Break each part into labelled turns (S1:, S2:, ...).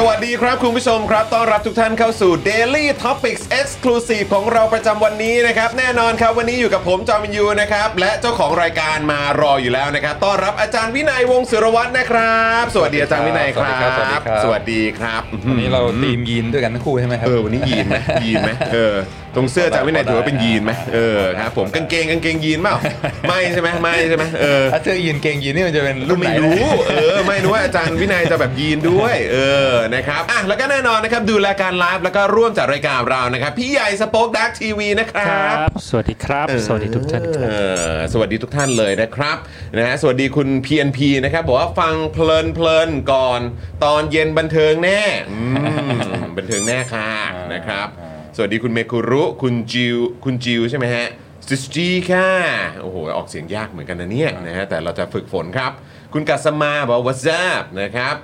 S1: สวัสดีครับคุณผู้ชมครับ ต้อนรับทุกท่านเข้าสู่ Daily Topics Exclusive ของเราประจำวันนี้นะครับ แน่นอนครับวันนี้อยู่กับผมจอห์นวินยูนะครับ และเจ้าของรายการมารออยู่แล้วนะครับ ต้อนรับอาจารย์วินัยวงศ์สุรวัตรนะครับ สวัสดีอาจารย์วินัยครับ
S2: สวัสดีครับ
S1: สวัสดีครับ
S2: วันนี้เราทีมยีนด้วยกันทั้งคู่ใช่ไหมครับ
S1: เออวันนี้ยีนไหมยีนไหมเออตรงเสื้ออาจารย์วินัยถือว่าเป็นยีนไหมเออครับผมกางเกงกางเกงยีนเปล่าไม่ใช่ไหมไม่ใช่ไหมเออ
S2: ถ้าเสื้อยีนเกงยีนนี่มันจะเป็นรุ่นไหน
S1: ไม่
S2: นะ
S1: รู้ เออ ไม่รู้ว่าอาจารย์วินัยจะแบบยีนด้วย เออ นะครับ อ่ะ แล้วก็แน่นอนนะครับ ดูรายการไลฟ์แล้วก็ร่วมจัดรายการเรานะครับ พี่ใหญ่สป็อคดักทีวีนะครับ
S3: สวัสดีครับ สวัสดีทุกท่านครับ
S1: เออสวัสดีทุกท่านเลยนะครับนะฮะสวัสดีคุณ PNP นะครับบอกว่าฟังเพลินเพลินก่อน ตอนเย็นบันเทิงแน่อืม บันเทิงแน่ค่ะนะครับ สวัสดีคุณเมคุรุคุณจิวคุณจิวใช่ไหมฮะซิสจีค่ะ โอ้โห ออกเสียงยากเหมือนกันนะเนี่ยนะฮะแต่เราจะฝึกฝนครับ คุณกัสมาบอกว่า what's up นะครับ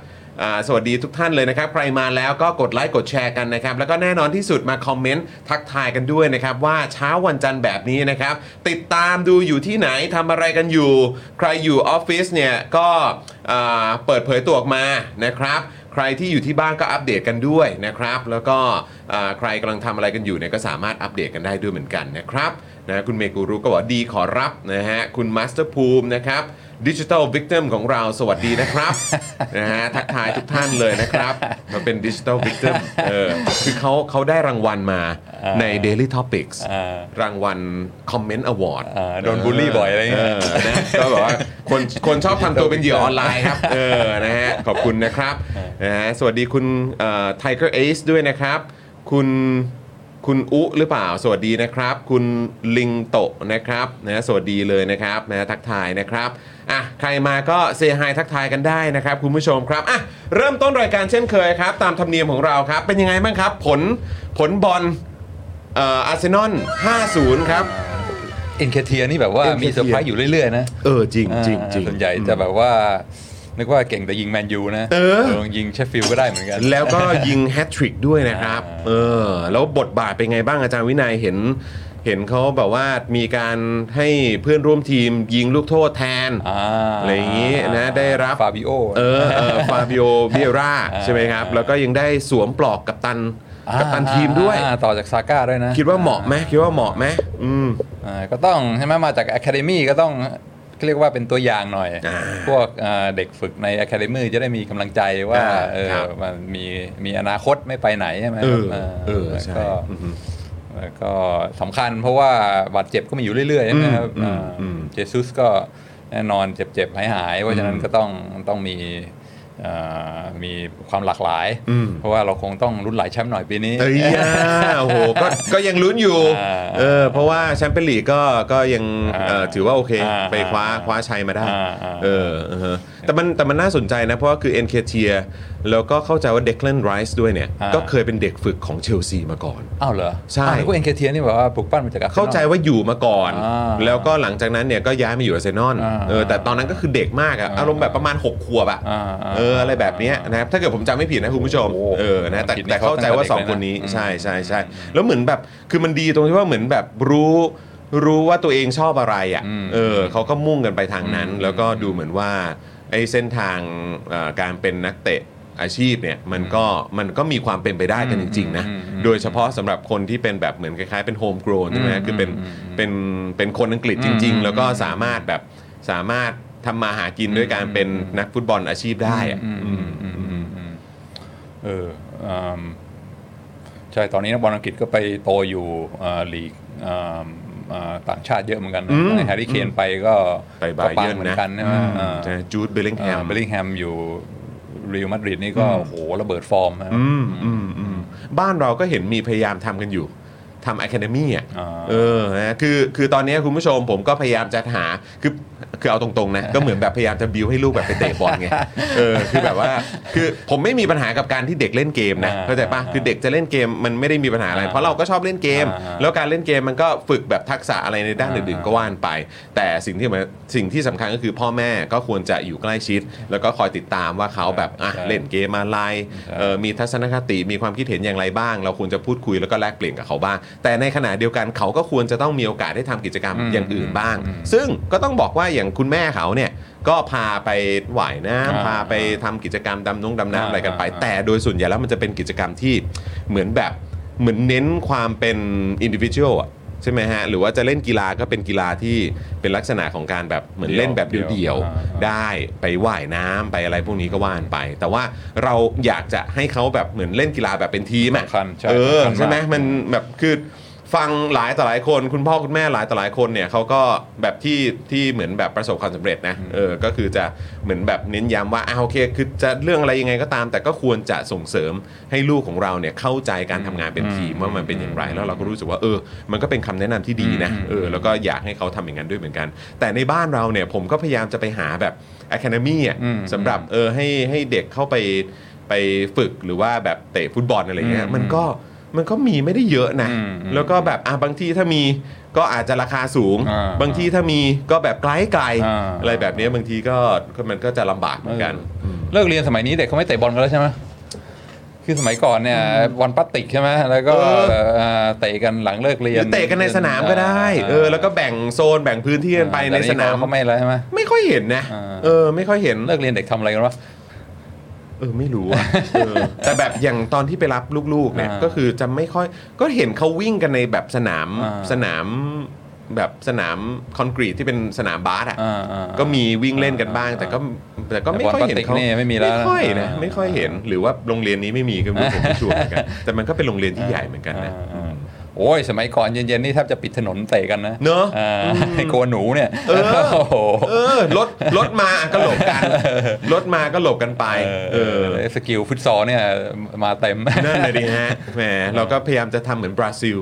S1: อ่าสวัสดีทุกท่านเลยนะครับ ใครมาแล้วก็กดไลค์กดแชร์กันนะครับ แล้วก็แน่นอนที่สุดมาคอมเมนต์ทักทายกันด้วยนะครับ ว่าเช้าวันจันทร์แบบนี้นะครับ ติดตามดูอยู่ที่ไหนทำอะไรกันอยู่ ใครอยู่ออฟฟิศเนี่ยก็อ่าเปิดเผยตัวออกมานะครับ ใครที่อยู่ที่บ้านก็อัปเดตกันด้วยนะครับ แล้วก็อ่าใครกำลังทำอะไรกันอยู่เนี่ยก็สามารถอัปเดตกันได้ด้วยเหมือนกันนะครับนะคุณเมกูรุก็บอกว่าดีขอรับนะฮะคุณมาสเตอร์ภูมินะครับดิจิทัลวิกเตมของเราสวัสดีนะครับ นะฮะทักทายทุกท่านเลยนะครับมาเป็นดิจิทัลวิกเตมเออคือเขาเขาได้รางวัลมาใน Daily Topics
S2: อ่าร
S1: างวัลคอมเมนต์อวอร์ด
S2: อ่าโดนบูลลี่บ่อยอะไรเงี้ย
S1: เออนะก็แบบว่าคนคนชอบทำตัวเป็นเหยื่อออนไลน์ครับ เออ นะฮะ ขอบคุณนะครับนะฮะสวัสดีคุณไทเกอร์เอซด้วยนะครับ คุณคุณอุหรือเปล่า สวัสดีนะครับ คุณลิงโตะนะครับนะสวัสดีเลยนะครับนะทักทายนะครับอ่ะใครมาก็เซฮายทักทายกันได้นะครับคุณผู้ชมครับอ่ะเริ่มต้นรายการเช่นเคยครับ ตามธรรมเนียมของเราครับ เป็นยังไงบ้างครับ ผลผลบอลเอ่ออาร์เซนอล5-0 ครับ
S2: เอ็นเคเทียนี่แบบว่ามีเซอร์ไพรส์อยู่เรื่อยๆนะ
S1: เออจริงจริง
S2: อ่า
S1: จริง
S2: ส่วนใหญ่จะแบบว่า นึกว่าเก่งแต่ยิงแมนยูนะ
S1: เออ
S2: ยิงเชฟฟิลด์ก็ได้เหมือนกัน
S1: แล้วก็ยิงแฮตทริกด้วยนะครับ เออ แล้วบทบาทเป็นไงบ้างอาจารย์วินัยเห็น เห็นเขาแบบว่ามีการให้เพื่อนร่วมทีมยิงลูกโทษแทน
S2: อ่า
S1: อะไรอย่างนี้นะได้รับ
S2: ฟาบิโอ
S1: เออเออฟาบิโอเบียร่าใช่ไหมครับ แล้วก็ยังได้สวมปลอกกับตันกับตันทีมด้วย
S2: อ่าต่อจากซาก้าด้วยนะ
S1: คิดว่าเหมาะไหมคิดว่าเหมาะไหมอืม
S2: อ่าก็ต้องใช่ไหมมาจากอะคาเดมี่ก็ต้องเรียกว่าเป็นตัวอย่างหน่อย
S1: อ่า
S2: พวกอ่าเด็กฝึกในอะคาเดมี่จะได้มีกำลังใจว่า
S1: อ่า
S2: เออ
S1: ครับ
S2: มันมีมีอนาคตไม่ไปไหนใช่ไหม
S1: เออ
S2: ครับา
S1: เออ
S2: แล้ว
S1: ใช่
S2: ก็
S1: อือฮึ
S2: แล้วก็สำคัญเพราะว่าบาดเจ็บก็มีอยู่เรื่อยๆใช่ไหมครับ
S1: อืม
S2: อ่า
S1: อืม
S2: เจสุสก็แน่นอนเจ็บๆหายๆเพราะฉะนั้นก็ต้องต้องมี เอ่อมีความหลากหลาย
S4: อืม
S2: เพราะว่าเราคงต้องรุ่นหลายแชมป์หน่อยปีนี้
S4: เอ้ยอ่ะโอ้โหก็ก็ยังลุ้นอยู่
S2: อ่า
S4: เออเพราะว่าแชมเปี้ยนลีกก็ก็ยัง
S2: อ่า
S4: เอ่อถือว่าโอเค
S2: อ่า
S4: ไปคว้าคว้าชัยมาได้
S2: อ่าอ่า
S4: เออเออฮะแต่มันแต่มันน่าสนใจนะเพราะว่าคือเอ็นเคเทียแล้วก็เข้าใจว่าเด็กเลนไรส์ด้วยเนี่ย ก็เคยเป็นเด็กฝึกของเชลซีมาก่อน
S2: อ้าวเหรอ
S4: ใช่
S2: อ้าวนึกว่าเอ็นเคเทียนี่แบบว่าปลูกปั้นมาจากอร์ซนอล
S4: เข้าใจว่าอยู่มาก่อน
S2: อ่า
S4: แล้วก็หลังจากนั้นเนี่ยก็ย้ายมาอยู่อาร์เซนอล
S2: อ่า
S4: เออแต่ตอนนั้นก็คือเด็กมากอะ
S2: อ่า
S4: อารมณ์แบบประมาณ 6 ขวบอะ
S2: อ่าอ่า
S4: เอออะไรแบบเนี้ยนะครับถ้าเกิดผมจำไม่ผิดนะคุณผู้ชม
S2: โอ้โห
S4: เออนะแต่
S2: ผิดนี่
S4: แต่เข้าใจว่า 2 คนนี้
S2: เขาตั้งแต่เด็กเลยนะ
S4: ใช่ใช่ใช่แล้วเหมือนแบบคือมันดีตรงที่ว่าเหมือนแบบรู้รู้ว่าตัวเองชอบอะไรอะเออเขาก็มุ่งกันไปทางนั้น แล้วก็ดูเหมือนว่าไอ้เส้นทางเอ่อการเป็นนักเตะอาชีพเนี่ยมันก็มันก็มีความเป็นไปได้กันจริงๆนะ โดยเฉพาะสำหรับคนที่เป็นแบบเหมือนคล้ายๆเป็นโฮม o w n ใช่ไหม
S2: อืม
S4: คือเป็น
S2: อืม
S4: เป็นเป็นคนอังกฤษจริง
S2: อืม
S4: ๆแล้วก็สามารถแบบสามารถทำมาหากินด้วยการเป็น
S2: อืม
S4: นักฟุตบอลอาชีพได้อะ
S2: อืม
S4: อืม
S2: อืมอืมอืมเอออืมใช่ตอนนี้นักบอลอังกฤษก็ไปโตอยู่เอ่อลีกเอ่อเอ่อต่างชาติเยอะเหมือนกันนะ
S4: อืม
S2: แฮร์รี่เคนไปก็
S4: ไปบา
S2: ก็
S4: เยิร์น
S2: เหมือ
S4: นะ
S2: นกันใช่ไหมเออ
S4: จูดเบลลิงแฮม
S2: เบลลิงแฮมอยู่รียลมาดริดนี่ก็โอ้โหระเบิดฟอร์มนะ
S4: อืมอืมอืมบ้านเราก็เห็นมีพยายามทำกันอยู่ทำ Academy อ่ะ
S2: อ่า
S4: เออนะคือคือตอนนี้คุณผู้ชมผมก็พยายามจะหาคือคือเอาตรงๆนะ ก็เหมือนแบบพยายามจะบิวให้ลูกแบบไปเตะบอลไงเออคือแบบว่าคือผมไม่มีปัญหากับการที่เด็กเล่นเกมนะ
S2: อ่า
S4: เข้าใจปะคือเด็กจะเล่นเกมมันไม่ได้มีปัญหาอะไร
S2: อ่า
S4: เพราะเราก็ชอบเล่นเกม
S2: อ่า
S4: แล้วการเล่นเกมมันก็ฝึกแบบทักษะอะไรในด้านอื่นๆ
S2: อ่า
S4: ก็ว่านไป แต่สิ่งที่มันสิ่งที่สำคัญก็คือพ่อแม่ก็ควรจะอยู่ใกล้ชิด แล้วก็คอยติดตามว่าเขาแบบอ่ะเล่น เกมอะไรเอ่อมีทัศนคติมีความคิดเห็นอย่างไรบ้าง เราควรจะพูดคุยแล้วก็แลกเปลี่ยนกับเขาบ้าง แต่ในขณะเดียวกันเขาก็ควรจะต้องมีโอกาสได้ทำกิจกรรม
S2: อืม
S4: อย่างอื่นบ้าง
S2: อืม
S4: ซึ่งก็ต้องบอกว่าอย่างคุณแม่เขาเนี่ยก็พาไปว่ายน้ำ
S2: อ่า
S4: พาไปทำกิจกรรมดำนงดำน้ำ
S2: อ่า
S4: อะไรกันไป
S2: อ่า
S4: แต่โดยส่วนใหญ่แล้วมันจะเป็นกิจกรรมที่เหมือนแบบเหมือนเน้นความเป็นอินดิวิชวลใช่ไหมฮะหรือว่าจะเล่นกีฬาก็เป็นกีฬาที่เป็นลักษณะของการแบบเหมือนเล่นแบบ
S2: เดี่ยว
S4: เดี่ยว
S2: อ่า
S4: ๆ ได้ไปว่ายน้ำไปอะไรพวกนี้ก็ว่านไป แต่ว่าเราอยากจะให้เขาแบบเหมือนเล่นกีฬาแบบเป็นทีมอะ
S2: สำคัญใช่
S4: เออ
S2: สำคัญมาก
S4: ใช่ไหมมันแบบคือฟังหลายต่อหลายคน คุณพ่อคุณแม่หลายต่อหลายคนเนี่ยเขาก็แบบที่ที่เหมือนแบบประสบความสำเร็จนะเออก็คือจะเหมือนแบบเน้นย้ำว่าอ่าโอเคคือจะเรื่องอะไรยังไงก็ตาม แต่ก็ควรจะส่งเสริมให้ลูกของเราเนี่ยเข้าใจการทำงานเป็นทีมว่ามันเป็นอย่างไร แล้วเราก็รู้สึกว่าเออ มันก็เป็นคำแนะนำที่ดีนะ
S2: อืม
S4: เออแล้วก็อยากให้เขาทำอย่างนั้นด้วยเหมือนกัน แต่ในบ้านเราเนี่ยผมก็พยายามจะไปหาแบบ Academy อ่ะ
S2: อืม
S4: สำหรับเออให้ให้เด็กเข้าไปไปฝึกหรือว่าแบบเตะฟุตบอลอะไรเงี้ย
S2: อืม
S4: มันก็มันก็มีไม่ได้เยอะนะ
S2: อืมอืม
S4: แล้วก็แบบอ่ะบางที่ถ้ามีก็อาจจะราคาสูง
S2: อ่า
S4: บางที่ถ้ามีก็แบบไกลไกลๆ
S2: อ่า
S4: อะไรแบบเนี้ยบางทีก็ก็มันก็จะลำบากเหมือนกัน
S2: เลิกเรียนสมัยนี้เด็กเขาไม่เตะบอลกันแล้วใช่ไหมคือสมัยก่อนเนี่ยบอลพลาสติกใช่ไหมแล้วก็
S4: เออ
S2: เอ่อเตะกันหลังเลิกเรี
S4: ห
S2: ย
S4: รื
S2: น
S4: อเตะกันในสนามก็ได้เออแล้วก็แบ่งโซนแบ่งพื้นที่กันไปใน
S2: แต่
S4: สนาม
S2: เขาไม่แล้วใช่ไหม
S4: ไม่ค่อยเห็นนะ
S2: อ่า
S4: เออไม่ค่อยเห็น
S2: เลิกเรียนเด็กทำอะไรกันวะ
S4: เออไม่รู้อะ เออแต่แบบอย่างตอนที่ไปรับลูกๆเนี่ย
S2: อ่า
S4: ก็คือจะไม่ค่อยก็เห็นเขาวิ่งกันในแบบสนาม
S2: อ่า
S4: สนามแบบสนามคอนกรีตที่เป็นสนามบาสอ่ะ
S2: อ่าอ่า
S4: ก็มีวิ่งเล่นกันบ้าง
S2: อ่า
S4: แต่ก็แต่ก็ไม่
S2: แต่บอล
S4: ค่อยเห็นเขา
S2: ปกตินี่ไม่มีแล้วนะ
S4: ไม่ค่อยนะ
S2: อ่า
S4: ไม่ค่อยเห็นหรือว่าโรงเรียนนี้ไม่มีก็ไม่รู้ผมไม่ชัวร์เหมือนกันแต่มันก็เป็นโรงเรียนที่ใหญ่เหมือนกันนะ
S2: อ่าอ่าโอ้ยสมัยก่อนเย็นๆนี่แทบจะปิดถนนเตะกันนะ
S4: เนอะ
S2: อ่าไอ้โกลัวหนูเนี่ย
S4: เออ
S2: โอ้โห
S4: เออรถรถมาก็หลบกันรถมาก็หลบกันไปเออ
S2: สกิลฟุตซอลเนี่ยมาเต็ม
S4: นั่นเลยดิฮะ แหม เราก็พยายามจะทำเหมือนบราซิล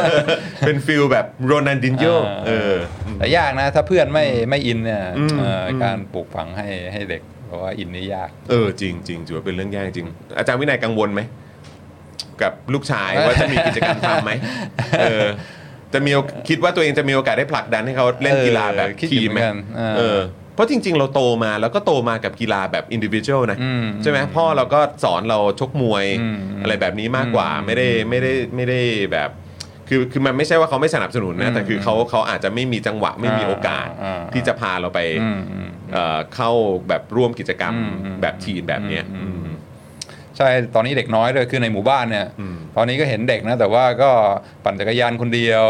S4: เป็นฟิลแบบโรนันดินโย
S2: อ่า
S4: เออ
S2: แต่ยากนะ ถ้าเพื่อนไม่ไม่อินเนี่ย
S4: อืม
S2: เอ่ออ
S4: ม
S2: การปลูกฝังให้ให้เด็กเพราะว่าอินนี่ยาก
S4: เออ จริงจริงถือว่าเป็นเรื่องยากจริง อาจารย์วินัยกังวลไหม กับลูกชาย ว่าจะมีกิจกรรมทำไหมเออ จะมีโอคิดว่าตัวเองจะมีโอกาสได้ผลักดันให้เขาเล่นกีฬาแบบ
S2: เออคิดอยู่
S4: ทีมไหม
S2: เหมือนกันเออ
S4: เออ เพราะจริง ๆ เราโตมาแล้วก็โตมากับกีฬาแบบอินดิวิชวลนะ
S2: อืม
S4: ใช่ไหมพ่อเราก็สอนเราชกมวย
S2: อืม
S4: อะไรแบบนี้มากกว่า
S2: อืม
S4: ไม่ได้ไม่ได้ไม่ได้แบบ คือคือมันไม่ใช่ว่าเขาไม่สนับสนุนนะแต่คือเขาเขาอาจจะไม่มีจังหวะไม่มีโอกาส
S2: อ่าอ่า
S4: ที่จะพาเราไป
S2: อืมอืม
S4: เอ่อเข้าแบบร่วมกิจกรรม
S2: อืมอืม
S4: แบบทีมแบบเนี้ยอืม
S2: ใช่ ตอนนี้เด็กน้อยด้วยคือในหมู่บ้านเนี่ย ตอนนี้ก็เห็นเด็กนะ แต่ว่าก็ปั่นจักรยานคนเดียว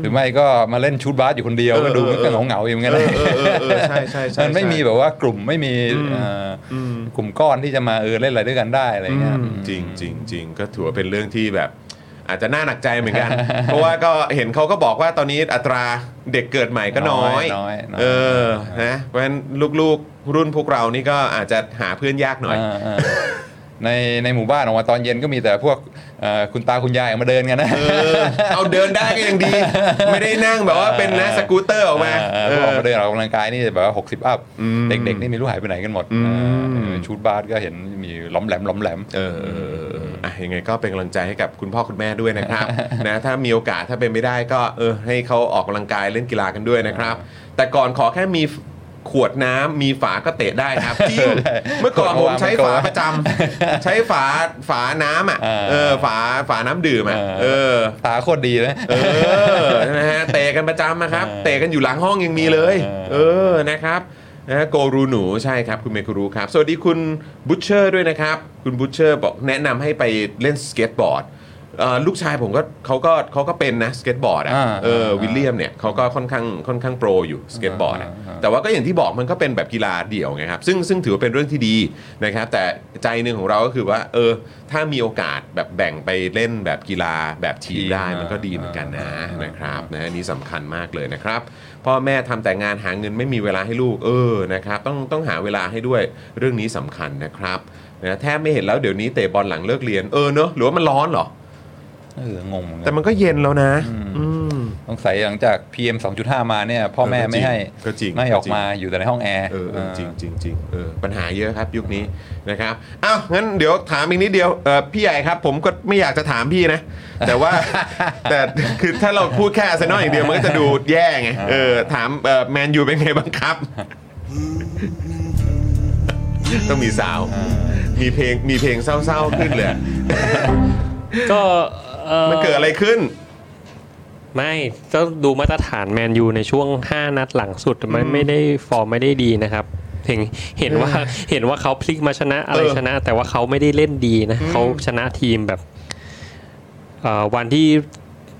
S2: หรือไม่ก็มาเล่นชุดบาสอยู่คนเดียว
S4: เออ
S2: ก็ดู
S4: เออเออ
S2: ก็เหงาๆอยู่เหมือนกัน
S4: เอ
S2: นะ
S4: อเออเออเออใช่ใช่ใช่
S2: มันไม่มีแบบว่ากลุ่มไม่มีเอ่ออ
S4: ม
S2: กลุ่มก้อนที่จะมาเออเล่นอะไรด้วยกันได้อะไรเงี้ย
S4: จริงจริงจริงก็ถือว่าเป็นเรื่องที่แบบ อาจจะน่าหนักใจเหมือนกัน เพราะว่าก็เห็นเขาก็บอกว่าตอนนี้อัตราเด็กเกิดใหม่ก็น้อย
S2: น้อยน้อย
S4: เออนะเพราะฉะนั้นลูกๆรุ่นพวกเรานี่ก็อาจจะหาเพื่อนยากหน่อย
S2: าาในในหมู่บ้านออกมาตอนเย็นก็มีแต่พวกเอ่อคุณตาคุณยายออกมาเดินกันนะ
S4: เออเอาเดินได้ก็ยังดี ไม่ได้นั่งแบบว่าเป็นนะสกูตเตอร์ออกมา
S2: เออ
S4: เอ
S2: พวกออก
S4: อ
S2: มาเดินออกกำลังกายนี่แบบว่าหกสิบอัพ
S4: อืม
S2: เด็กๆนี่ไม่รู้หายไปไหนกันหมด
S4: อืม
S2: เออชุดบาสก็เห็นมีหล้อมแหลมหล้อมแหลม
S4: เออเออเออเอออ่ะยังไงก็เป็นกำลังใจให้กับคุณพ่อคุณแม่ด้วยนะครับ นะถ้ามีโอกาสถ้าเป็นไม่ได้ก็เออให้เขาออกกำลังกายเล่นกีฬากันด้วยนะครับ แต่ก่อนขอแค่มีขวดน้ำมีฝาก็เตะได้ ครับจริงเมื่อก่อนผมใช้ฝาประจำใช้ฝาฝาน้ำอ่ะ
S2: อ่า
S4: เออฝาฝาน้ำดื่มอ่ะเอ
S2: เอ
S4: อ
S2: ตาโคตรดีนะ
S4: เออ นะฮะ เตะกันประจำนะครับ
S2: เออ
S4: เตะกันอยู่หลังห้องยังมีเลย เอ
S2: เออ
S4: อ นะครับ นะฮะโกรูหนูใช่ครับ คุณเมคุรูครับ สวัสดีคุณบุชเชอร์ด้วยนะครับ คุณบุชเชอร์บอกแนะนำให้ไปเล่นสเก็ตบอร์ดเอ่อลูกชายผมก็เขาก็เขาก็เป็นนะสเก็ตบอร์ดอ่ะ เออ วิลเลียมเนี่ยเขาก็ค่อนข้างค่อนข้างโปรอยู่สเก็ตบอร์ดอะ แต่ว่าก็อย่างที่บอกมันก็เป็นแบบกีฬาเดี่ยวไงครับซึ่งซึ่งถือว่าเป็นเรื่องที่ดีนะครับแต่ใจหนึ่งของเราก็คือว่าเออถ้ามีโอกาสแบบแบ่งไปเล่นแบบกีฬาแบบทีมได้
S2: ทีม
S4: มันก็ดีเหมือนกันนะ
S2: อ่าน
S4: นะครับนะอันนี้สำคัญมากเลยนะครับ พ่อแม่ทำแต่งานหาเงินไม่มีเวลาให้ลูกเออนะครับต้องต้องหาเวลาให้ด้วยเรื่องนี้สำคัญนะครับนะแทบไม่เห็นแล้วเดี๋ยวนี้เตะบอลหลังเลิกเรียนเออเนอะหรือว่ามันร้อนเหรอ
S2: เอองงเหมือนกั
S4: แต่
S2: น
S4: มันก็เย็นแล้วนะ อืม
S2: สงสัยหลังจาก PM 2.5 มาเนี่ย พ่อแม่
S4: เออก็จริง
S2: ไม่ให้
S4: ก็จริง
S2: ไม่ออก
S4: ก็จริง
S2: มาอยู่แต่ในห้องแอร์
S4: เออเออจริง
S2: เออ
S4: จริงจริงเออปัญหาเยอะครับยุคนี้นะครับอ้าวงั้นเดี๋ยวถามอีกนิดเดียวเออพี่ใหญ่ครับ ผมก็ไม่อยากจะถามพี่นะ แต่ ว่า แต่คือถ้าเราพูดแค่อาร์เซนอลอย่างเดียวมันก็จะดูแย่ไงเออถามเออแมนยูเป็นไงบ้างครับ ต้องมีสาว มีเพลงมีเพลงเศร้าๆขึ้นเลย
S5: ก็เอ่อ
S4: มันเกิดอะไรขึ้น
S5: ไม่ก็ดูมาตรฐานแมนยูในช่วง 5 นัดหลังสุดมันไม่ได้ฟอร์มไม่ได้ดีนะครับเห็นเห็นว่าเห็นว่าเขาพลิกมาชนะอะไร
S4: เออ
S5: ชนะ แต่ว่าเขาไม่ได้เล่นดีนะเขาชนะทีมแบบเอ่อวันที่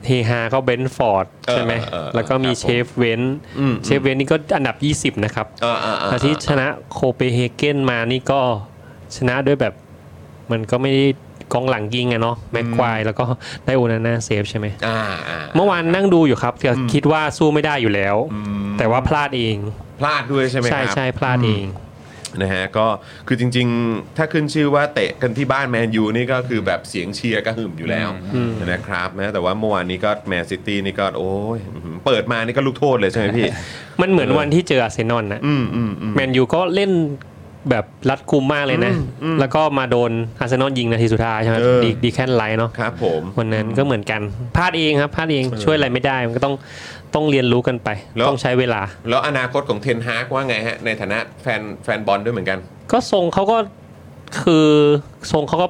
S5: เฮฮาก็เบนฟอร์ดใช่ไหม
S4: เออเออเออ
S5: แล้วก็
S4: ค
S5: มี
S4: รับผม
S5: เชฟเวน
S4: อืม
S5: เชฟเวนนี่ก็อันดับ 20 นะครับ
S4: อ่าอ่าอ่า
S5: อาทิตย์ชนะโคเปนเฮเกนมานี่ก็ชนะด้วยแบบมันก็ไม่ได้กองหลังยิงอะเนาะแม็กควายแล้วก็ได้โอนาน่าเซฟใช่ไหม
S4: อ่าอ่า
S5: เมื่อวานนั่งดูอยู่ครับแต่คิดว่าสู้ไม่ได้อยู่แล้ว แต่ว่าพลาดเอง
S4: พลาดด้วยใช่ไหม
S5: ใช่
S4: ครับ
S5: ใช่พลาดเอง
S4: นะฮะก็คือจริงๆ ถ้าขึ้นชื่อว่าเตะกันที่บ้านแมนยูนี่ก็คือแบบเสียงเชียร์ก็หึ่มอยู่แล้วนะครับนะแต่ว่าเมื่อวานนี้ก็แมนซิตี้นี่ก็โอ้ยอื้อหือเปิดมานี่ก็ลูกโทษเลยใช่ไหมพี่
S5: มันเหมือนวันที่เจออาร์เซนอลนะ
S4: อืมอืมอืม
S5: แมนยูก็เล่นแบบรัดกุมมากเลยนะ แล้วก็มาโดนอาร์เซนอลยิงนาทีสุดท้ายใช่ไหม
S4: เออ
S5: ดีดีแค่ไลน์เนาะ
S4: ครับผม
S5: วันนั้นก็เหมือนกันพลาดเองครับพลาดเองช่วยอะไรไม่ได้มันก็ต้องต้องเรียนรู้กันไป ต้องใช้เวลา
S4: แล้วอนาคตของเทนฮากว่าไงฮะ ในฐานะแฟนแฟนบอลด้วยเหมือนกัน
S5: ก็ทรงเขาก็คือทรงเขาก็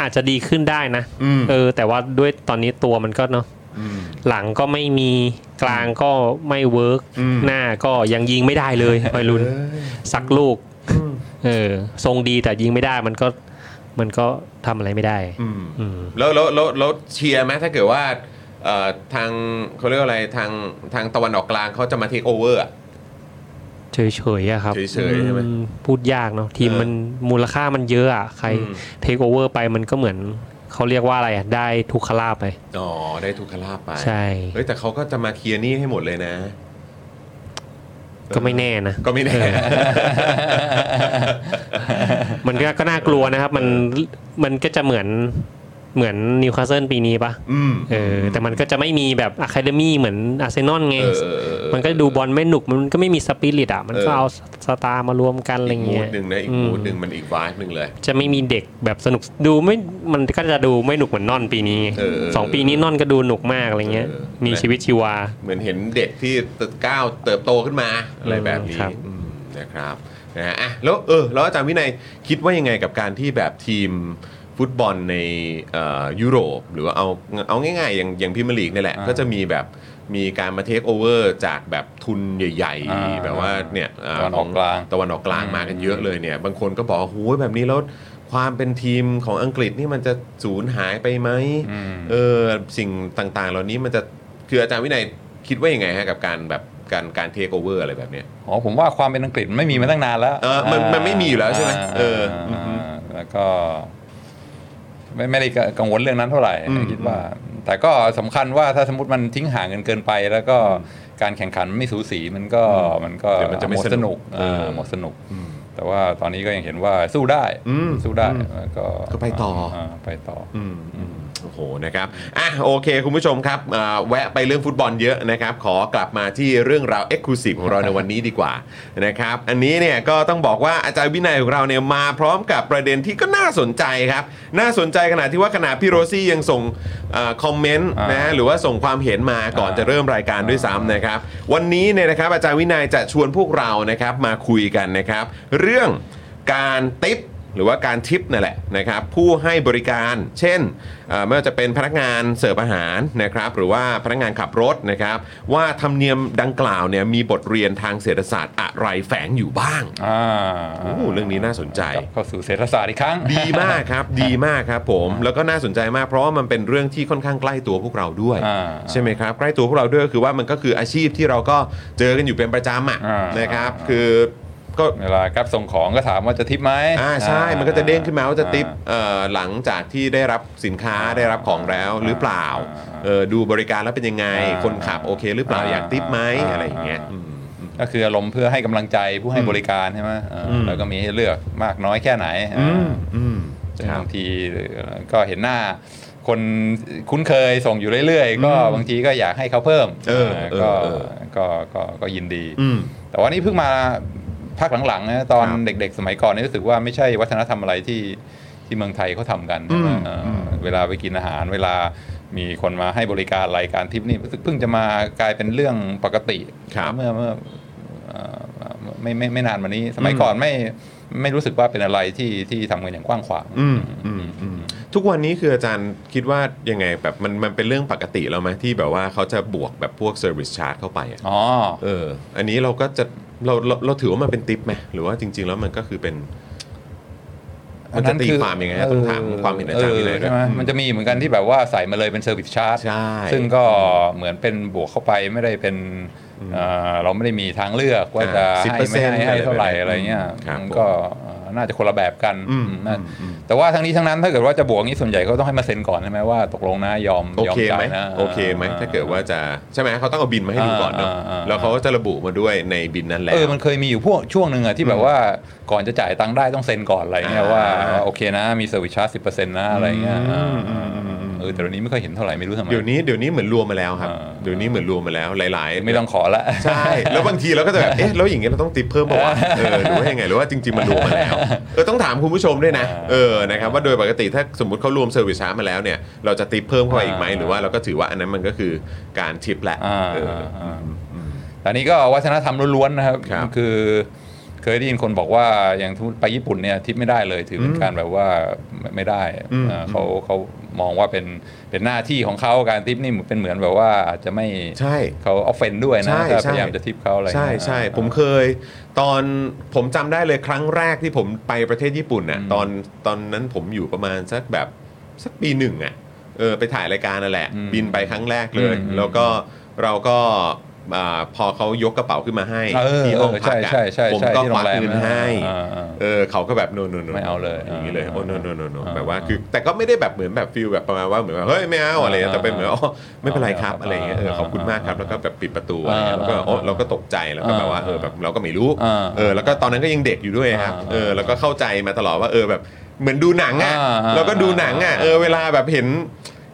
S5: อาจจะดีขึ้นได้นะ
S4: อืม
S5: เออ แต่ว่าด้วยตอนนี้ตัวมันก็เนาะหลังก็ไม่มีกลางก็ไม่เวิร์กหน้าก็ยังยิงไม่ได้เลยไยรุนสักลูกเออทรงดีแต่ยิงไม่ได้มันก็มันก็ทำอะไรไม่ได้
S4: อืม
S5: อืม
S4: แล้วแล้วแล้วแล้วเชียร์ไหมถ้าเกิดว่าเอ่อทางเขาเรียกว่าอะไรทางทางตะวันออกกลางเขาจะมาเทคโอเวอร์
S5: เฉยๆอะครับ
S4: เฉยๆใช่ไหม
S5: อืพูดยากเนาะทีม
S4: เออ
S5: มันมูลค่ามันเยอะอะใคร
S4: อืม
S5: เทคโอเวอร์ไปมันก็เหมือนเขาเรียกว่าอะไรอะได้ทุกขลาบไป
S4: อ๋อได้ทุกขลาบไป
S5: ใช่
S4: เฮ้ยแต่เขาก็จะมาเคลียร์หนี้ให้หมดเลยนะ
S5: ก็ไม่แน่นะ
S4: ก็ไม่แน่
S5: มันก็ก็น่ากลัวนะครับ มันมันก็จะเหมือนเหมือนนิวคาสเซิลปีนี้ปะ
S4: อืม
S5: เออแต่มันก็จะไม่มีแบบอะคาเดมี่เหมือนอาร์เซนอลไง
S4: เออเออเออเออ
S5: มันก็ดูบอลไม่หนุก มันก็ไม่มีสปิริตอ่ะ มันก็
S4: เออ
S5: เอาสตาร์มารวมกันอะไร
S4: อีกมู
S5: เงี้
S4: ด
S5: ย
S4: หนึ่งนะอีก
S5: อื
S4: มูดหนึ่งมันอีกวายหนึ่งเลย
S5: จะไม่มีเด็กแบบสนุกดูไม่มันก็จะดูไม่หนุกเหมือนนอนปีนี้ไง
S4: เออเออ
S5: สองปีนี้นอนก็ดูหนุกมากอะไรเงี้ย
S4: เออ
S5: มีชีวิตชีวา
S4: เหมือนเห็นเด็กที่ก้าวเติบโตขึ้นมาอะไรแบบนี้
S5: ครับ
S4: อืมนะครับนะฮะอ่ะแล้วเออแล้วอาจารย์วินัยคิดว่ายังไงกับการที่แบบทีมฟุตบอลในเอ่อยุโรป หรือว่าเอาเอาง่ายๆ อย่างอย่างพิมยร์ลีกนี่แหละ
S2: อ่า
S4: ก็จะมีแบบมีการมาเทคโอเวอร์จากแบบทุนใหญ่
S2: อ่า
S4: ๆ แบบว่าเนี่ยเ
S2: ตะวันออกกลาง
S4: ขตะวันออกกลางมากันเยอะเลยเนี่ย บางคนก็บอกว่าโอ้ยแบบนี้แล้วความเป็นทีมของอังกฤษนี่มันจะสูญหายไปไหม
S2: อืม
S4: เออสิ่งต่างๆ เหล่านี้มันจะคืออาจารย์วินัยคิดว่ายังไงฮะกับการแบบการการเทคโอเวอร์อะไรแบบเนี้ย
S2: อ๋อผมว่าความเป็นอังกฤษมันไม่มีมาตั้งนานแล้ว
S4: เออมันมันไม่มีอยู่แล้วใช่ไหมาเอออื
S2: าม แล้วก็ ไม่ไม่ได้กังวลเรื่องนั้นเท่าไหร่คิดว่า แต่ก็สำคัญว่าถ้าสมมติมันทิ้งห่างกันเกินไป แล้วก็การแข่งขันไม่สูสีมันก็มันก็
S4: เดี๋ยวมันจะไม่
S2: หด
S4: ส
S2: ส
S4: นุ
S2: นุ
S4: ก
S2: ก
S4: เออ
S2: า
S4: อ่
S2: หมดสนุก แต่ว่าตอนนี้ก็ยังเห็นว่าสู้ได้
S4: อืม
S2: สู้ได้แล้วก็
S4: ก็ไปต่อ
S2: าไปต่ออ
S4: อืมอืมโอ้โหนะครับอ่ะโอเค คุณผู้ชมครับอ่าแวะไปเรื่องฟุตบอลเยอะนะครับ ขอกลับมาที่เรื่องราว e x c l u s i v e ของเราในวันนี้ดีกว่านะครับ อันนี้เนี่ยก็ต้องบอกว่าอาจารย์วินัยของเราเนี่ยมาพร้อมกับประเด็นที่ก็น่าสนใจครับ น่าสนใจขนาดที่ว่าขนาดพี่โรซี่ยังส่งคอมเมนต์
S2: อ่าน
S4: นะหรือว่าส่งความเห็นมาก่อน
S2: อ่า
S4: จะเริ่มรายการด้วยซ้ำนะครับ วันนี้เนี่ยนะครับอาจารย์วินัยจะชวนพวกเรานะครับมาคุยกันนะครับ เรื่องการติป หรือว่าการทิปนั่นแหละนะครับ ผู้ให้บริการ เช่นเอ่อไม่ว่าจะเป็นพนักงานเสิร์ฟอาหารนะครับ หรือว่าพนักงานขับรถนะครับ ว่าธรรมเนียมดังกล่าวเนี่ยมีบทเรียนทางเศรษฐศาสตร์อะไรแฝงอยู่บ้าง
S2: อ่า
S4: โอ้โหเรื่องนี้น่าสนใจ
S2: กลับเข้าสู่เศรษฐศาสตร์อีกครั้ง
S4: ดีมากครับ ดีมากครับผม แล้วก็น่าสนใจมากเพราะว่ามันเป็นเรื่องที่ค่อนข้างใกล้ตัวพวกเราด้วย
S2: อ่า
S4: ใช่ไหมครับ ใกล้ตัวพวกเราด้วยก็คือว่ามันก็คืออาชีพที่เราก็เจอกันอยู่เป็นประจำอ่ะ
S2: อ่าน
S4: นะครับ คือก็
S2: เวลากรับส่งของก็ถามว่าจะทิปไหม
S4: อ่าใช่ มันก็จะเด้งขึ้นมาว่าจะติป
S2: อ่า
S4: เอ่อหลังจากที่ได้รับสินค้าได้รับของแล้วหรือเปล่า
S2: อ่า
S4: เออดูบริการแล้วเป็นยังไง
S2: อ่า
S4: คนขับโอเคหรือเปล่า
S2: อ่า
S4: อยากติปไหม
S2: อ่า
S4: อะไรอย่างเงี้ยอืม
S2: ก็คืออารมณ์เพื่อให้กำลังใจผู้ให้
S4: อืม
S2: บริการใช่ไหมเอออ
S4: ม
S2: แล้วก็มีให้เลือกมากน้อยแค่ไหน
S4: อื
S2: อ่าม
S4: อืม
S2: ซึ่ง
S4: ครับ
S2: บางทีก็เห็นหน้า คนคุ้นเคยส่งอยู่เรื่อยๆ ก็บางทีก็อยากให้เขาเพิ่ม
S4: เออเออ
S2: ก็
S4: เออ
S2: ก็ก็ก็ยินดี
S4: อืม
S2: แต่ว่านี่เพิ่งมาพักหลังๆนะตอน
S4: ครับ
S2: เด็กๆ สมัยก่อนนี่รู้สึกว่าไม่ใช่วัฒนธรรมอะไรที่ที่เมืองไทยเขาทำกัน
S4: อืม
S2: เอ่ออ
S4: ม
S2: เวลาไปกินอาหาร เวลามีคนมาให้บริการรายการทิปนี่รู้สึกเพิ่งจะมากลายเป็นเรื่องปกติ
S4: ครับ
S2: เมื่อเมื่อเอ่อไม่ไม่ไม่นานมานี้ สมัยก่อนไม่ไม่รู้สึกว่าเป็นอะไรที่ที่ทำกันอย่างกว้างขวาง
S4: อืม ทุกวันนี้คืออาจารย์คิดว่ายังไงแบบมันมันเป็นเรื่องปกติแล้วไหมที่แบบว่าเขาจะบวกแบบพวกเซอร์วิสชาร์จเข้าไปอะ
S2: อ๋อ
S4: เออ อันนี้เราก็จะเราเราเราถือว่ามันเป็นติปไหมหรือว่าจริง ๆ แล้วมันก็คือเป็น มันจะตีความยังไงฮะต้องถามความเห็นอาจารย์วินัยด้วย
S2: ใช่ไหมมันจะมีเหมือนกันที่แบบว่าใส่มาเลยเป็นเซอร์วิสชาร์จ
S4: ใช่
S2: ซึ่งก็เหมือนเป็นบวกเข้าไปไม่ได้เป็นเอ่อเราไม่ได้มีทางเลือกว่าจะให้ไม่ให้
S4: 10%
S2: ให้เท่าไหร่
S4: อะ
S2: อะไรไร
S4: แบบนี้
S2: เงี้ย
S4: ครับ
S2: มันก็เอ่อน่าจะคนละแบบกัน
S4: อืม
S2: อืมน่า
S4: อืมอืม
S2: แต่ว่าทั้งนี้ทั้งนั้นถ้าเกิดว่าจะบวกนี้ส่วนใหญ่ก็ต้องให้มาเซ็นก่อนใช่ไหมว่าตกลงนะยอม
S4: โอย
S2: อม
S4: เค
S2: จ่า
S4: ไหม
S2: ยนะ
S4: โอเคไหมถ้าเกิดว่าจะใช่ไหมเขาต้องเอาบินมาให้ดูก่อนเนาะ
S2: อ่าอ่าอ่า
S4: แล้วเขาก็จะระบุมาด้วยในบินนั้นแหละ
S2: เออ มันเคยมีอยู่พวกช่วงหนึ่งอะที่แบบว่าก่อนจะจ่ายตังค์ได้ต้องเซ็นก่อนอะไรเงี้ย
S4: อ่า
S2: ว่าว่าโอเคนะมีเซอร์วิสชาร์จสิบเปอร์เซ็นต์นะอะไรเงี้ย
S4: อื
S2: อ่าม
S4: อืมอืมอืม
S2: เออแต่เดี๋ยวนี้ไม่ค่อยเห็นเท่าไหร่ไม่รู้ทำไม
S4: เดี๋ยวนี้เดี๋ยวนี้เหมือนรวมมาแล้วครับ
S2: อ่า
S4: เดี๋ยวนี้เหมือนรวมมาแล้วหลายๆ
S2: ไม่ต้องขอละ
S4: ใช่ แล้วบางทีเราก็จะแบบเอ๊ะแล้วอย่างเงี้ยเราต้องติปเพิ่มป่าวะเออหรือว่ายังไงหรือว่าจริง ๆมันรวมมาแล้วเออต้องถามคุณผู้ชมด้วยนะ
S2: อ่า
S4: เออนะครับว่าโดยปกติถ้าสมมติเขารวมเซอร์วิสชาร์จมาแล้วเนี่ยเราจะติปเพิ่มเข้าไปอีกไหม
S2: อ่า
S4: หรือว่าเราก็ถือว่าอันนั้นมันก็คือการทิปแหละ
S2: อ่า
S4: เออ
S2: อ่าแต่นี่ก็วัฒนธรรมล้วนๆนะครับ
S4: ครับ
S2: คือเคยได้ยินคนบอกว่าอย่างทุไปญี่ปุ่นเนี่ยทิปไม่ได้เลยถือเป็นการแบบว่าไม่ไม่ได้
S4: อืม
S2: อ่าเขาเขามองว่าเป็นเป็นหน้าที่ของเขาการทิปนี่เป็นเหมือนแบบว่าอาจจะไม่
S4: ใช่
S2: เขาออฟเฟนด้วยนะ
S4: ใช่
S2: ถ้า
S4: ใช่
S2: พยายามจะทิปเขาอะไร
S4: ใช่
S2: เงี้ย
S4: ใช่ผมเคยตอนผมจำได้เลยครั้งแรกที่ผมไปประเทศญี่ปุ่นน่ะ
S2: อืม
S4: ตอนตอนนั้นผมอยู่ประมาณสักแบบสักปีหนึ่งอ่ะเออไปถ่ายรายการนั่นแหละ
S2: อืม
S4: บินไปครั้งแรกเลย
S2: อืม
S4: แล้วก็เราก็อ่าพอเขายกกระเป๋าขึ้นมาให้
S2: เออ
S4: ที่ห้อง
S2: เออ
S4: พั
S2: ใช่
S4: กอะ
S2: ใช่ใช่
S4: ผม
S2: ใช่
S4: ก็
S2: ที่
S4: ค
S2: โร
S4: วัก
S2: งแรม
S4: เงินให้
S2: อ่าอ่า
S4: เออเขาก็แบบโนโนโน
S2: ไม่เอาเลย
S4: อย่างนี้เลยโอ้โนโนโนโน
S2: อ่า
S4: แบบว่าคือแต่ก็ไม่ได้แบบเหมือนแบบฟิลแบบประมาณว่าเหมือนว่าเฮ้ยไม่เอาอะไรอย่างเงี้ยแต่เป็นเหมือนอ๋อไม่เป็นไรครับอะไรอย่างเงี้ยเออขอบคุณมากครับแล้วก็แบบปิดประตูอะไรอย่างเงี้ยแล้วก็อ๋อเราก็ตกใจแล้ว แล้วก็แบบว่าเออแบบเราก็ไม่รู้
S2: อ่า
S4: เออแล้วก็ตอนนั้นก็ยังเด็กอยู่ด้วยครับ
S2: อ่า
S4: เออแล้วก็เข้าใจมาตลอดว่าเออแบบเหมือนดูหนังอ่ะ
S2: อ่าอ่า
S4: เราก็ดูหนังอ่ะเออเวลาแบบเห็น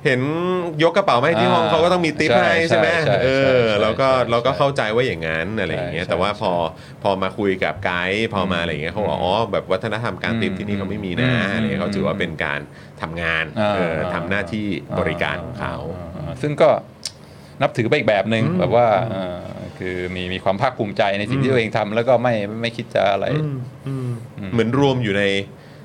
S4: เห็นยกกระเป๋ามาให้ที่ห้อง
S2: อ่า
S4: เขาก็ต้องมีติป
S2: ใช่
S4: ให้ใช่ไหม
S2: ใช่ใช่
S4: เอ
S2: ใช่
S4: อเราก็
S2: ใช่ใช่
S4: เราก็เข้าใจว่าอย่างนั้นอะไรอย่างเงี้ย
S2: ใช่
S4: แต่ว่า
S2: ใช่
S4: พอพอมาคุยกับไกด์พอมาอะไรอย่างเงี้ยเขาบอกอ๋อแบบวัฒนธรรมการติปที่นี่เขาไม่มีนะ
S2: อืม
S4: อะไรอย่างเงี้ยเขาถือว่าเป็นการทำงาน
S2: อ่า
S4: เออทำหน้าที่บริการของเขา
S2: อ่าซึ่งก็นับถือไปอีกแบบหนึ่ง
S4: อืม
S2: แบบว่าเอ่อคือมีมีความภาคภูมิใจในสิ่ง
S4: อื
S2: ที่
S4: ม
S2: ตัวเองทำแล้วก็ไม่ไม่คิดจะอะไร
S4: เหมือนรวมอยู่ใน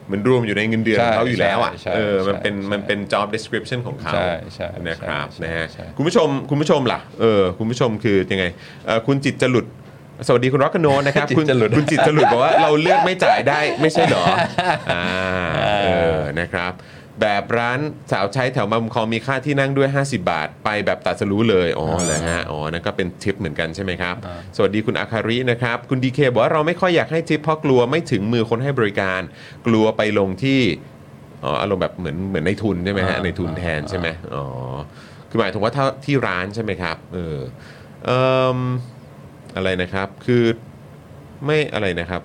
S4: เหมือนรวมอยู่ในเงินเดือน
S2: ใช่
S4: ของเขาอยู่แล้วอ่ะ
S2: ใช่
S4: เออมัน
S2: ใช่
S4: เป็น
S2: ใช่
S4: มันเป็น job description ของเขา
S2: ใช่ใช่
S4: นะครับ
S2: ใช่
S4: นะฮะ
S2: ใช่
S4: คุณผู้ชมคุณผู้ชมล่ะเออคุณผู้ชมคือยังไงเอ่อคุณจิตจรุดสวัสดีคุณรักกนโนนนะครับ คุณคุณจิตจรุดบอกว่าเราเลือกไม่จ่ายได้ไม่ใช่ เหรออ่าเออนะครับ แบบร้านสาวใช้แถวมาบุมคลองมีค่าที่นั่งด้วย 50 บาท ไปแบบตัดสรู้เลยอ๋อเลยฮะอ๋อนั่นก็เป็นทิปเหมือนกันใช่ไหมครับ สวัสดีคุณอาคารินะครับ คุณดีเคบอกว่าเราไม่ค่อยอยากให้ทิปเพราะกลัวไม่ถึงมือคนให้บริการ กลัวไปลงที่ อ๋ออารมณ์แบบเหมือนเหมือนในทุนใช่ไหมฮะ
S2: อ่า
S4: ในทุนแทนใช่ไหมอ๋อคือหมายถึงว่าถ้าที่ร้านใช่ไหมครับเออเอิ่มอะไรนะครับคือไม่อะไรนะครับ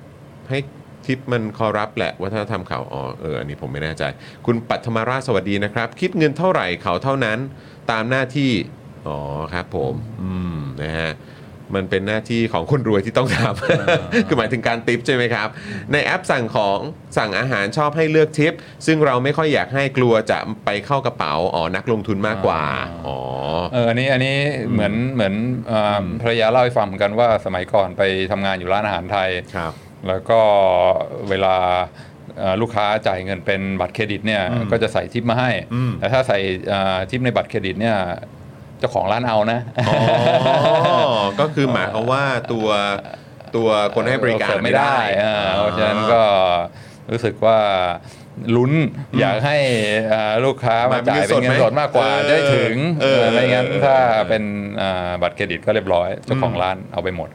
S4: ให้ทิปมันคอรับแหละวัฒนธรรมเขาอ๋อเอออันนี้ผมไม่แน่ใจ คุณปัทมาราชสวัสดีนะครับ คิดเงินเท่าไหร่เขาเท่านั้นตามหน้าที่อ๋อครับผมอืมนะฮะมันเป็นหน้าที่ของคนรวยที่ต้องทำ คือหมายถึงการติปใช่ไหมครับ ในแอปสั่งของสั่งอาหารชอบให้เลือกทิป ซึ่งเราไม่ค่อยอยากให้กลัวจะไปเข้ากระเป๋าอ๋อนักลงทุนมากกว่าอ๋อ
S2: เอออันนี้อันนี้เหมือนเหมือนอ่าภรรยาเล่าให้ฟังเหมือนกันว่าสมัยก่อนไปทำงานอยู่ร้านอาหารไทย
S4: ครับ
S2: แล้วก็เวลาเอ่อลูกค้าจ่ายเงินเป็นบัตรเครดิตเนี่ยก็จะใส่ทิปมาให้ แต่ถ้าใส่อ่าทิปในบัตรเครดิตเนี่ยเจ้าของร้านเอานะ
S4: อ๋อ ก็คือหมายความว่าตัวตัวคนให้บริการ
S2: เสิฟไม่ได้อ่าเพราะฉะนั้นก็รู้สึกว่าลุ้นอยากให้อ่าลูกค้ามาจ่ายเป็นเงินสดมากกว่า
S4: เออ
S2: ได้ถึง
S4: เออ
S2: ไม่งั้น
S4: เออ
S2: ถ้าเป็นอ่าบัตรเครดิตก็เรียบร้อยเจ้าของร้านเอาไปหมด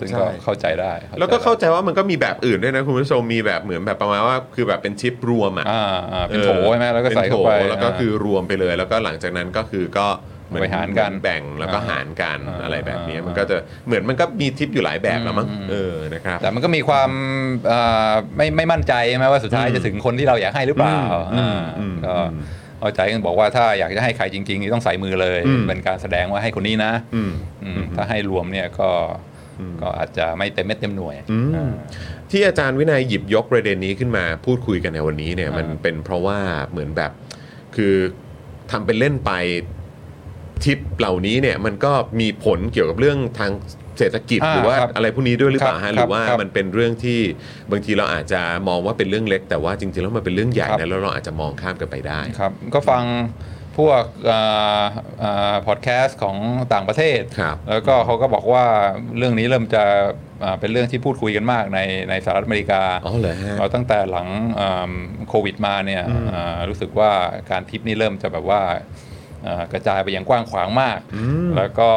S2: ซึ่งก็
S4: ใช่
S2: เข้าใจได้
S4: แล้วก็เข้าใจว่ามันก็มีแบบอื่นด้วยนะคุณผู้ชมมีแบบเหมือนแบบประมาณว่าคือแบบเป็นชิปรวมอ่ะ
S2: อ่าอ่าเป็นโถใช่ไหมแล้วก็
S4: ป็น
S2: ใส่เข้าไป
S4: โถแล้วก็คือรวมไปเลย แล้วก็หลังจากนั้นก็คือก็เหมือน
S2: ไปหารกัน
S4: แบ่งแล้วก็
S2: อ่า
S4: หารกัน
S2: อ่า
S4: อะไรแบบนี้
S2: อ่ามั
S4: มันก็จะเหมือนมันก็มีทิปอยู่หลายแบบแล้วมั้งเออนะครับ
S2: แต่มันก็มีความอ่าไม่ไม่มั่นใจใช่ไหมว่าสุดท้ายจะถึงคนที่เราอยากให้หรือเปล่า
S4: อืม
S2: อ่า
S4: อืม
S2: ก็เอาใจกันบอกว่าถ้าอยากจะให้ใครจริงๆนี่ต้องใส่มือเลย
S4: อืม
S2: เป็นการแสดงว่าให้คนนี้นะ
S4: อืม
S2: อืมถ้าให้รวมเนี่ยก็ก็อาจจะไม่เต็มเม็ดเต็มหน่วย
S4: อืมที่อาจารย์วินัยหยิบยกประเด็นนี้ขึ้นมาพูดคุยกันในวันนี้เนี่ย
S2: อ่ามั
S4: มันเป็นเพราะว่าเหมือนแบบคือทำเป็นเล่นไปทิปเหล่านี้เนี่ยมันก็มีผลเกี่ยวกับเรื่องทางเศรษฐกิจ
S2: อ่า
S4: หรือว่า
S2: ครับ
S4: อะไรพวกนี้ด้วยหรือเปล่า
S2: ครั
S4: ฮะ
S2: บ
S4: หรือว่า
S2: ครับ
S4: มันเป็นเรื่องที่บางทีเราอาจจะมองว่าเป็นเรื่องเล็ก แต่ว่าจริงๆแล้วมันเป็นเรื่องใหญ่
S2: ครับ
S4: นะแล้วเราอาจจะมองข้ามกันไปได้
S2: ครับก็ฟังพวกพอดแคสต์ของต่างประเทศ
S4: ครับ
S2: แล้วก็เขาก็บอกว่าเรื่องนี้เริ่มจะอ่าเป็นเรื่องที่พูดคุยกันมากในในสหรัฐอเมริกา
S4: อ๋อเหรอฮะ
S2: เราตั้งแต่หลังอ่าโควิดมาเนี่ยอ่ารู้สึกว่าการทิปนี่เริ่มจะแบบว่าอ่ากระจายไปอย่างกว้างขวางมาก แล้วก็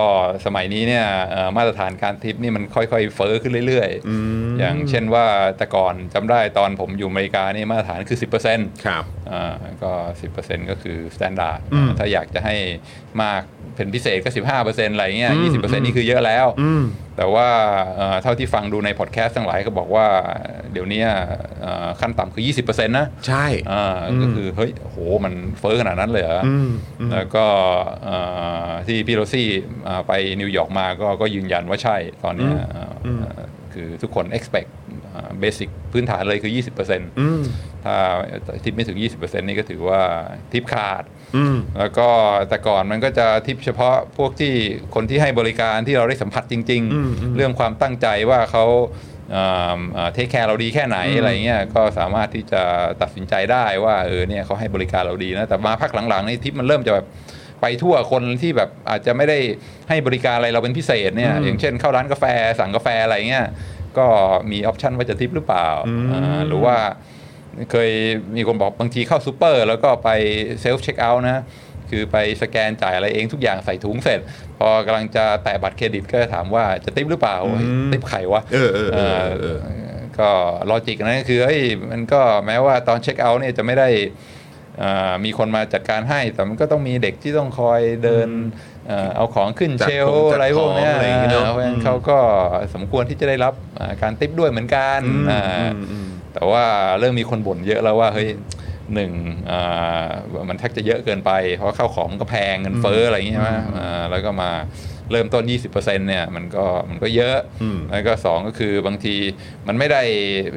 S2: สมัยนี้เนี่ยเอ่อมาตรฐานการทิปนี่มันค่อยๆ เฟ้อขึ้นเรื่อยๆ
S4: อืม
S2: อย่างเช่นว่าแต่ก่อนจำได้ตอนผมอยู่อเมริกานี่มาตรฐานคือ 10%
S4: ครับ
S2: อ่าก็ 10%ก็คือ standard
S4: อืม
S2: ถ้าอยากจะให้มากเป็นพิเศษก็ 15%อะไรเงี้ย
S4: อืม
S2: 20%นี่คือเยอะแล้ว
S4: อืม
S2: แต่ว่าเอ่อเท่าที่ฟังดูในพอดแคสต์ทั้งหลายก็บอกว่าเดี๋ยวเนี้ยเอ่อขั้นต่ำคือ 20%นะ
S4: ใช่
S2: อ่า
S4: อืม
S2: ก็คือ เฮ้ยโหมันเฟ้อขนาดนั้นเลยเหรออ
S4: อืมอืม
S2: แล้วก็เอ่อที่พี่โรซี่อ่าไปนิวยอร์กมาก็ก็ยืนยันว่าใช่ตอนเนี้ยเอ่ออคือทุกคน expect เบสิกพื้นฐานเลยคือ 20%
S4: อืม
S2: ถ้าทิปไม่ถึง 20%นี่ก็ถือว่าทิปขาด
S4: อืม
S2: แล้วก็แต่ก่อนมันก็จะทิปเฉพาะพวกที่คนที่ให้บริการที่เราได้สัมผัสจริง
S4: อืมอืม
S2: ๆ เรื่องความตั้งใจว่าเขาเทคแคร์เราดีแค่ไหนอะไรเงี้ยก็สามารถที่จะตัดสินใจได้ว่าเออเนี่ยเขาให้บริการเราดีนะแต่มาพักหลังๆนี่ทิปมันเริ่มจะแบบไปทั่วคนที่แบบอาจจะไม่ได้ให้บริการอะไรเราเป็นพิเศษเนี่ย
S4: อืม
S2: อย่างเช่นเข้าร้านกาแฟสั่งกาแฟอะไรเงี้ยก็มีออปชันว่าจะทิปหรือเปล่า
S4: อืม
S2: อ่าหรือว่า เคยมีคนบอกบางทีเข้าซูเปอร์ แล้วก็ไปเซลฟ์เช็คเอาท์นะ คือไปสแกนจ่ายอะไรเองทุกอย่างใส่ถุงเสร็จ พอกำลังจะแตะบัตรเครดิตก็จะถามว่าจะติปหรือเปล่า
S4: อืม
S2: เฮ้ยติปไขวะ
S4: เออเออเออเออ
S2: เอ่อก็ลอจิกนั้นก็คือเอ้ยมันก็แม้ว่าตอนเช็คเอาท์เนี่ยจะไม่ได้เอ่อมีคนมาจัดการให้ แต่มันก็ต้องมีเด็กที่ต้องคอยเดินเอ่อเอาของขึ้น
S4: จัด
S2: เชลฟ์
S4: ของจัด
S2: อะไรพวกเนี้ย
S4: ของอะไรอย่างงี้เนอะ
S2: เพราะฉะนั้นเขาก็สมควรที่จะได้รับอ่าการติปด้วยเหมือนกัน
S4: อื
S2: อ่า
S4: มอืม
S2: แต่ว่าเริ่มมีคนบ่นเยอะแล้วว่าเฮ้ยหนึ่งอ่ามันแทบจะเยอะเกินไป เพราะข้าวของมันก็แพงเงินเฟ้ออะไรอย่างเงี้ยใช่ไหมอ่าแล้วก็มาเริ่มต้น 20%เนี่ยมันก็มันก็เยอะ
S4: อืม
S2: แล้วก็สองก็คือบางทีมันไม่ได้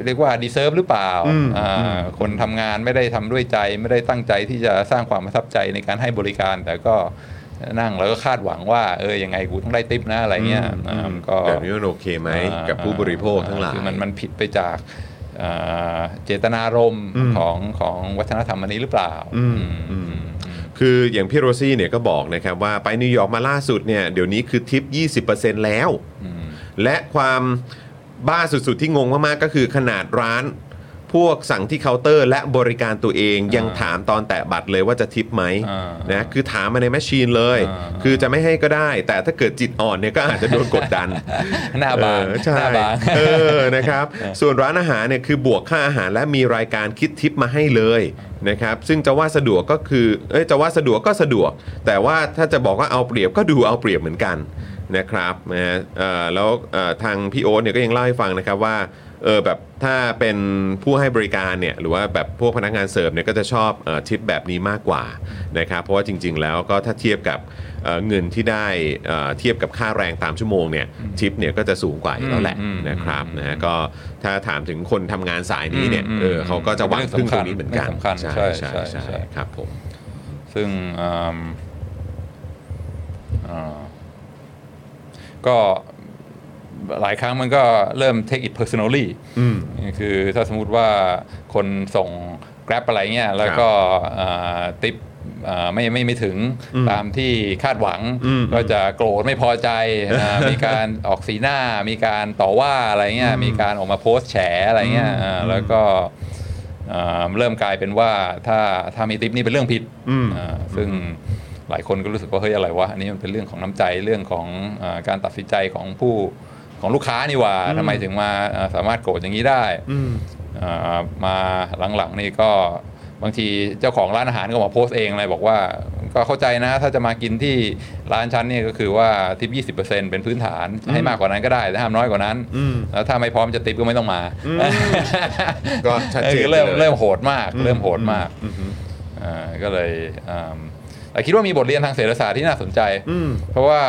S2: เรียกว่าดีเซิร์ฟหรือเปล่า
S4: อืม
S2: อ่า
S4: อืม
S2: คนทำงานไม่ได้ทำด้วยใจไม่ได้ตั้งใจที่จะสร้างความประทับใจในการให้บริการ แต่ก็นั่งแล้วก็คาดหวังว่าเออยังไงกูต้องได้ติปนะอะไรเงี้ยอ่ามันก็
S4: แบบนี้มันโอเคไหมกับผู้บริโภคทั้งหลาย
S2: คือมันมันผิดไปจากเอ่อเจตนารมณ์
S4: อืม
S2: ของของวัฒนธรรมอันนี้หรือเปล่า
S4: อืม
S2: อื
S4: อื
S2: ม
S4: ม คืออย่างพี่โรซี่เนี่ยก็บอกนะครับว่าไปนิวยอร์กมาล่าสุดเนี่ยเดี๋ยวนี้คือทิป 20%แล้ว
S2: อืม
S4: และความบ้าสุดๆที่งงมากๆก็คือขนาดร้าน พวกสั่งที่เคาน์เตอร์และบริการตัวเองยังถามตอนแตะบัตรเลยว่าจะทิปไหม
S2: อ่าน
S4: นะคือถามมาในแมชชีนเลย
S2: อ่า
S4: คือจะไม่ให้ก็ได้ แต่ถ้าเกิดจิตอ่อนเนี่ยก็อาจจะโดนกดดัน
S2: หน้าบาง
S4: เออใช่
S2: หน้าบาง
S4: เออนะครับ ส่วนร้านอาหารเนี่ยคือบวกค่าอาหารและมีรายการคิดทิปมาให้เลยนะครับซึ่งจะว่าสะดวกก็คือเอ้ยจะว่าสะดวกก็สะดวก แต่ว่าถ้าจะบอกว่าเอาเปรียบก็ดูเอาเปรียบเหมือนกันนะครับนะฮะเอ่อแล้วเอ่อทางพี่โอ๊ตเนี่ยก็ยังเล่าให้ฟังนะครับว่าเออแบบถ้าเป็นผู้ให้บริการเนี่ยหรือว่าแบบพวกพนักงานเสิร์ฟเนี่ยก็จะชอบเอ่อทิปแบบนี้มากกว่านะครับเพราะว่าจริง ๆ แล้วก็ถ้าเทียบกับ เอ่อเงินที่ได้เอ่อเทียบกับค่าแรงตามชั่วโมงเนี่ยทิปเนี่ยก็จะสูงกว่าอยู่แล้วแหละ
S2: อืม
S4: นะครับนะฮะก็ถ้าถามถึงคนทำงานสายนี้เนี่ย
S2: อืม
S4: เออเขาก็จะหวังพึ่งตรงนี้เหมือนกัน
S2: เรื่องสำคัญ
S4: ใช่
S2: ใช่
S4: ใช่
S2: ใช่
S4: ใช่
S2: ใช่
S4: ครับผม
S2: ซึ่งอืมอ่าก็หลายครั้งมันก็เริ่ม take it personally
S4: อืม
S2: คือถ้าสมมติว่าคนส่ง Grab อะไรเงี้ยแล้วก็อ่าติปอ่าไม่ไม่ไม่ถึง
S4: อืม
S2: ตามที่คาดหวัง
S4: อืม
S2: ก็จะโกรธไม่พอใจ อ่ามี การ ออกสีหน้า มีการต่อว่าอะไรเงี้ยมีการออกมาโพสต์แฉอะไรเงี้ยอ่าแล้วก็อ่าเริ่มกลายเป็นว่าถ้าถ้ามีติปนี่เป็นเรื่องผิด
S4: อืม
S2: อ่าซึ่งหลายคนก็รู้สึกว่าเฮ้ยอะไรวะอันนี้มันเป็นเรื่องของน้ำใจเรื่องของอาการตัดสินใจของผู้ของลูกค้านี่หว่าทำไมถึงมาอ่าสามารถโกรธอย่างนี้ได้
S4: อืม
S2: อ่ามาหลังๆนี่ก็บางทีเจ้าของร้านอาหารก็มาโพสต์เองเลยบอกว่าก็เข้าใจนะ ถ้าจะมากินที่ร้านชั้นเนี่ยก็คือว่าทิป 20%เป็นพื้นฐานให้มากกว่านั้นก็ได้แต่ห้ามน้อยกว่านั้น
S4: อืม
S2: แล้วถ้าไม่พร้อมจะติปก็ไม่ต้องมา
S4: อืมก็ชัดเจน
S2: คือเริ่ม
S4: เลย
S2: เริ่มโหดมากเริ่มโหดมาก
S4: อืม
S2: อ่าก็เลยอ่าแต่คิดว่ามีบทเรียนทางเศรษฐศาสตร์ที่น่าสนใจ
S4: อืม
S2: เพราะว่า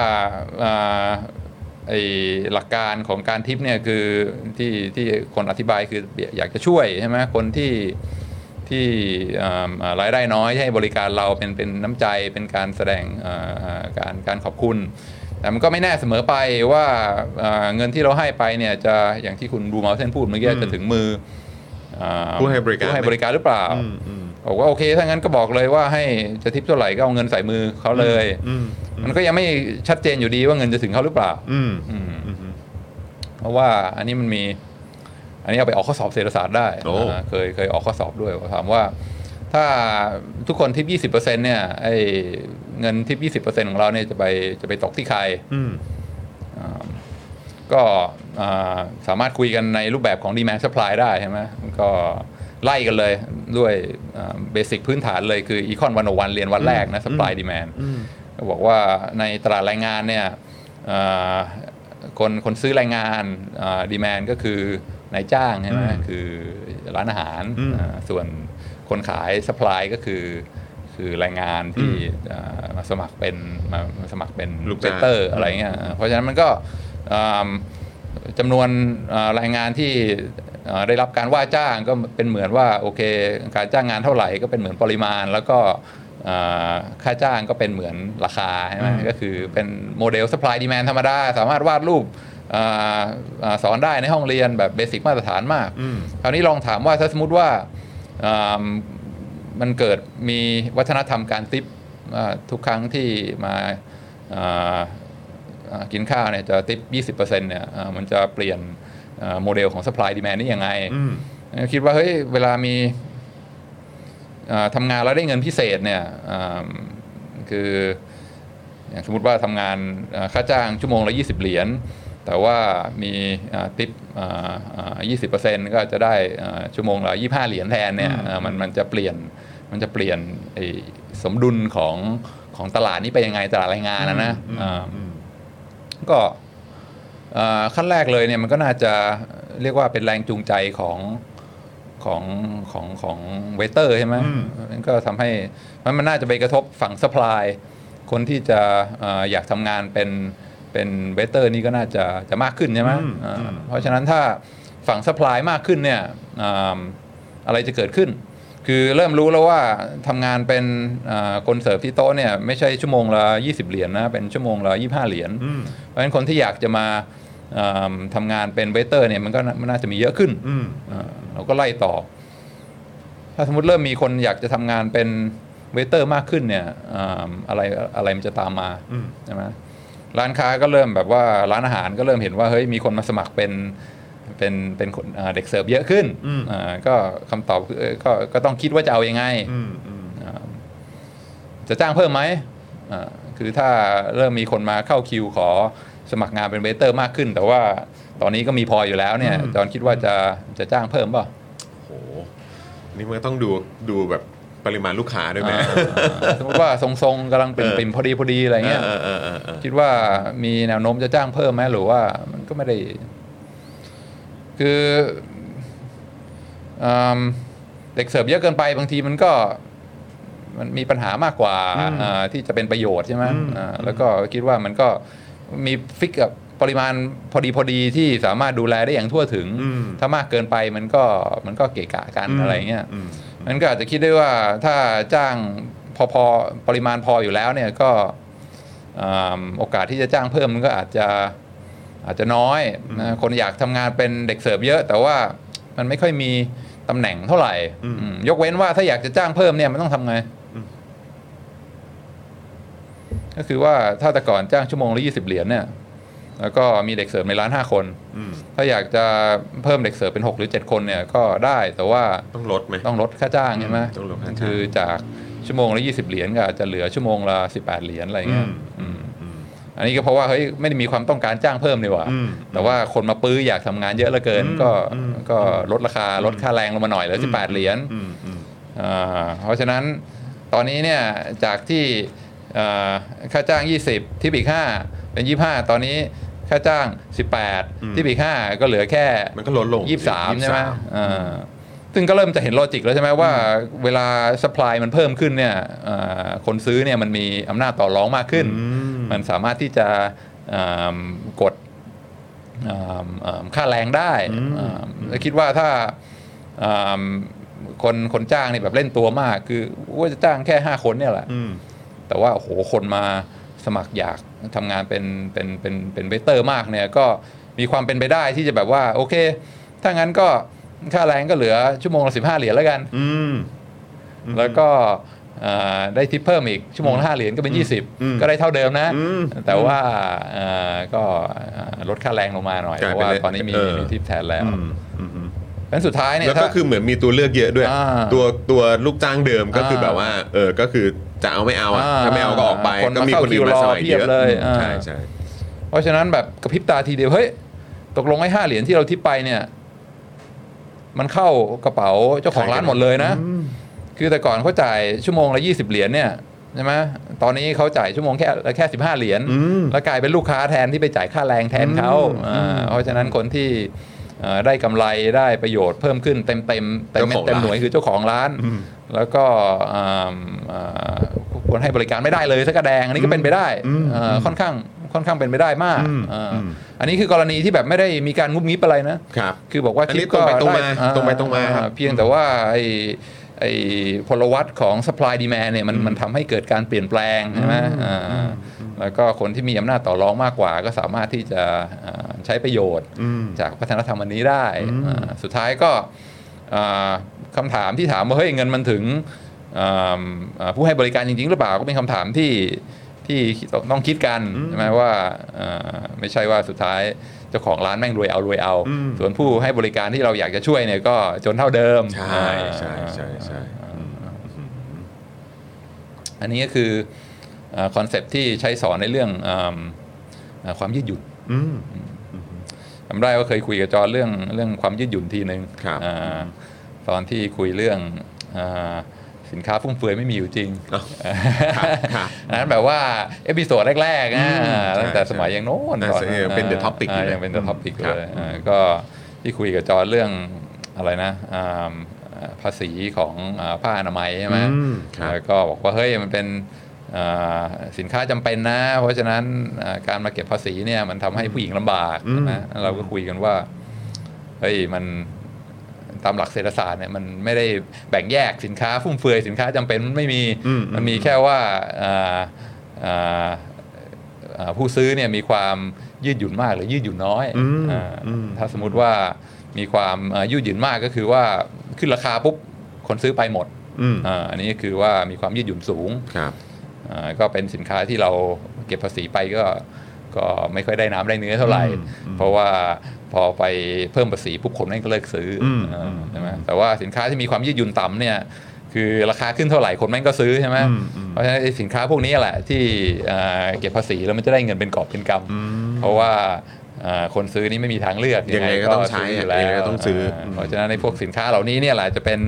S2: อ่าไอหลักการของการทิปเนี่ยคือที่ที่คนอธิบายคืออยากจะช่วยใช่ไหมคนที่ที่อ่าอ่ารายได้น้อยให้บริการเราเป็นเป็นน้ำใจเป็นการแสดงอ่าอ่าการการขอบคุณ แต่มันก็ไม่แน่เสมอไปว่าอ่าเงินที่เราให้ไปเนี่ยจะอย่างที่คุณบูมาเซนพูดเมื่อกี้
S4: อืม
S2: จะถึงมืออ่า
S4: ผู้ให้บริการ
S2: ผู้ให้บริการหรือเปล่า
S4: อืมอืม
S2: บอกว่าโอเคถ้างั้นก็บอกเลยว่าให้จะทิปเท่าไหร่ก็เอาเงินใส่มือเขาเลย
S4: อืม
S2: มันก็ยังไม่ชัดเจนอยู่ดีว่าเงินจะถึงเขาหรือเปล่า
S4: อืม
S2: อืม
S4: อืม
S2: เพราะว่าอันนี้มันมี อันนี้เอาไปออกข้อสอบเศรษฐศาสตร์ได้
S4: โอ้
S2: นะเคยเคยออกข้อสอบด้วยถามว่า ถ้าทุกคนทิปยี่สิบเปอร์เซ็นเนี่ยไอ้เงินทิปยี่สิบเปอร์เซ็นของเราเนี่ยจะไปจะไปตกที่ใคร
S4: อืม
S2: อ่าก็อ่าสามารถคุยกันในรูปแบบของ demand supply ได้ใช่ไหมมันก็ไล่กันเลยด้วยเบสิกพื้นฐานเลยคืออีคอนวันวันเรียนวันแรกนะ supply demand ก็บอกว่าในตลาดแรงงานเนี่ยอ่าคนคนซื้อแรงงานดีแมนก็คือนายจ้างใช่ไหม
S4: อืม
S2: คือร้านอาหาร
S4: อืม
S2: อ่าส่วนคนขายสป라이ก็คือคือแรงงานที่อ่ามาสมัครเป็นมามาสมัครเป็น
S4: ลูก
S2: เซ
S4: จ้าง
S2: นเตอร์อะไรเงี้ยอ่าเพราะฉะนั้นมันก็อ่าจำนวนอ่าแรงงานที่อ่าได้รับการว่าจ้างก็เป็นเหมือนว่าโอเค การจ้างงานเท่าไหร่ก็เป็นเหมือนปริมาณ แล้วก็อ่าค่าจ้างก็เป็นเหมือนราคาใช่ไหมก็คือเป็นโมเดล supply demand ธรรมดา สามารถวาดรูปอ่าอ่าสอนได้ในห้องเรียนแบบเบสิกมาตรฐานมาก
S4: อืม
S2: คราวนี้ลองถามว่าถ้าสมมติว่าอ่ามันเกิดมีวัฒนธรรมการติปอ่าทุกครั้งที่มาอ่าอ่ากินข้าวเนี่ยจะติป 20%เนี่ยอ่ามันจะเปลี่ยนอ่าโมเดลของ supply demand นี่ยังไง
S4: อืม
S2: คิดว่าเฮ้ยเวลามีเอ่อทำงานแล้วได้เงินพิเศษเนี่ยอ่าคืออย่างสมมติว่าทำงานเอ่อค่าจ้างชั่วโมงละ 20 เหรียญแต่ว่ามีอ่าติปยี่สิบเปอร์เซ็นต์ก็จะได้อ่าชั่วโมงละ 25 เหรียญแทนเนี่ยเอ่อมันมันจะเปลี่ยนมันจะเปลี่ยนไอ้สมดุลของของตลาดนี้ไปยังไงตลาดแรงงานนะนะอ่า ก็เอ่อขั้นแรกเลยเนี่ยมันก็น่าจะเรียกว่าเป็นแรงจูงใจของของของของเวเตอร์ใช่ไหม
S4: อืม
S2: มันก็ทำให้มันมันน่าจะไปกระทบฝั่งสป라이คนที่จะเอออยากทำงานเป็นเป็นเวเตอร์นี่ก็น่าจะจะมากขึ้นใช่ไหมอ่าเพราะฉะนั้นถ้าฝั่งสป라이มากขึ้นเนี่ยอ่าอะไรจะเกิดขึ้น คือเริ่มรู้แล้วว่าทำงานเป็นอ่าคนเสิร์ฟที่โต๊ะเนี่ยไม่ใช่ชั่วโมงละ20 เหรียญนะเป็นชั่วโมงละ25 เหรียญ
S4: อืม
S2: เพราะฉะนั้นคนที่อยากจะมาเอ่อทำงานเป็นเวเตอร์เนี่ยมันก็น่ามันน่าจะมีเยอะขึ้น
S4: อืม
S2: เอ่อเราก็ไล่ต่อ ถ้าสมมติเริ่มมีคนอยากจะทำงานเป็นเวเตอร์มากขึ้นเนี่ยเอิ่มอะไรอะไรมันจะตามมา
S4: อืม
S2: ใช่ไหมร้านค้าก็เริ่มแบบว่าร้านอาหารก็เริ่มเห็นว่าเฮ้ยมีคนมาสมัครเป็น เป็นเป็นคนอ่าเด็กเสิร์ฟเยอะขึ้น
S4: อืม
S2: อ่าก็คำตอบคือเออก็ก็ต้องคิดว่าจะเอายังไง
S4: อืมอืม
S2: อ่าจะจ้างเพิ่มไหมอ่าคือถ้าเริ่มมีคนมาเข้าคิวขอสมัครงานเป็นเวเตอร์มากขึ้น แต่ว่าตอนนี้ก็มีพออยู่แล้วเนี่ยจอห์นคิดว่าจะจะจ้างเพิ่มเปล่ะ
S4: โหนี่มันก็ต้องดูดูแบบปริมาณลูกค้าด้วยไหม
S2: สมมติว่า ทรงๆกำลังเป็น
S4: เออ
S2: เป็นพอดีพอดีอะไรเงี้ย
S4: เออเออเออเออ
S2: คิดว่ามีแนวโน้มจะจ้างเพิ่มไหมหรือว่ามันก็ไม่ได้ คืออืมเด็กเสิร์ฟเยอะเกินไปบางทีมันก็ มันมีปัญหามากกว่าอ่าที่จะเป็นประโยชน์ใช่ไหมอ่าแล้วก็คิดว่ามันก็มีฟิกกับปริมาณพอดีพอดีที่สามารถดูแลได้อย่างทั่วถึง
S4: อืม
S2: ถ้ามากเกินไปมันก็มันก็เกะกะกันอะไรเงี้ย
S4: อืม
S2: มันก็อาจจะคิดได้ว่าถ้าจ้างพอพอปริมาณพออยู่แล้วเนี่ยก็อ่าโอกาสที่จะจ้างเพิ่มมันก็อาจจะอาจจะน้อยนะคนอยากทำงานเป็นเด็กเสิร์ฟเยอะ แต่ว่ามันไม่ค่อยมีตำแหน่งเท่าไหร่
S4: อืม
S2: อืมยกเว้นว่าถ้าอยากจะจ้างเพิ่มเนี่ยมันต้องทำไง ก็คือว่าถ้าแต่ก่อนจ้างชั่วโมงละยี่สิบเหรียญเนี่ย แล้วก็มีเด็กเสิร์ฟในร้านห้าคน
S4: อืม
S2: ถ้าอยากจะเพิ่มเด็กเสิร์ฟเป็นหกหรือเจ็ดคนเนี่ยก็ได้แต่ว่า
S4: ต้องลดไหม
S2: ต้องลดค่าจ้างใช่ไหม
S4: ต้องลดค่าจ้าง
S2: คือจากชั่วโมงละ20 เหรียญก็อาจจะเหลือชั่วโมงละ18 เหรียญอะไรเงี้ย
S4: อืม
S2: อืม
S4: อืม
S2: อันนี้ก็เพราะว่าเฮ้ยไม่ได้มีความต้องการจ้างเพิ่มนี่หว่า
S4: อืม
S2: แต่ว่าคนมาปื้ออยากทำงานเยอะเหลือเกิน
S4: อืม
S2: ก็
S4: อืม
S2: ก็ลดราคาลดค่าแรงลงมาหน่อยเหลือ18 เหรียญ
S4: อืมอืม
S2: อ่าเพราะฉะนั้นตอนนี้เนี่ยจากที่อ่าค่าจ้าง 20 ที่ปีก5เป็น 25 ตอนนี้ค่าจ้าง
S4: อืม
S2: 18 ที่ปีก5ก็เหลือแค่
S4: มันก็ลดลง
S2: ยี่สาม
S4: 23
S2: ใช่ไหมอ่าซึ่งก็เริ่มจะเห็นโลจิกแล้วใช่ไหมว่าเวลา supply มันเพิ่มขึ้นเนี่ยอ่าคนซื้อเนี่ยมันมีอำนาจต่อรองมากขึ้น
S4: อืม
S2: มันสามารถที่จะอ่ากดอ่าอ่าค่าแรงได้
S4: อืม
S2: อ่าแล้วคิดว่าถ้าอ่าคนคนจ้างเนี่ยแบบเล่นตัวมาก คือว่าจะจ้างแค่ 5 คนเนี่ยแหละ
S4: อืม
S2: แต่ว่าโอ้โหคนมาสมัครอยากทำงานเป็นเป็นเป็นเป็นเวเตอร์มากเนี่ยก็มีความเป็นไปได้ที่จะแบบว่าโอเค ถ้างั้นก็ค่าแรงก็เหลือชั่วโมงละสิบห้าเหรียญแล้วกัน
S4: อืม
S2: แล้วก็เอ่อได้ทิปเพิ่มอีกชั่วโมงละห้าเหรียญก็เป็น
S4: อืม
S2: 20 ก็ได้เท่าเดิมนะ
S4: อืม
S2: แต่ว่าเอ่อก็เอ่อลดค่าแรงลงมาหน่อย
S4: ก
S2: เพ
S4: ลา
S2: ราะ
S4: ย
S2: ว่า
S4: เป็นเล่น
S2: ตอนนี้มี
S4: เออ
S2: มีทิปแทนแล้ว
S4: อืมอืม
S2: งั้นสุดท้ายเนี่ย
S4: แล้วก็
S2: ถ้า
S4: คือเหมือนมีตัวเลือกเยอะด้วย
S2: อ่า
S4: ตัวตัวลูกจ้างเดิมก็คือ
S2: อ่า
S4: แบบว่า เออก็คือจะเอาไม่เอาอะ
S2: อ่า
S4: ถ้าไม่เอาก็ออกไป
S2: คนมา
S4: ก็มีคนอื่นมาสมัยเย
S2: เข้าคิวรอเพี
S4: อะ
S2: ยบเลยอ่า
S4: ใช่ใช่
S2: เพราะฉะนั้นแบบกระพริบตาทีเดียวเฮ้ยตกลงไอ้ห้าเหรียญที่เราทิปไปเนี่ย มันเข้ากระเป๋าเจ้าของร้านหมดเลยนะ คือแต่ก่อนเขาจ่ายชั่วโมงละยี่สิบเหรียญเนี่ยใช่ไหมตอนนี้เขาจ่ายชั่วโมงแค่แค่สิบห้าเหรียญแล้วกลายเป็นลูกค้าแทนที่ไปจ่ายค่าแรงแทนเขาอ่าเพราะฉะนั้นคนที่เอ่อได้กำไรได้ประโยชน์เพิ่มขึ้นเต็มเต็มๆเต็มเม็ดเต็มหน่วยคือเจ้าของร้าน แล้วก็อ่าอ่าควรให้บริการไม่ได้เลยสักกระแดงอันนี้ก็เป็นไปได้เอ่อค่อนข้างค่อนข้างเป็นไปได้มากอ่าอันนี้คือกรณีที่แบบไม่ได้มีการงุบงิบอะไรนะ
S4: ครับ
S2: คือบอกว่า
S4: อัน
S2: ทิ
S4: นี้
S2: ปก็
S4: ตรงไปตรงมา
S2: ด้อ่
S4: ตรงไปตรงมาครับ
S2: เพียงแต่ว่าไอ้ไอ้พลวัตของ supply demand เนี่ยมันมันทำให้เกิดการเปลี่ยนแปลงใช่ไหมอ่าแล้วก็คนที่มีอำนาจต่อรองมากกว่า ก็สามารถที่จะอ่าใช้ประโยชน์
S4: อืม
S2: จากวัฒนธรรมอันนี้ได้อ่าสุดท้ายก็อ่าคำถามที่ถามว่าเฮ้ยเงินมันถึงอ่าอ่าผู้ให้บริการจริง ๆ หรือเปล่าก็เป็นคำถามที่ที่ต้องคิดกันใช่ไหมว่าอ่าไม่ใช่ว่าสุดท้ายเจ้าของร้านแม่งรวยเอารวยเอา
S4: อืม
S2: ส่วนผู้ให้บริการที่เราอยากจะช่วยเนี่ยก็จนเท่าเดิม
S4: ใช่ใช่ใช่ใช่อืม
S2: อันนี้ก็คือคอนเซปที่ใช้สอนในเรื่องเอิ่มเอ่อความยืดหยุ่น
S4: อืม
S2: จำได้ว่าเคยคุยกับจอเรื่องเรื่องความยืดหยุ่นทีหนึ่ง
S4: ครับ
S2: อ่าตอนที่คุยเรื่องอ่าสินค้าฟุ่มเฟือยไม่มีอยู่จริง
S4: เอา ครับ
S2: อันนั้นแบบว่า เอพิโซดแรกๆนะ
S4: อืม
S2: ตั้งแต่
S4: ใช่
S2: สมัยยังโน้น
S4: ใช่
S2: ก่อ
S4: ยังเป็น The Topic อยู่
S2: า
S4: เลย
S2: ยังเป็น The Topic
S4: ค
S2: เล
S4: รับ
S2: ยอ่าก็ที่คุยกับจอเรื่องอะไรนะอ่าภาษีของอ่าผ้าอนามัยใช่ไหม
S4: อืมครับ
S2: แล้วก็บอกว่าเฮ้ยมันเป็นอ่าสินค้าจำเป็นนะ เพราะฉะนั้นอ่าการมาเก็บภาษีเนี่ยมันทำให้ผู้หญิงลำบาก
S4: อืม
S2: ใช่ไหมเราก็คุยกันว่าเฮ้ยมัน ตามหลักเศรษฐศาสตร์เนี่ยมันไม่ได้แบ่งแยกสินค้าฟุ่มเฟือยสินค้าจำเป็นมันไม่มี
S4: อืม
S2: นมีแค่ว่าอ่าอ่าอ่าผู้ซื้อเนี่ยมีความยืดหยุ่นมากหรือยืดหยุ่นน้อย
S4: อืม
S2: อ่า
S4: อืม
S2: ถ้าสมมติว่ามีความอ่ายืดหยุ่นมากก็คือว่าขึ้นราคาปุ๊บคนซื้อไปหมด
S4: อืม
S2: อาอันนี้ก็คือว่ามีความยืดหยุ่นสูง
S4: ครับ
S2: อ่าก็เป็นสินค้าที่เราเก็บภาษีไปก็ ก็ไม่ค่อยได้น้ำได้เนื้อเท่าไหร่ เพราะว่าพอไปเพิ่มภาษีปุ๊บคนนั่นก็เลิกซื้ออ
S6: ม
S2: เออใช่ไหมแต่ว่าสินค้าที่มีความยืดหยุ่นต่ำเนี่ยคือราคาขึ้นเท่าไหร่คนแม่งก็ซื้อใช่ไหมเพราะฉะนั้นไอ้สินค้าพวกนี้แหละที่เอ่อเก็บภาษีแล้วมันจะได้เงินเป็นกอบเป็นกำเพราะว่าเอ่อคนซื้อนี่ไม่มีทางเลือก
S4: ยังไงก็ต้องใช้
S2: ซื้ยู่
S4: ยังไงก็ต้องซื้อ
S2: เเพราะฉะนั้นในพวกสินค้าเหล่านี้เนี่ยแหละจะเป็น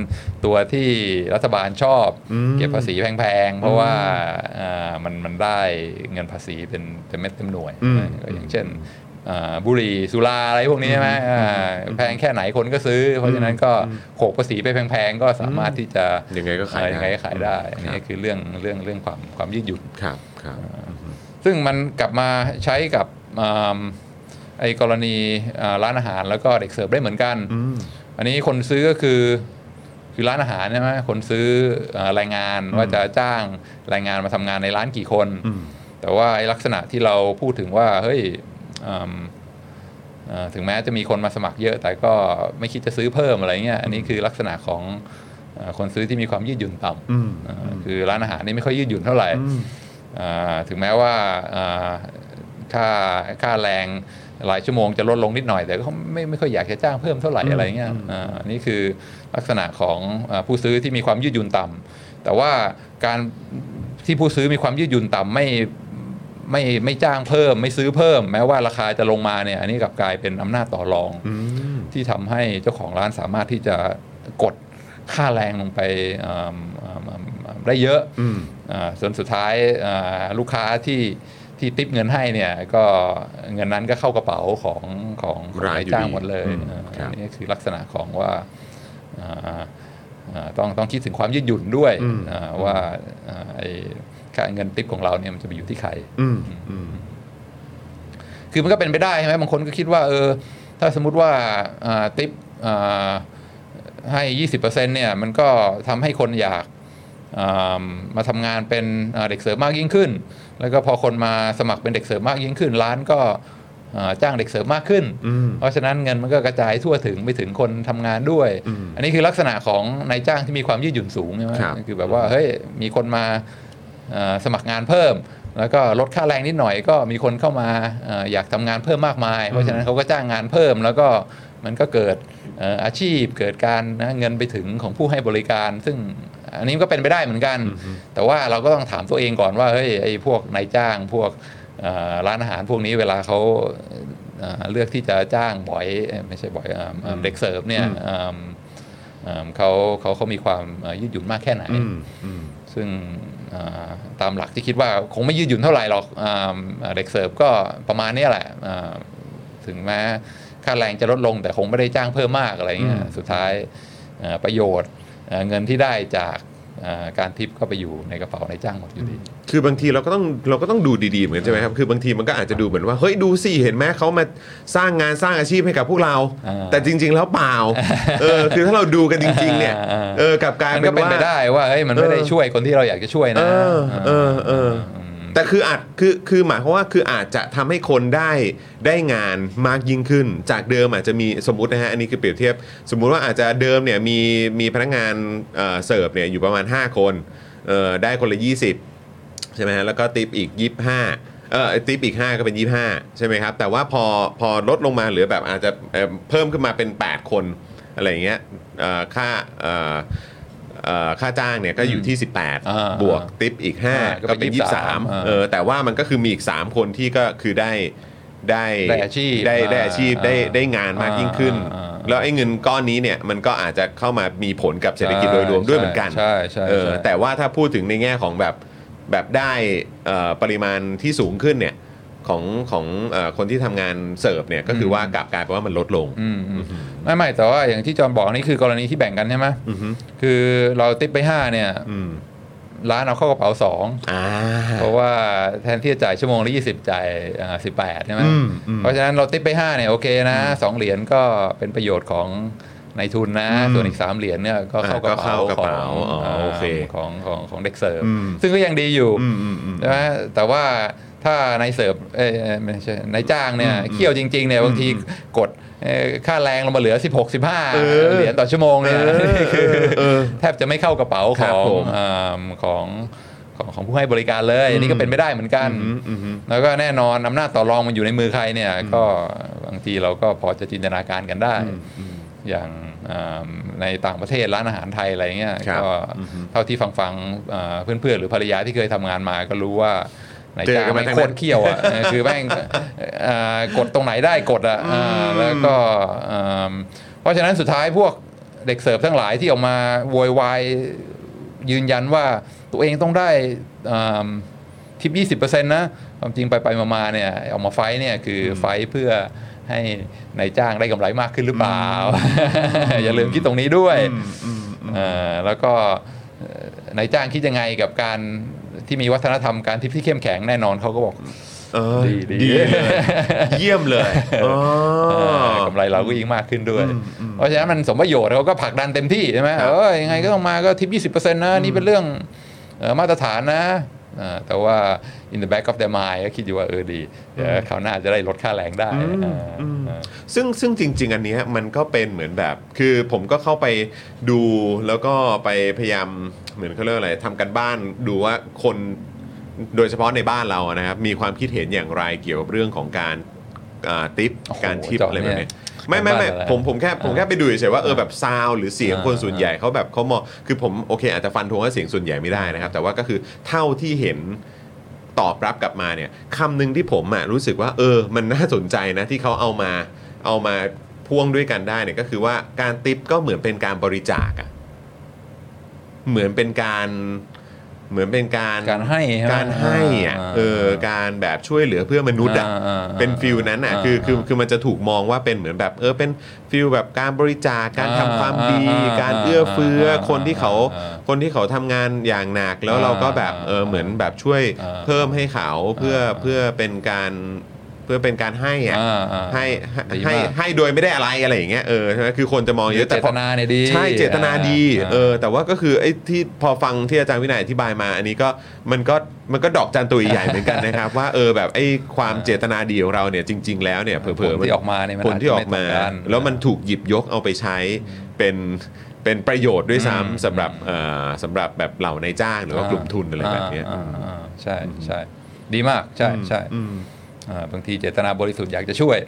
S2: ตัวที่รัฐบาลชอบเก็บภาษีแพงๆ เพราะว่าเอ่อมันมันได้เงินภาษีเป็นเต็มเม็ดเต็มหน่วยก็อย่างเช่นเอ่อบุหรี่สุราอะไรพวกนี้ใช่ไหมอ่าแพงแค่ไหนคนก็ซื้อ เพราะฉะนั้นก็โขกภาษีไปแพงๆ ก็สามารถที่จะ
S4: ยังไงก็ขาย
S2: เอ่อยังไงก็ขายได้อัน
S4: ครั
S2: นี้
S4: บ
S2: คือเรื่องเรื่องเรื่องความความยืดหยุ่น
S4: ครับครับ
S2: ซึ่งมันกลับมาใช้กับอ่าไอ้กรณีอ่าร้านอาหารแล้วก็เด็กเสิร์ฟได้เหมือนกัน อันนี้คนซื้อก็คือคือร้านอาหารใช่ไหมคนซื้ออ่าแรงงานว่าจะจ้างแรงงานมาทำงานในร้านกี่คน แต่ว่าไอ้ลักษณะที่เราพูดถึงว่าเฮ้ยอืมเอ่อถึงแม้จะมีคนมาสมัครเยอะ แต่ก็ไม่คิดจะซื้อเพิ่มอะไรเงี้ยอันนี้คือลักษณะของเอ่อคนซื้อที่มีความยืดหยุ่นต่ำเอ่อคือร้านอาหารนี่ไม่ค่อยยืดหยุ่นเท่าไหร่ อ่าถึงแม้ว่าอ่าค่าค่าแรงหลายชั่วโมงจะลดลงนิดหน่อย แต่ก็ไม่ไม่ค่อยอยากจะจ้างเพิ่มเท่าไหร่อะไรเงี้ยอ่านี่คือลักษณะของอาผู้ซื้อที่มีความยืดหยุ่นต่ำแต่ว่าการที่ผู้ซื้อมีความยืดหยุ่นต่ำไม่ไม่ไม่จ้างเพิ่ม ไม่ซื้อเพิ่ม แม้ว่าราคาจะลงมาเนี่ยอันนี้กลับกลายเป็นอำนาจต่อรอง ที่ทำให้เจ้าของร้านสามารถที่จะกดค่าแรงลงไปอืมอืมอืมอืมได้เยอะอ่าส่วนสุดท้ายอ่าลูกค้าที่ที่ติปเงินให้เนี่ยก็เงินนั้นก็เข้ากระเป๋าของของของ
S4: ร้าน
S2: นาย
S4: อยู่
S2: จ้าง
S4: ดี
S2: หมดเลย
S4: อืม
S2: อ่า
S4: ครับ
S2: อันนี่คือลักษณะของว่าอ่าอ่าต้องต้องคิดถึงความยืดหยุ่นด้วยอ่าว่าอ่าไอ้ค่าเงินติปของเราเนี่ยมันจะไปอยู่ที่ใคร
S6: อืม
S2: คือมันก็เป็นไปได้ใช่ไหมบางคนก็คิดว่าเออถ้าสมมติว่าอ่าติปอ่าให้ยี่สิบเปอร์เซ็นเนี่ยมันก็ทำให้คนอยากอ่ามาทำงานเป็นอ่าเด็กเสิร์ฟมากยิ่งขึ้น แล้วก็พอคนมาสมัครเป็นเด็กเสิร์ฟมากยิ่งขึ้น ร้านก็อ่าจ้างเด็กเสิร์ฟมากขึ้น เพราะฉะนั้นเงินมันก็กระจายทั่วถึงไปถึงคนทำงานด้วย อันนี้คือลักษณะของนายจ้างที่มีความยืดหยุ่นสูงใช่ไหม
S4: ครับ
S2: คือแบบว่าเฮ้ยมีคนมา เอ่อสมัครงานเพิ่ม แล้วก็ลดค่าแรงนิดหน่อยก็มีคนเข้ามาเอ่ออยากทำงานเพิ่มมากมาย เพราะฉะนั้นเขาก็จ้างงานเพิ่ม แล้วก็มันก็เกิดเอ่ออาชีพเกิดการนะเงินไปถึงของผู้ให้บริการ ซึ่งอันนี้ก็เป็นไปได้เหมือนกัน แต่ว่าเราก็ต้องถามตัวเองก่อนว่าเฮ้ยไอ้พวกนายจ้างพวกเอ่อร้านอาหารพวกนี้เวลาเขาเอ่อเลือกที่จะจ้างบ่อยเอ่อไม่ใช่บ่อยเอิ่มเอิ่มเด็กเสิร์ฟเนี่ยเอิ่มเอิ่มเขาเขาเขามีความเอ่อยืดหยุ่นมากแค่ไหน ซึ่งอ่าตามหลักที่คิดว่าคงไม่ยืดหยุ่นเท่าไหร่หรอกอ่าเด็กเสิร์ฟก็ประมาณเนี้ยแหละอ่าถึงแม้ค่าแรงจะลดลงแต่คงไม่ได้จ้างเพิ่มมากอะไรเงี้ยสุดท้ายเอ่อประโยชน์เอ่อเงินที่ได้จากอ่าการทิปก็ไปอยู่ในกระเป๋านายจ้างหมดอยู่ดี
S4: คือบางทีเราก็ต้องเราก็ต้องดูดีๆเหมือนกันใช่ไหมครับคือบางทีมันก็อาจจะดูเหมือนว่าเฮ้ยดูสิเห็นไหมเขามาสร้างงานสร้างอาชีพให้กับพวกเรา
S2: อ่า
S4: แต่จริง ๆ แล้วเปล่าเออคือถ้าเราดูกันจริง ๆ เนี่ย
S2: อ่าอ่า
S4: เออกลับกลาย
S2: มันก็
S4: เป็น
S2: เป็น
S4: ว่า
S2: ไปได้ว่าเฮ้ยมันไม่ได้ช่วยคนที่เราอยากจะช่วย
S4: เอ
S2: นะ
S4: อเออเออ
S2: ม
S4: แต่คืออาจคือคือหมายความว่าคืออาจจะทำให้คนได้ได้งานมากยิ่งขึ้น จากเดิมอาจจะมีสมมตินะฮะอันนี้คือเปรียบเทียบ สมมุติว่าอาจจะเดิมเนี่ยมีมีพนักงานเอ่อเสิร์ฟเนี่ยอยู่ประมาณ 5 คนเอ่อได้คนละ 20 ใช่ไหมฮะแล้วก็ติปอีก 25เอ่อติปอีก 5 ก็เป็น 25 ใช่ไหมครับ แต่ว่าพอพอลดลงมาเหลือแบบอาจจะเอ่อเพิ่มขึ้นมาเป็น 8 คนอะไรอย่างเงี้ยเอ่อค่าเอ่อเอ่อค่าจ้างเนี่ยก็อยู่ที่
S2: อ่า
S4: 18 บวกติปอีก
S2: อ่า
S4: 5
S2: ก็
S4: ก็
S2: เป็
S4: เป็น น
S2: อ่า
S4: 23เออแต่ว่ามันก็คือมีอีก 3 คนที่ก็คือได้ได้
S2: ได้อาชีพ
S4: ได้ได้อาชีพได้
S2: อ่า
S4: ได้งานมากยิ่งขึ้น
S2: อ่าอ่า
S4: แล้วไอ้เงินก้อนนี้เนี่ยมันก็อาจจะเข้ามามีผลกับเศรษฐกิจโดยรวมด้วยเหมือนกัน
S2: ใช่ใช่ใช่
S4: เออแต่ว่าถ้าพูดถึงในแง่ของแบบแบบได้เอ่อปริมาณที่สูงขึ้นเนี่ยของของเออคนที่ทำงานเสิร์ฟเนี่ยก็คือว่ากลับกลายเป็นว่ามันลดลง
S2: อืมอืมไม่ไม่แต่ว่าอย่างที่จอห์นบอกนี่คือกรณีที่แบ่งกันใช่ไหมคือเราติปไปห้าเนี่ยร้านเอาเข้ากระเป๋าสอง
S4: อ่า
S2: เพราะว่าแทนที่จะจ่ายชั่วโมงละ20 จ่ายสิบแปดใช่ไหม
S4: อืมอืม
S2: เพราะฉะนั้นเราติปไป 5 เนี่ยโอเคนะสองเหรียญก็เป็นประโยชน์ของนายทุนนะ ส่วนอีก 3 เหรียญเนี่ยก็เข้ากระ
S4: อ่าก็
S2: เป๋า
S4: เข้ากระ
S2: ข
S4: เป๋า
S2: อง
S4: อ๋ออ่าโอเค
S2: ของของของเด็กเสิร์ฟ
S4: อืม
S2: ซึ่งก็ยังดีอยู่
S4: อืมอืมอืม
S2: ใช่ไหมแต่ว่าถ้านายเสิร์ฟเอ้ยเอ้ยไม่ใช่นายจ้างเนี่ยเขี่ยวจริงๆเนี่ยบางทีกดเอ่อค่าแรงลงมาเหลือ 16 15
S4: เออ
S2: เหรียญต่อชั่วโมงเนี่ย
S4: เออ
S2: คือ
S4: เออ
S2: แทบจะไม่เข้ากระเป๋า
S4: ค
S2: ข
S4: รับ
S2: อง
S4: ผม
S2: เอมของ ของของผู้ให้บริการเลยอันนี้ก็เป็นไม่ได้เหมือนกัน
S4: อืมอืมอืม
S2: แล้วก็แน่นอนอำนาจต่อรองมันอยู่ในมือใครเนี่ยก็บางทีเราก็พอจะจินตนาการกันได้ อย่างอ่าในต่างประเทศร้านอาหารไทยอะไรเงี้ย
S4: ครับ
S2: ก็
S4: อือฮึ
S2: เท่าที่ฟังฟังๆอ่าเพื่อนๆหรือภรรยาที่เคยทำงานมาก็รู้ว่าไหน
S4: เจอ
S2: จ้า
S4: กันมา
S2: แม่ง
S4: ทั้ง
S2: โค
S4: นั้
S2: ต
S4: น
S2: รเขี้ยวอ่ะ เออคือแม่งเอ่อกดตรงไหนได้กดอ่ะอ่าแล้วก็อ่าเพราะฉะนั้นสุดท้ายพวกเด็กเสิร์ฟทั้งหลายที่ออกมาโวยวายยืนยันว่าตัวเองต้องได้อ่า ทิป 20%นะ ความจริงไปไปๆมาๆเนี่ยเอามาไฟท์เนี่ยคืออไฟท์เพื่อให้นายจ้างได้กำไรมากขึ้นหรือเปล่า อย่าลืมคิดตรงนี้ด้วยเอ่อแล้วก็เอ่อนายจ้างคิดยังไงกับการที่มีวัฒนธรรมการทิปที่เข้มแข็งแน่นอนเขาก็บอก
S4: เออ
S2: ดีดี
S4: ดีเลยเยี่ยมเลยอ๋อ
S2: เอ่อกำไรเราก็ยิ่งมากขึ้นด้วย เพราะฉะนั้นมันสมประโยชน์เขาก็ผลักดันเต็มที่ใช่ไหม
S4: ครับ
S2: เออยังไงก็ต้องมาก็ทิป 20%นะ นี่เป็นเรื่องเอ่อมาตรฐานนะเอ่อแต่ว่า in the back of their mind ก็คิดอยู่ว่าเออดีเดี๋ยวคราวหน้าจะได้ลดค่าแรงได้
S4: อืม
S2: เอออเออ
S4: ซึ่งซึ่งจริง ๆ อันเนี้ยมันก็เป็นเหมือนแบบ คือผมก็เข้าไปดูแล้วก็ไปพยายามเหมือนเขาเรียกอะไรทำกันบ้านดูว่าคนโดยเฉพาะในบ้านเราอะนะครับ มีความคิดเห็นอย่างไรเกี่ยวกับเรื่องของการอ่าติป
S2: โอ้โห
S4: การทิป
S2: เจาะ
S4: อะไรแบบเนี้ย
S2: เนี่ย
S4: ไม่ไม่ไม่
S2: บ้านเรา
S4: ผมผมแค่ผมแค่ไปดูเฉยๆว่าเออ
S2: อ่า
S4: แบบซาวด์หรือเสียง
S2: อ่า
S4: คนส่วน
S2: อ่า
S4: ใหญ่เขาแบบเขามองคือผมโอเค อาจจะฟันธงว่าเสียงส่วนใหญ่ไม่ได้นะครับ แต่ว่าก็คือเท่าที่เห็น ตอบรับกลับมาเนี่ยคำหนึ่งที่ผมอ่ะรู้สึกว่าเออ มันน่าสนใจนะที่เขาเอามาเอามาพ่วงด้วยกันได้เนี่ยก็คือว่าการติปก็เหมือนเป็นการบริจาคอะเหมือนเป็นการเหมือนเป็นการ
S2: การให้ใช่ไหม
S4: การให้อ่ะ
S2: อ่า
S4: เออการแบบช่วยเหลือเพื่อมนุษย์อ่ะ
S2: อ่าอ่าอ่า
S4: เป็นฟิลนั้นอ่ะคือคือคือมันจะถูกมองว่าเป็นเหมือนแบบเออเป็นฟิลแบบการบริจาคการทำความดี
S2: อ่าอ่า
S4: การเอื้อเฟื้ออา คนที่เขา
S2: อ่า
S4: คนที่เขาทำงานอย่างหนักแล้วเราก็แบบเออเหมือนแบบช่วย
S2: อ่า
S4: เพิ่มให้เขาเพื่อเพื่อเป็นการเพื่อเป็นการให้อะ
S2: อ่าอ่า
S4: ให้ให้
S2: ดี
S4: ให้
S2: มาก
S4: ให้โดยไม่ได้อะไรอะไรอย่างเงี้ยเออใช่ไหมคือคนจะมองเยอะ
S2: เจ
S4: แต่พ
S2: ต
S4: อ
S2: นาเนี่ยดี
S4: ใช่เจตนาดี
S2: า
S4: เออแต่ว่าก็คือไอ้ที่พอฟังที่อาจารย์วินัยอธิบายมา อันนี้ก็มันก็มันก็ดอกจันตุยใหญ่เหมือนกันนะครับ ว่าเออแบบไอ้ความเจตนาดีของเราเนี่ยจริง ๆ แล้วเนี่ยเผลอๆ
S2: ผลที่ออกมาเนี่ยมัน
S4: ผลที่ออกมา
S2: อาจจะไม่ตรงกัน
S4: แล้วมันถูกหยิบยกเอาไปใช้เป็นเป็นประโยชน์ด้วยซ้ำสำหรับเอ่อสำหรับแบบเหล่านายจ้างหรือว่ากลุ่มทุนอะไรแบบเนี้ย
S2: าอ่าอ่าใช่ใช่ดีมากใช่ใช่อ่าบางทีเจตนาบริสุทธิ์อยากจะช่วย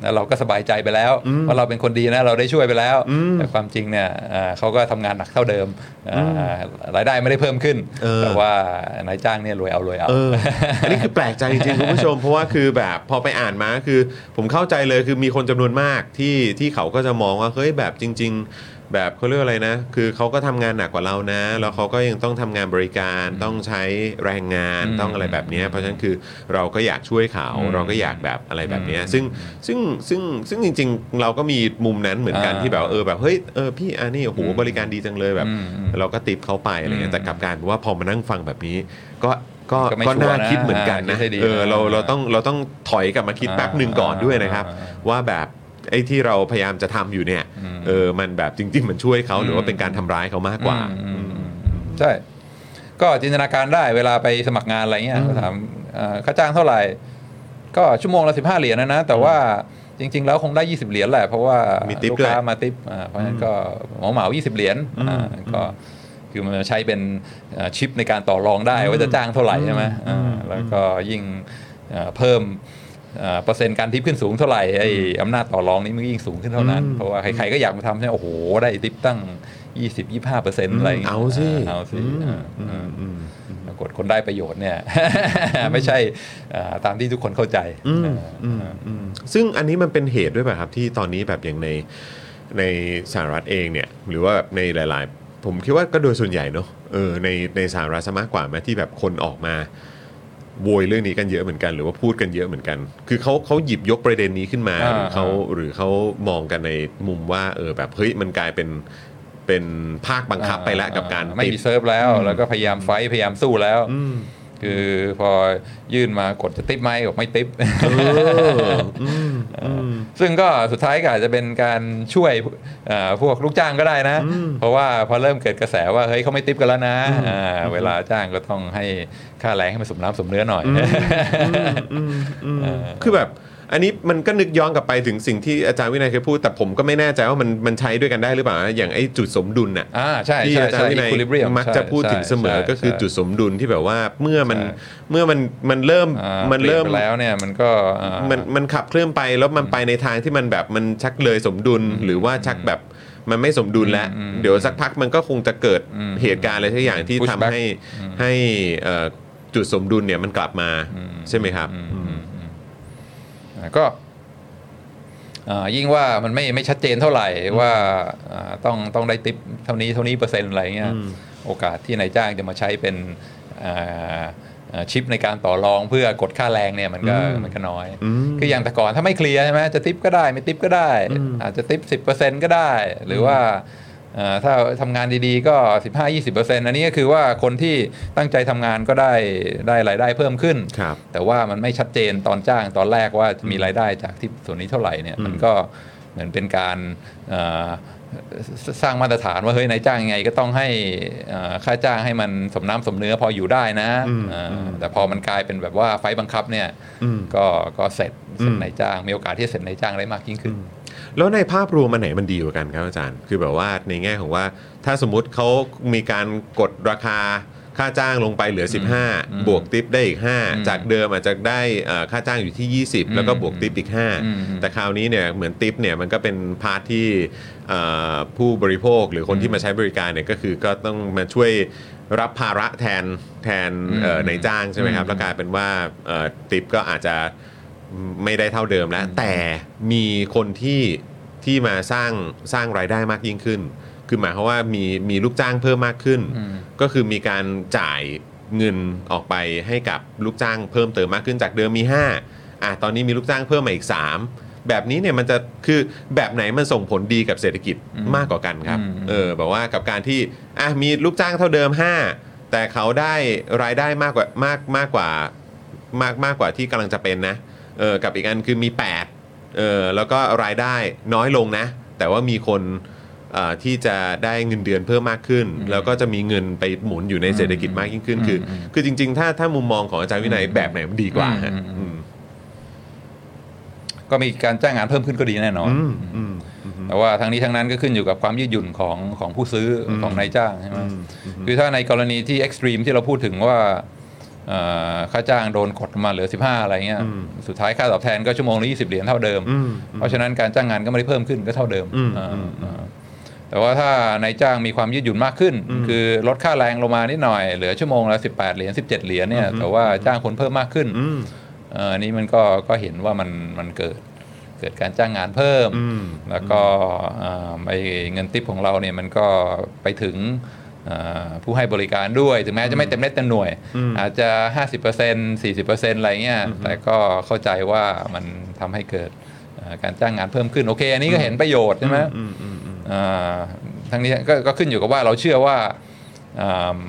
S2: แล้วเราก็สบายใจไปแล้วว่าเราเป็นคนดีนะเราได้ช่วยไปแล้ว แต่ความจริงเนี่ยอ่าเขาก็ทำงานหนักเท่าเดิมอ่ารายได้ไม่ได้เพิ่มขึ้น
S4: เออ
S2: แต่ว่านายจ้างเนี่ยรวยเอารวยเอา
S4: เออ อันนี้คือแปลกใจจริงๆ คุณผู้ชม เพราะว่าคือแบบพอไปอ่านมาคือผมเข้าใจเลยคือมีคนจำนวนมากที่ที่เขาก็จะมองว่าเฮ้ยแบบจริง ๆ แบบเขาเรียกอะไรนะ คือเขาก็ทำงานหนักกว่าเรานะ แล้วเขาก็ยังต้องทำงานบริการต้องใช้แรงงาน
S2: อืม
S4: ต้องอะไรแบบเนี้ยเพราะฉะนั้นคือเราก็อยากช่วยเขา
S2: อืม
S4: เราก็อยากแบบอะไรแบบเนี้ย
S2: อืม
S4: ซึ่งซึ่งซึ่งซึ่งจริง ๆ เราก็มีมุมนั้นเหมือนกัน
S2: อ่า
S4: ที่แบบเออแบบเฮ้ยเออพี่อันนี้โอ้โห
S2: อืม
S4: บริการดีจังเลยแบบ
S2: อืมอืม
S4: เราก็ติดเขาไปอะไรเงี้ยแต่กลับกลารว่าพอมานั่งฟังแบบนี้ก็ก็
S2: ก็ไม่
S4: ก็
S2: ชัวร์
S4: น่า
S2: นะ
S4: คิดเหมือนกัน
S2: อ่า
S4: นะ
S2: คิดให้ดี
S4: เออเรา
S2: อ่า
S4: เราต้องเราต้องถอยกลับมาคิด
S2: อ่า
S4: แป๊บหนึ่งก่อนด้วยนะครับ
S2: อ่า
S4: ว่าแบบไอ้ที่เราพยายามจะทำอยู่เนี่ย
S2: อืม
S4: เออมันแบบจริง ๆ มันช่วยเขา
S2: อืม
S4: หรือว่าเป็นการทำร้ายเขามากกว่า
S2: อืมอืมอืมใช่ ก็จินตนาการได้เวลาไปสมัครงานอะไรเงี้ยก็ถามเอ่อค่าจ้างเท่าไหร่ ก็ชั่วโมงละสิบห้าเหรียญนะนะ แต่ว่าจริง ๆ แล้วคงได้ 20 เหรียญแหละ เพราะว่า
S4: มีทิป
S2: ลูก
S4: ด้วย
S2: ค้ามาติปอ่าเพราะฉะนั้นก็เหมาเหมา20 เหรียญอ่าก็คือมันใช้เป็นเอ่อชิปในการต่อรองได้ว่าจะจ้างเท่าไหร่ใช่ไหมอ่าแล้วก็ยิ่งเอ่อเพิ่มเอ่อเปอร์เซ็นต์การทิปขึ้นสูงเท่าไหร่ไอ้อำนาจต่อรองนี้มันก็ยิ่งสูงขึ้นเท่านั้น
S4: อืม
S2: เพราะว่าใครๆก็อยากมาทำใช่ไหมโอ้โหได้ทิปตั้ง 20-25%อะไรย่งงี้ย
S4: เอาสิ
S2: เอาสิ
S4: อืม
S2: อ่า
S4: อื
S2: อ่า
S4: มอืม
S2: ปรากฏคนได้ประโยชน์เนี่ย ไม่ใช่เอ่อตามที่ทุกคนเข้าใจ
S4: อืม
S2: เอออ
S4: อืมอืมซึ่งอันนี้มันเป็นเหตุด้วยป่ะครับที่ตอนนี้แบบอย่างในในสหรัฐเองเนี่ย หรือว่าแบบในหลาย ๆ ผมคิดว่าก็โดยส่วนใหญ่เนอะเออในในสหรัฐซะมากกว่าไหมที่แบบคนออกมาโวยเรื่องนี้กันเยอะเหมือนกันหรือว่าพูดกันเยอะเหมือนกัน คือเขาเขาหยิบยกประเด็นนี้ขึ้นมาหรือเขาหรือเขามองกันในมุมว่าเออแบบเฮ้ยมันกลายเป็นเป็นภาคบังคับไปแล้วกับการ
S2: ไม่
S4: ติด
S2: ดีเซิร์ฟแล้ว แล้วก็พยายามไฟท์พยายามสู้แล้ว
S4: อืม
S2: คือพอยื่นมากดจะติปไหมบอกไม่ติป
S4: เอออืมอืม
S2: ซึ่งก็สุดท้ายก็อาจจะเป็นการช่วยเอ่อพวกลูกจ้างก็ได้นะ เพราะว่าพอเริ่มเกิดกระแสว่าเฮ้ยเขาไม่ติปกันแล้วนะอ่าเวลาจ้างก็ต้องให้ค่าแรงให้มันสมน้ำสมเนื้อหน่อย
S4: คือแบบ อันนี้มันก็นึกย้อนกลับไปถึงสิ่งที่อาจารย์วินัยเคยพูด แต่ผมก็ไม่แน่ใจว่ามันมันใช้ด้วยกันได้หรือเปล่านะอย่างไอ้จุดสมดุลน่ะ
S2: อ่าใช่
S4: ที่
S2: ใช่
S4: อาจาร
S2: ใช่
S4: ย์วินัย
S2: equilibrium
S4: มักจะพูดถึงเสมอ
S2: ใช่ใช่
S4: ก็คือ
S2: ใช่
S4: จุดสมดุลที่แบบว่าเมื่อมัน
S2: ใช่
S4: เมื่อมันมันเริ่ม
S2: อ่า
S4: มันเริ่ม
S2: ปลี่ยไปแล้วเนี่ยมันก็อ่า
S4: มันมันขับเคลื่อนไปแล้วมันไปในทางที่มันแบบมันชักเลยสมดุลหรือว่าชักแบบมันไม่สมดุลแล้ว
S2: อืม
S4: เดี๋ยวสักพักมันก็คงจะเกิด
S2: อืม
S4: เหตุการณ์อะไรสักอย่างที่
S2: Push
S4: ทำ
S2: back
S4: ให้ให้เอ่อจุดสมดุลเนี่ยมันกลับมาใช่ไหมครับ
S2: อืมอืมอืมอ่าก็อ่ายิ่งว่ามันไม่ไม่ชัดเจนเท่าไหร่ว่าอ่าต้องต้องได้ติปเท่านี้เท่านี้เปอร์เซ็นต์อะไรเงี้ยโอกาสที่นายจ้างจะมาใช้เป็นอ่าอ่าชิปในการต่อรองเพื่อกดค่าแรงเนี่ยมันก็มันก็น้อย
S4: อืม
S2: คืออย่างแต่ก่อนถ้าไม่เคลียร์ใช่ไหมจะติปก็ได้ไม่ติปก็ได้ อาจจะติป 10%ก็ได้ หรือว่าเอ่อถ้าทำงานดีๆก็ 15-20%อันนี้ก็คือว่าคนที่ตั้งใจทำงานก็ได้ได้รายได้เพิ่มขึ้น
S4: ครับ
S2: แต่ว่ามันไม่ชัดเจนตอนจ้างตอนแรกว่าจะมีรายได้จากที่ส่วนนี้เท่าไหร่เนี่ยมันก็เหมือนเป็นการเอ่อสสร้างมาตรฐานว่าเฮ้ยนายจ้างยังไงก็ต้องให้เอ่อค่าจ้างให้มันสมน้ำสมเนื้อพออยู่ได้นะเอ่ออแต่พอมันกลายเป็นแบบว่าไฟบังคับเนี่ยก็ก็เสร็จเสร็จนายจ้าง มีโอกาสที่จะเสร็จนายจ้างได้มากยิ่งขึ้น
S4: แล้วในภาพรวมมันไหนมันดีกว่ากันครับอาจารย์ คือแบบว่าในแง่ของว่าถ้าสมมุติเขามีการกดราคาค่าจ้างลงไปเหลือ
S2: อืม
S4: 15 บวกติปได้อีก
S2: อืม
S4: 5 จากเดิมอาจจะได้เอ่อค่าจ้างอยู่ที่ 20 แล้วก็บวกติปอีก
S2: อืม
S4: 5 แต่คราวนี้เนี่ยเหมือนติปเนี่ยมันก็เป็นพาร์ทที่เอ่อผู้บริโภคหรือคนที่มาใช้บริการเนี่ยก็คือก็ต้องมาช่วยรับภาระแทนแทนเอ่อ
S2: อืม
S4: นายจ้างใช่ไหมครับแล้วกลายเป็นว่าเอ่อติปก็อาจจะ ไม่ได้เท่าเดิมแล้ว แต่มีคนที่ที่มาสร้างสร้างรายได้มากยิ่งขึ้น คือหมายความว่ามีมีลูกจ้างเพิ่มมากขึ้น
S2: อืม
S4: ก็คือมีการจ่ายเงินออกไปให้กับลูกจ้างเพิ่มเติมมากขึ้นจากเดิมมี 5 อ่ะตอนนี้มีลูกจ้างเพิ่มมาอีก 3 แบบนี้เนี่ยมันจะคือแบบไหนมันส่งผลดีกับเศรษฐกิจ
S2: อืม
S4: มากกว่ากันครับ
S2: อืม
S4: เออแบบว่ากับการที่อ่ะมีลูกจ้างเท่าเดิม 5 แต่เขาได้รายได้มากกว่ามากมากกว่ามากมากกว่าที่กำลังจะเป็นนะเออกับอีกอันคือมี8เออแล้วก็รายได้น้อยลงนะ แต่ว่ามีคน เอ่อที่จะได้เงินเดือนเพิ่มมากขึ้น แล้วก็จะมีเงินไปหมุนอยู่ในเศรษฐกิจมากยิ่งขึ้น คืออ
S2: ม
S4: คือจริง ๆ ถ้าถ้ามุมมองของอาจารย์วินัย
S2: อืม
S4: แบบไหนมันดีกว่าฮะ
S2: อืมอื
S4: อื
S2: ม
S4: ม
S2: ก็มีการจ้างงานเพิ่มขึ้นก็ดีแน่นอน
S4: อืมอืม
S2: แต่ว่าทั้งนี้ทั้งนั้นก็ขึ้นอยู่กับความยืดหยุ่นของของผู้ซื้ออ
S4: ม
S2: ของนายจ้างใช่ไหม
S4: อืมอืม
S2: คือถ้าในกรณีที่เอ็กซ์ตรีมที่เราพูดถึงว่าเอ่อค่าจ้างโดนกดมาเหลือ 15 อะไรเงี้ย
S4: อืม
S2: สุดท้ายค่าตอบแทนก็ชั่วโมงละ20 เหรียญเท่าเดิม
S4: อืม
S2: เพราะฉะนั้นการจ้างงานก็ไม่ได้เพิ่มขึ้นก็เท่าเดิม
S4: อืม
S2: อ่า
S4: อืม
S2: อ่าแต่ว่าถ้านายจ้างมีความยืดหยุ่นมากขึ้น คือลดค่าแรงลงมานิดหน่อยเหลือชั่วโมงละ18 เหรียญ17 เหรียญเนี่ยแต่ว่าจ้างคนเพิ่มมากขึ้น
S4: อืม
S2: เอ่ออันนี้มันก็ก็เห็นว่ามันมันเกิดเกิดการจ้างงานเพิ่ม
S4: อืม
S2: แล้วก็เอ่อไอเงินทิปของเราเนี่ยมันก็ไปถึงเอ่อผู้ให้บริการด้วย ถึงแม้จะไม่เต็มเม็ดเต็มหน่วย อาจจะ 50% 40%อะไรเงี้ยแต่ก็เข้าใจว่ามันทำให้เกิดเอ่อการจ้างงานเพิ่มขึ้น โอเค อันนี้ก็เห็นประโยชน์ใช่ไหม
S4: อืมอืมอืม
S2: อ่าทั้งนี้กก็ขึ้นอยู่กับว่าเราเชื่อว่าอ่า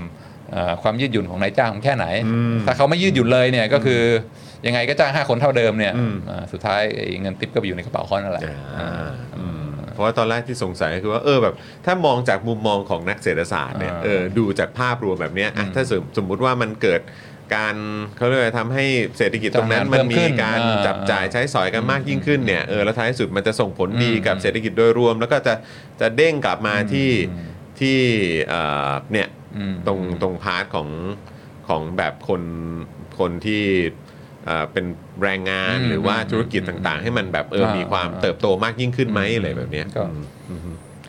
S2: อ่าความยืดหยุ่นของนายจ้างมันแค่ไหน
S4: อืม
S2: ถ้าเขาไม่ยืดหยุ่นเลยเนี่ยก็คือยังไงก็จ้าง 5 คนเท่าเดิมเนี่ย
S4: อืม
S2: อ่าสุดท้ายไอ้เงินติปก็ไปอยู่ในกระเป๋าเขานั่นแหละ
S4: อ่าอืมเพราะว่าตอนแรกที่สงสัยก็คือว่าเออแบบถ้ามองจากมุมมองของนักเศรษฐศาสตร์เนี่ยเออดูจากภาพรวมแบบเนี้ยอ่ะถ้าสมสมมุติว่ามันเกิดการเขาเรียกว่าทำให้เศรษฐกิจตรงนั้นมันมีการจับจ่ายใช้สอยกันมากยิ่งขึ้นเนี่ยเออแล้วท้ายสุดมันจะส่งผลดีกับเศรษฐกิจโดยรวม แล้วก็จะจะเด้งกลับมาที่ที่เอ่อเนี่ย
S2: อืม
S4: ตรงตรงพาร์ทของของแบบคนคนที่เอ่อเป็นแรงงาน
S2: อืม
S4: หรือว่า
S2: อืม
S4: ธุรกิจต่างๆ ให้มันแบบเออ
S2: อ่ามี
S4: มีความ
S2: อ่า
S4: เติบโตมากยิ่งขึ้นไหม
S2: อืม
S4: อะไรแบบเนี้ย
S2: ก็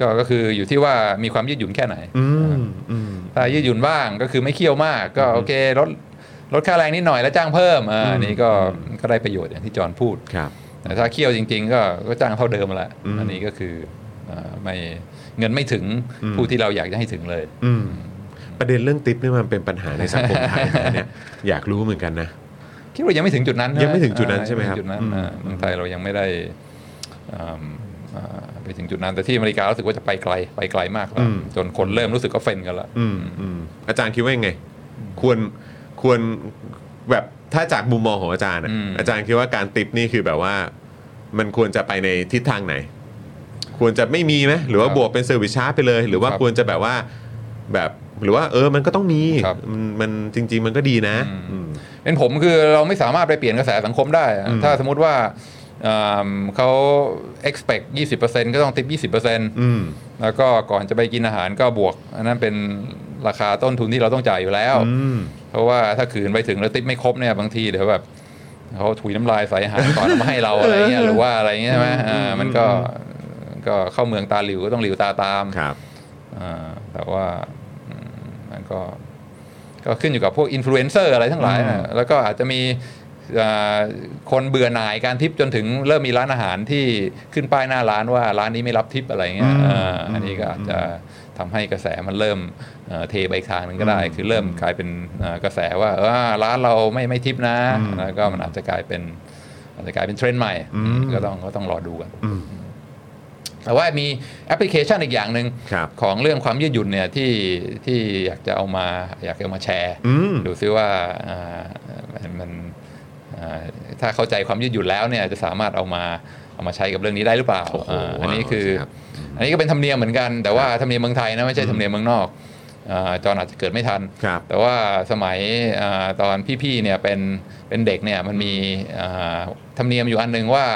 S2: ก็ก็คืออยู่ที่ว่ามีความยืดหยุ่นแค่ไหน
S4: อืมอืม
S2: ถ้ายืดหยุ่นบ้างก็คือไม่เคี่ยวมากก็โอเคลดลดค่าแรงนิดหน่อยแล้วจ้างเพิ่มอ่า
S4: อืม
S2: อันนี้ก็ก็ได้ประโยชน์อย่างที่จอห์นพูด
S4: ครับ
S2: แต่ถ้าเคี่ยวจริง ๆ ก็ก็จ้างเท่าเดิมแหละ
S4: อืม
S2: อันนี้ก็คือเอ่อไม่เงินไม่ถึง
S4: อืม
S2: ผู้ที่เราอยากจะให้ถึงเลย
S4: อืมประเด็นเรื่องติปเนี่ยมันเป็นปัญหาในสังคมไทยนะเนี่ยอยากรู้เหมือนกันนะ
S2: คิดว่ายังไม่ถึงจุดนั้น
S4: ยังไม่ถึงจุดนั้น
S2: อ่า
S4: ใช่ไหมครั
S2: ยั
S4: บ
S2: งถึงจุดนั้น
S4: อืม
S2: อ่าเมืองไทยเรายังไม่ได้อ่าอ่าไปถึงจุดนั้นแต่ที่อเมริการู้สึกว่าจะไปไกลไปไกลมากแล้วจนคนเริ่มรู้สึกก็เฟนกันแล้ว
S4: อืมอืมอาจารย์คิดว่ายังไง ควรควรแบบถ้าจากมุมมองของอาจารย์อะ
S2: อืม
S4: อาจารย์คิดว่าการติปนี่คือแบบว่า มันควรจะไปในทิศทางไหน ควรจะไม่มีไหมหรือว่าบวกเป็นเซอร์วิสชาร์จไปเลย หรือว่าควรจะแบบว่าแบบหรือว่าเออมันก็ต้องมี
S2: ครับ
S4: มันมันจริง ๆ มันก็ดีนะอืม
S2: เป็นผมคือเราไม่สามารถไปเปลี่ยนกระแสสังคมได้อะ
S4: อืม
S2: ถ้าสมมติว่า อ่าเขา expect 20%ก็ต้องติป20%
S4: อืม
S2: แล้วก็ก่อนจะไปกินอาหารก็บวก อันนั้นเป็นราคาต้นทุนที่เราต้องจ่ายอยู่แล้ว
S4: อืม
S2: เพราะว่าถ้าขืนไปถึงแล้วติปไม่ครบเนี่ยบางทีเดี๋ยวแบบเขาถุยน้ำลายใส่อาหารก่อนเอามาให้เราอะไรเงี้ยหรือว่าอะไรเงี้ยใช่ไหมอ่ามันก็ก็เข้าเมืองตาหลิวก็ต้องหลิวตาตาม
S4: ครับ
S2: อ่าแต่ว่าอืมมันก็ก็ขึ้นอยู่กับพวกอินฟลูเอนเซอร์อะไรทั้งหลายนะแล้วก็อาจจะมีอ่าคนเบื่อหน่ายการทิปจนถึงเริ่มมีร้านอาหารที่ขึ้นป้ายหน้าร้านว่าร้านนี้ไม่รับทิปอะไรเงี้ยอ่าอันนี้ก็อาจจะทำให้กระแสมันเริ่มเอ่อเทไปอีกทางหนึงก็ได้ คือเริ่มกลายเป็นเอ่อกระแสว่าเออร้านเราไม่ไม่ทิปนะแล้วก็มันอาจจะกลายเป็นอาจจะกลายเป็นเทรนด์ใหม่
S4: อืม
S2: ก็ต้องก็ต้องรอดูกัน
S4: อืม
S2: แต่ว่ามีแอปพลิเคชันอีกอย่างหนึ่ง
S4: ครับ
S2: ของเรื่องความยืดหยุ่นเนี่ยที่ที่อยากจะเอามาอยากจะเอามาแชร์
S4: อืม
S2: ดูซิว่าอ่ามันมันอ่าถ้าเข้าใจความยืดหยุ่นแล้วเนี่ยจะสามารถเอามาเอามาใช้กับเรื่องนี้ได้หรือเปล่า
S4: โอ้โห
S2: อ่าอันนี้คือ
S4: ครับ
S2: อันนี้ก็เป็นธรรมเนียมเหมือนกัน แต่ว่าธรรมเนียมเมืองไทยนะไม่ใช่ธรรมเนียมเมืองนอกอาจอนอาจจะเกิดไม่ทัน
S4: ครับ
S2: แต่ว่าสมัยอาตอนพี่ๆเนี่ยเป็นเป็นเด็กเนี่ยมันมีอ่าธรรมเนียมอยู่อันหนึ่งว่า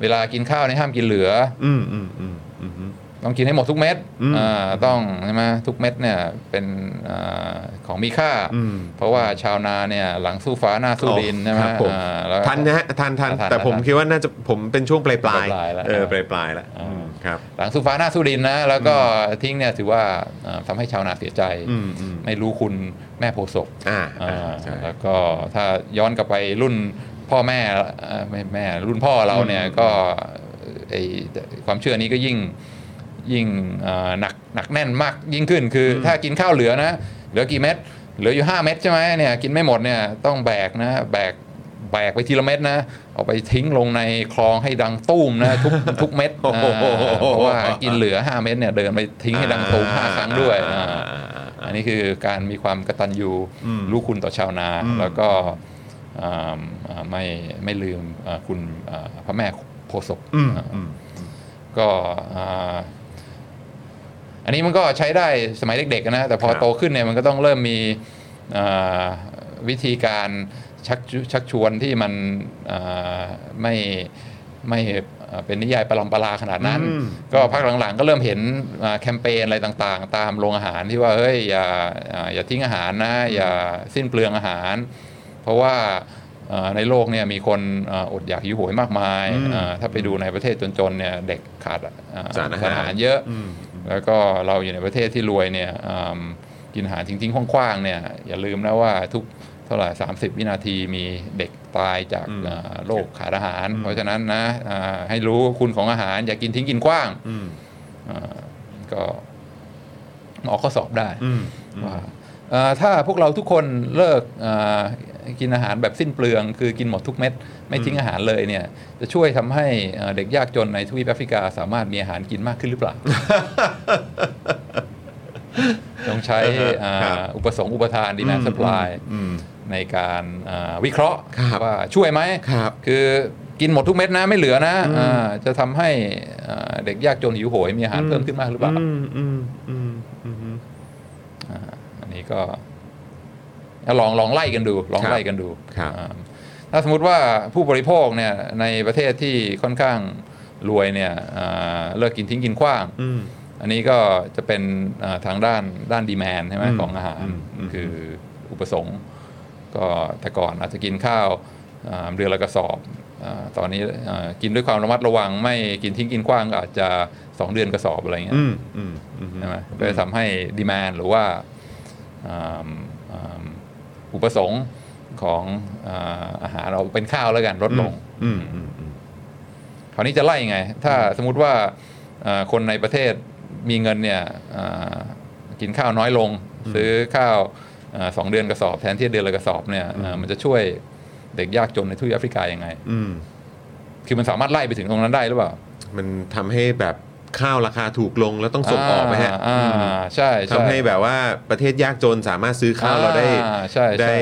S2: เวลากินข้าวเนี่ยห้ามกินเหลือ
S4: อืมอืมอืมอืม
S2: ต้องกินให้หมดทุกเม็ด
S4: อืม
S2: อ่าต้องใช่ไหมทุกเม็ดเนี่ยเป็นอาของมีค่า
S4: อืม
S2: เพราะว่าชาวนาเนี่ยหลังสู้ฟ้าหน้าสู้ดินใช่ไหม
S4: ครับผ
S2: อ่าแล้ว
S4: ทันนะฮะทันทัน
S2: ทัน
S4: แต่ผม
S2: ทัน
S4: คิดว่าน่าจะผมเป็นช่วงปลายปลาย
S2: ปลายๆแล้ว
S4: เออปลายปลายๆแล้ว
S2: อ่า
S4: อืมครับ
S2: หลังสู้ฟ้าหน้าสู้ดินนะแล้วก็ทิ้งเนี่ยถือว่าอ่าทำาให้ชาวนาเสียใจ
S4: อืมอืม
S2: ไม่รู้คุณแม่โพธิ์ศพ
S4: อ่า
S2: อ่า
S4: อ่าใช่
S2: แล้วก็ถ้าย้อนกลับไปรุ่นพ่อแม่เอ่อไม่แม่รุ่นพ่อเราเนี่ยก็ไอความเชื่อนี้ก็ยิ่งยิ่งอ่าหนักหนักแน่นมากยิ่งขึ้นคืออถ้ากินข้าวเหลือนะ เหลือกี่เม็ดเหลืออยู่ 5 เม็ดใช่ไหมเนี่ยกินไม่หมดเนี่ยต้องแบกนะแบกแบกไปทีละเม็ดนะ เอาไปทิ้งลงในคลองให้ดังตุ้มนะทุกทุกเม็ด
S4: โอ้โห
S2: อ่าเพราะว่ากินเหลือ 5 เม็ดเนี่ยเดินไปทิ้งให้ดังตุ้มห้าครั้งด้วย
S4: อ่า
S2: อ่า
S4: อ่าอ่า
S2: อันนี้คือการมีความกตัญญู
S4: อืม
S2: รู้คุณต่อชาวนา
S4: อืม
S2: แล้วก็อ่าอ่าไม่ไม่ลืมอ่าคุณอ่าพระแม่โพธิ์ศพ
S4: อืม
S2: อ่า
S4: อืม
S2: ก็อ่าอันนี้มันก็ใช้ได้สมัยเด็กๆนะ แต่พอ
S4: ครับ
S2: โตขึ้นเนี่ยมันก็ต้องเริ่มมีอ่าวิธีการชักจูชักชวนที่มันอ่าไม่ไม่อ่าเป็นนิยายประลำประลาขนาดนั้น
S4: อืม
S2: ก็พักหลังๆก็เริ่มเห็นอ่าแคมเปญอะไรต่างๆ ตามโรงอาหารที่ว่าเฮ้ยอย่าอ่าอย่าทิ้งอาหารนะ อย่าสิ้นเปลืองอาหาร เพราะว่าอ่าในโลกเนี่ยมีคนอ่าอดอยากหิวโหยมากมาย
S4: อืม
S2: อ่าถ้าไปดูในประเทศจนๆเนี่ยเด็กขาดอ่
S4: สารอาหาร
S2: อาหารเยอะ
S4: ม
S2: แล้วก็เราอยู่ในประเทศที่รวยเนี่ยอืมกินอาหารทิ้งๆคว้างๆเนี่ยอย่าลืมนะว่าทุกเท่าไหร่30 วินาทีมีเด็กตายจาก
S4: อืม
S2: อ่าโรคขาดอาหาร
S4: อืม
S2: เพราะฉะนั้นนะอ่าให้รู้คุณของอาหารอย่ากินทิ้งกินกว้าง
S4: อืม
S2: อ่าก็หมอก็สอบได้
S4: อืม
S2: ว่าเอ่อถ้าพวกเราทุกคนเลิกเอ่อกินอาหารแบบสิ้นเปลือง คือกินหมดทุกเม็ด ไม่ทิ้งอาหารเลยเนี่ย จะช่วยทำให้เอ่อเด็กยากจนในทวีปแอฟริกาสามารถมีอาหารกินมากขึ้นหรือ เปล่า ต้อง ใช้อ่า
S4: ครับ
S2: อุปสงค์อุปทานดีนะสป라이
S4: อืม
S2: ในการอ่าวิเคราะห์
S4: ครับ
S2: ว่าช่วยไหม
S4: ครับ
S2: อกินหมดทุกเม็ดนะไม่เหลือนะอ่าจะทำให้อ่าเด็กยากจนหิวโหยมีอาหาร
S4: อืม
S2: เพิ่มขึ้นมากหรือเปล่า
S4: อืมอืมอืมอืม
S2: อันนี้ก็ลองลองไล่กันดู ลองไล่กันดู
S4: ครับ
S2: อ่าถ้าสมมติว่าผู้บริโภคเนี่ยในประเทศที่ค่อนข้างรวยเนี่ยอ่าเลิกกินทิ้งกินขว้าง
S4: อืม
S2: อันนี้ก็จะเป็นอ่าทางด้านด้านดีแมนใช่ไหม
S4: อืม
S2: ของอาหาร
S4: อืมอืม
S2: คืออุปสงค์ ก็แต่ก่อนอาจจะกินข้าวอ่าเรือละกระสอบอาตอนนี้อ่ากินด้วยความระมัดระวัง ไม่กินทิ้งกินขว้างก็อาจจะสองเดือนกระสอบอะไรเงี้ย
S4: อืมอืมอืม
S2: ใช่ไหมก็จะทำให้ดีมานหรือว่าอืมอืมอุปสงค์ของอ่าอาหารเราเป็นข้าวแล้วกันลดลง
S4: อืมอืมอืม
S2: คราวนี้จะไล่ยังไง ถ้าสมมุติว่าเอ่อคนในประเทศมีเงินเนี่ยเอ่อกินข้าวน้อยลง ซื้อข้าวเอ่อสองเดือนกระสอบแทนที่เดือนละกระสอบเนี่ยเอ่อมันจะช่วยเด็กยากจนในทวีปแอฟริกายังไง
S4: อืม
S2: คือมันสามารถไล่ไปถึงตรงนั้นได้หรือเปล่า
S4: มันทำให้แบบข้าวราคาถูกลงแล้วต้องส่งออกไปฮะ
S2: อ่า
S4: อืม
S2: อ่าใช่ช่
S4: ทำให้แบบว่าประเทศยากจนสามารถซื้อข้าวเราได้
S2: อ่าใช่ใช่
S4: ได้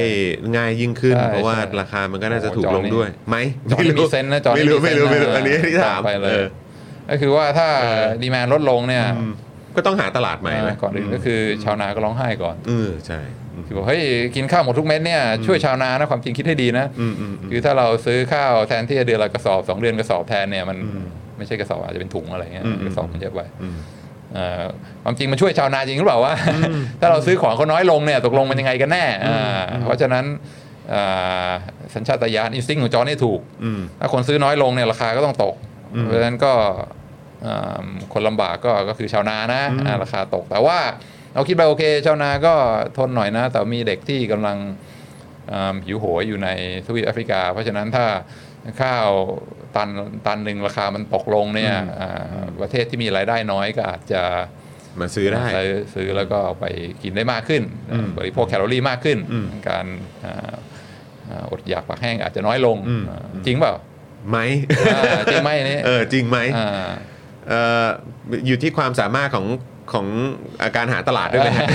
S4: ง่ายยิ่งขึ้น
S2: ใช่
S4: เพราะว่า
S2: ใช่
S4: ราคามันก็น่าจะถูกลง
S2: โอ้โหจอนี่
S4: ด้วยไหม
S2: จอ
S4: ไม่
S2: นี่มี
S4: รู้
S2: เซนส์นะจอ
S4: ไม่
S2: นี่
S4: รู้
S2: เซ
S4: ไม่
S2: นส์
S4: รู้
S2: นะ
S4: ไม่รู้อันนี้ที่ถาม
S2: ไปเล
S4: อย อ
S2: ก็คือว่าถ้า
S4: เออ
S2: ดีแมนลดลงเนี่ย
S4: อืมก็ต้องหาตลาดใหม่นะ
S2: ก่อนอื่นก็คือชาวนาก็ร้องไห้ก่อน
S4: เออใช่อื
S2: คือบอกเฮ้ยกินข้าวหมดทุกเม็ดเนี่ยช่วยชาวนานะความจริงคิดให้ดีนะ
S4: อืมอืมอืม
S2: คือถ้าเราซื้อข้าวแทนที่จะเดือนละกระสอบสองเดือนกระสอบแทนเนี่ยมันไม่ใช่กระสอบอาจจะเป็นถุงอะไรเงี้ย
S4: อืม
S2: กระสอบมันเยอะไป
S4: อืม
S2: เอ่อความจริงมันช่วยชาวนาจริงหรือเปล่าวะ ถ้าเราซื้อของเขาน้อยลงเนี่ยตกลงมันยังไงกันแน่อ่าเพราะฉะนั้นอ่าสัญชาตญาณอินสติ้งของจอร์นี่ถูก
S4: อืม
S2: ถ้าคนซื้อน้อยลงเนี่ยราคาก็ต้องตก
S4: อืม
S2: เพราะฉะนั้นก็อ่าคนลำบากก็ก็คือชาวนานะ
S4: อืม
S2: อ่าราคาตก แต่ว่าเราคิดไปโอเค ชาวนาก็ทนหน่อยนะ แต่มีเด็กที่กำลังอ่าหิวโหยอยู่ในทวีปแอฟริกา เพราะฉะนั้นถ้าข้าวตันตันหนึ่งราคามันตกลงเนี่ยอ่าประเทศที่มีรายได้น้อยก็อาจจะ
S4: มาซื้อได้
S2: ซื้อซื้อแล้วก็เอาไปกินได้มากขึ้น
S4: อืม
S2: บริโภคแคลอรี่มากขึ้น
S4: อืม
S2: การอ่าอ่าอดอยากปากแห้งอาจจะน้อยลง
S4: อืม
S2: อ่าจริงเปล่า
S4: ไหม
S2: อ่าจริงไหมนี่
S4: เออจริงไหม
S2: อ่า
S4: เอ่ออยู่ที่ความสามารถของของอาการหาตลาดด้วยไหมฮะ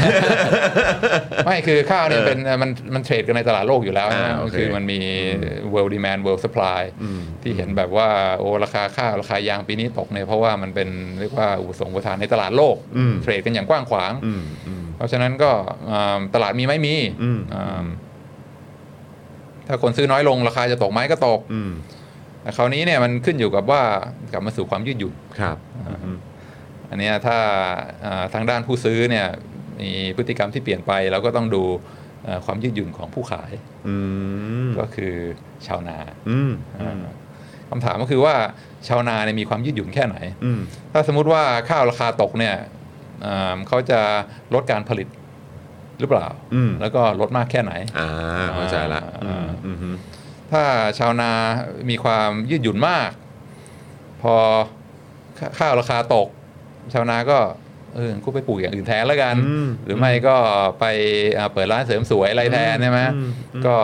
S2: ไม่คือข้าวเนี่ย
S4: เออ
S2: เป็นมันมันเทรดกันในตลาดโลกอยู่แล้ว
S4: อ่า
S2: นะ
S4: โอเค
S2: คือมันมี world demand world supply
S4: อืม
S2: ที่เห็นแบบว่าโอ้ราคาข้าวราคายางปีนี้ตกเนี่ยเพราะว่ามันเป็นเรียกว่าอุปสงค์อุปทานในตลาดโลก เทรดกันอย่างกว้างขวาง
S4: อืมอืม
S2: เพราะฉะนั้นก็อ่าตลาดมีไหม่มี
S4: อืม
S2: อ่าถ้าคนซื้อน้อยลงราคาจะตกไหมก็ตก
S4: อืม
S2: แต่คราวนี้เนี่ยมันขึ้นอยู่กับว่ากลับมาสู่ความยืดหยุ่น
S4: ครับ
S2: อันเนี้ยถ้าเอ่อทางด้านผู้ซื้อเนี่ยมีพฤติกรรมที่เปลี่ยนไปเราก็ต้องดูเอ่อความยืดหยุ่นของผู้ขาย
S4: อืม
S2: ก็คือชาวนา
S4: อืมอื
S2: อ่าม คำถามก็คือว่าชาวนาเนี่ยมีความยืดหยุ่นแค่ไหน
S4: อืม
S2: ถ้าสมมุติว่าข้าวราคาตกเนี่ยเอ่อเขาจะลดการผลิตหรือเปล่า
S4: อืม
S2: แล้วก็ลดมากแค่ไหน
S4: อ่าเข้าใจละอืมอืม
S2: ถ้าชาวนามีความยืดหยุ่นมาก พอข้าข้าวราคาตก ชาวนาก็เออกูไปปลูกอย่างอื่นแทนแล้วกัน
S4: อืม
S2: หรือไม่ก็ไปอ่าเปิดร้านเสริมสวยอะไรแทนใช่ไหม
S4: อืมอืม
S2: ก็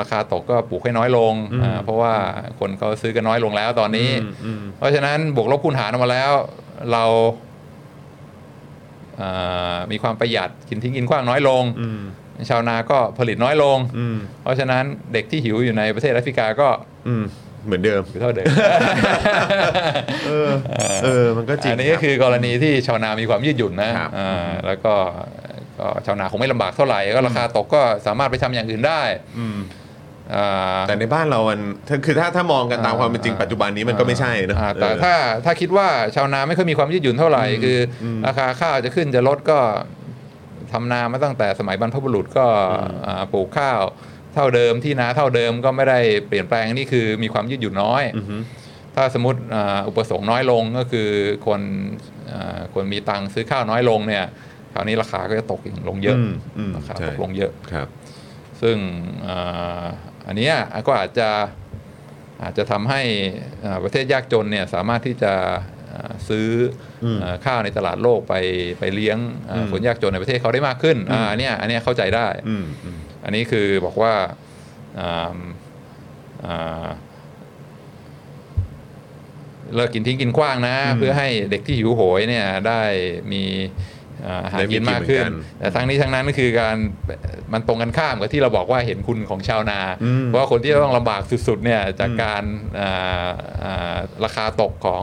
S2: ราคาตกก็ปลูกให้น้อยลง
S4: อืม
S2: อ่าเพราะว่าคนเขาซื้อกันน้อยลงแล้วตอนนี้
S4: อืม
S2: เพราะฉะนั้นบวกลบคูณหารออกมาแล้ว เราอ่ามีความประหยัดกินทิ้งกินขว้างน้อยลง
S4: อืม
S2: ชาวนาก็ผลิตน้อยลง
S4: อืม
S2: เพราะฉะนั้นเด็กที่หิวอยู่ในประเทศแอฟริกาก็
S4: อืมเหมือนเดิม
S2: อยู่เท่าเดิม
S4: เออ เออ มันก็จริง
S2: อันนี้ก็
S4: รับ
S2: คือกรณีที่ชาวนามีความยืดหยุ่นนะครับ อ่าแล้วก็ก็ชาวนาคงไม่ลำบากเท่าไหร่ ก็ราคาตกก็สามารถไปทำอย่างอื่นได้
S4: อืม
S2: อ่า
S4: แต่ในบ้านเรามันถ้าคือถ้าถ้ามองกันตามความเป็นจริงปัจจุบันนี้มันก็ไม่ใช่เนอะ
S2: อ่าแต่
S4: เออ
S2: ถ้าถ้าคิดว่าชาวนาไม่ค่อยมีความยืดหยุ่นเท่าไหร่ คืออราคาข้าวจะขึ้นจะลดก็ทำนามาตั้งแต่สมัยบรรพบุรุษก็อ่าปลูกข้าวเท่าเดิมที่นาเท่าเดิมก็ไม่ได้เปลี่ยนแปลงนี่คือมีความยืดหยุ่นน้อย
S4: อือฮึ
S2: ถ้าสมมติอ่าอุปสงค์น้อยลงก็คือคนอ่าคนมีตังค์ซื้อข้าวน้อยลงเนี่ยคราวนี้ราคาก็จะตกลงเยอะ
S4: อืมอืม
S2: ราคา
S4: ใช่
S2: ตกลงเยอะ
S4: ครับ
S2: ซึ่งอ่าอันเนี้ยก็อาจจะอาจจะทำให้อ่าประเทศยากจนเนี่ยสามารถที่จะอ่าซื้ออ
S4: ม
S2: อ่าข้าวในตลาดโลกไปไปเลี้ยงอ่า
S4: อืม
S2: คนยากจนในประเทศเขาได้มากขึ้นอ่าอันเนี้ยอันเนี้ยเข้าใจได้
S4: อืมอืม
S2: อันนี้คือบอกว่าอ่าอ่าเลิกกินทิ้งกินขว้างนะ
S4: อืม
S2: เพื่อให้เด็กที่หิวโหยเนี่ยได้มีอ่าอาหาร
S4: ได้มี
S2: กินมากขึ้
S4: กิ
S2: น
S4: นเหมือนกัน
S2: แต่ทั้งนี้ทั้งนั้นก็คือการมันตรงกันข้ามกับที่เราบอกว่าเห็นคุณของชาวนา
S4: อืม
S2: เพราะว่าคนที่ต้องลำบากสุดๆเนี่ยจากการอ่าอ่าราคาตกของ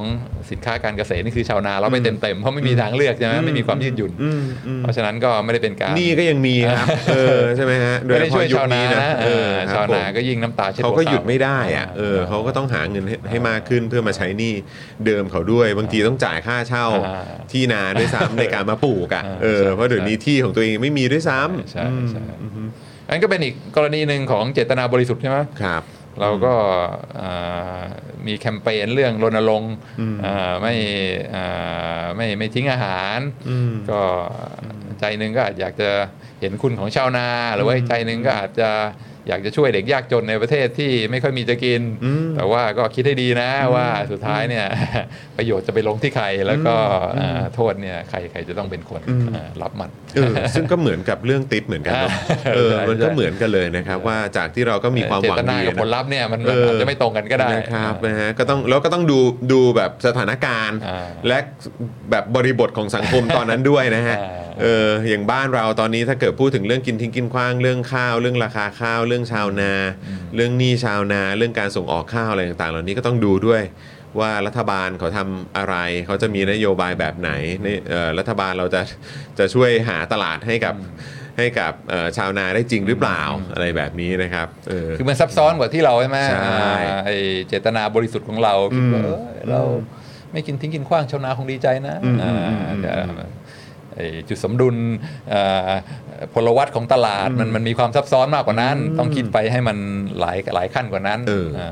S2: สินค้าการเกษตรนี่คือชาวนาเราไปเต็มๆเพราะไม่มีทางเลือกใช่ไหมไม่มีความยืดหยุ่น
S4: อืมอืม
S2: เพราะฉะนั้นก็ไม่ได้เป็นการ
S4: หนี่ก็ยังมีครับ เออ ใช่ไหมฮะโดย
S2: ไม่
S4: เฉ
S2: ได้ช่
S4: พาะ
S2: วย
S4: ยุ
S2: ชา
S4: คว
S2: นา
S4: นี้
S2: นะ
S4: นะ
S2: เออชาวนา
S4: ครับผม
S2: ก็ยิ่งน้ำตาเช็ด
S4: เขา
S2: หัว
S4: ก็หยุดไม่ได้อะเออ
S2: อ่
S4: เขาก็ต้องหาเงินให้ให้มากขึ้นเพื่อมาใช้หนี้เดิมเขาด้วย บางทีต้องจ่ายค่าเช่า
S2: อ่า
S4: ที่นาด้วยซ้ำในการมาปลูกอ่ะ
S2: อ่า
S4: เออ
S2: ใช่
S4: เพราะเดี๋ยวนี้ที่ของตัวเองไม่มีด้วยซ้ำ
S2: ใช่ใช่
S4: อืม
S2: อันก็เป็นอีกกรณีหนึ่งของเจตนาบริสุทธิ์ใช่ไหม
S4: ครับ
S2: เราก็อ่ามีแคมเปญเรื่องรณรงค์อ่าไม่อ่าไม่ไม่ทิ้งอาหาร
S4: อืม
S2: ก็ใจหนึ่งก็อาจอยากจะเห็นคุณของชาวนา หรือว่าใจหนึ่งก็อาจจะอยากจะช่วยเด็กยากจนในประเทศที่ไม่ค่อยมีจะกิน
S4: อืม
S2: แต่ว่าก็คิดให้ดีนะว่าสุดท้ายเนี่ย ประโยชน์จะไปลงที่ใคร แล้วก็อ่าโทษเนี่ยใครใครจะต้องเป็นคน
S4: อืม
S2: อ่ารับมัน
S4: เอ อซึ่งก็เหมือนกับเรื่องติ๊บเหมือนกันเนอะเออ
S2: ใช่
S4: มันก็
S2: ใช่
S4: เหมือนกันเลยนะครับ ว่าจากที่เราก็มีความหวัง
S2: เจตนา
S4: ดี
S2: กับผล
S4: นะ
S2: ลัพธ์เนี่ยมัน
S4: เอออ
S2: อาจจะไม่ตรงกันก็ได้
S4: นะครับนะฮะก็ต้องแล้วก็ต้องดูดูแบบสถานการณ์
S2: อ่า
S4: และแบบบริบทของสังคมตอนนั้นด้วยนะฮะ
S2: อ่า
S4: เอออย่างบ้านเราตอนนี้ถ้าเกิดพูดถึงเรื่องกินทิ้งกินขว้างเรื่องข้าว เรื่องราคาข้าว เรื่องชาวนา เรื่องหนี้ชาวนา เรื่องการส่งออกข้าวอะไรต่างๆ เหล่านี้ก็ต้องดูด้วยว่ารัฐบาลเขาทำอะไร เขาจะมีนโยบายแบบไหนในเอ่อรัฐบาลเราจะจะช่วยหาตลาดให้กับ ให้กับเอ่อชาวนาได้จริงหรือเปล่าอะไรแบบนี้นะครับเออ
S2: คือมันซับซ้อนกว่าที่เราใช่ไหม
S4: ใช่
S2: อ่าไอเจตนาบริสุทธิ์ของเราคิดว่า
S4: อืม
S2: เอ้ยเราไม่กินทิ้งกินขว้างชาวนาคงดีใจนะ
S4: อืม
S2: อ่า
S4: อืมอืม
S2: แต่ไอ้จุดสมดุลอ่าพลวัตของตลาดมันมันมีความซับซ้อนมากกว่านั้น ต้องคิดไปให้มันหลายหลายขั้นกว่านั้น
S4: เอออ่
S2: า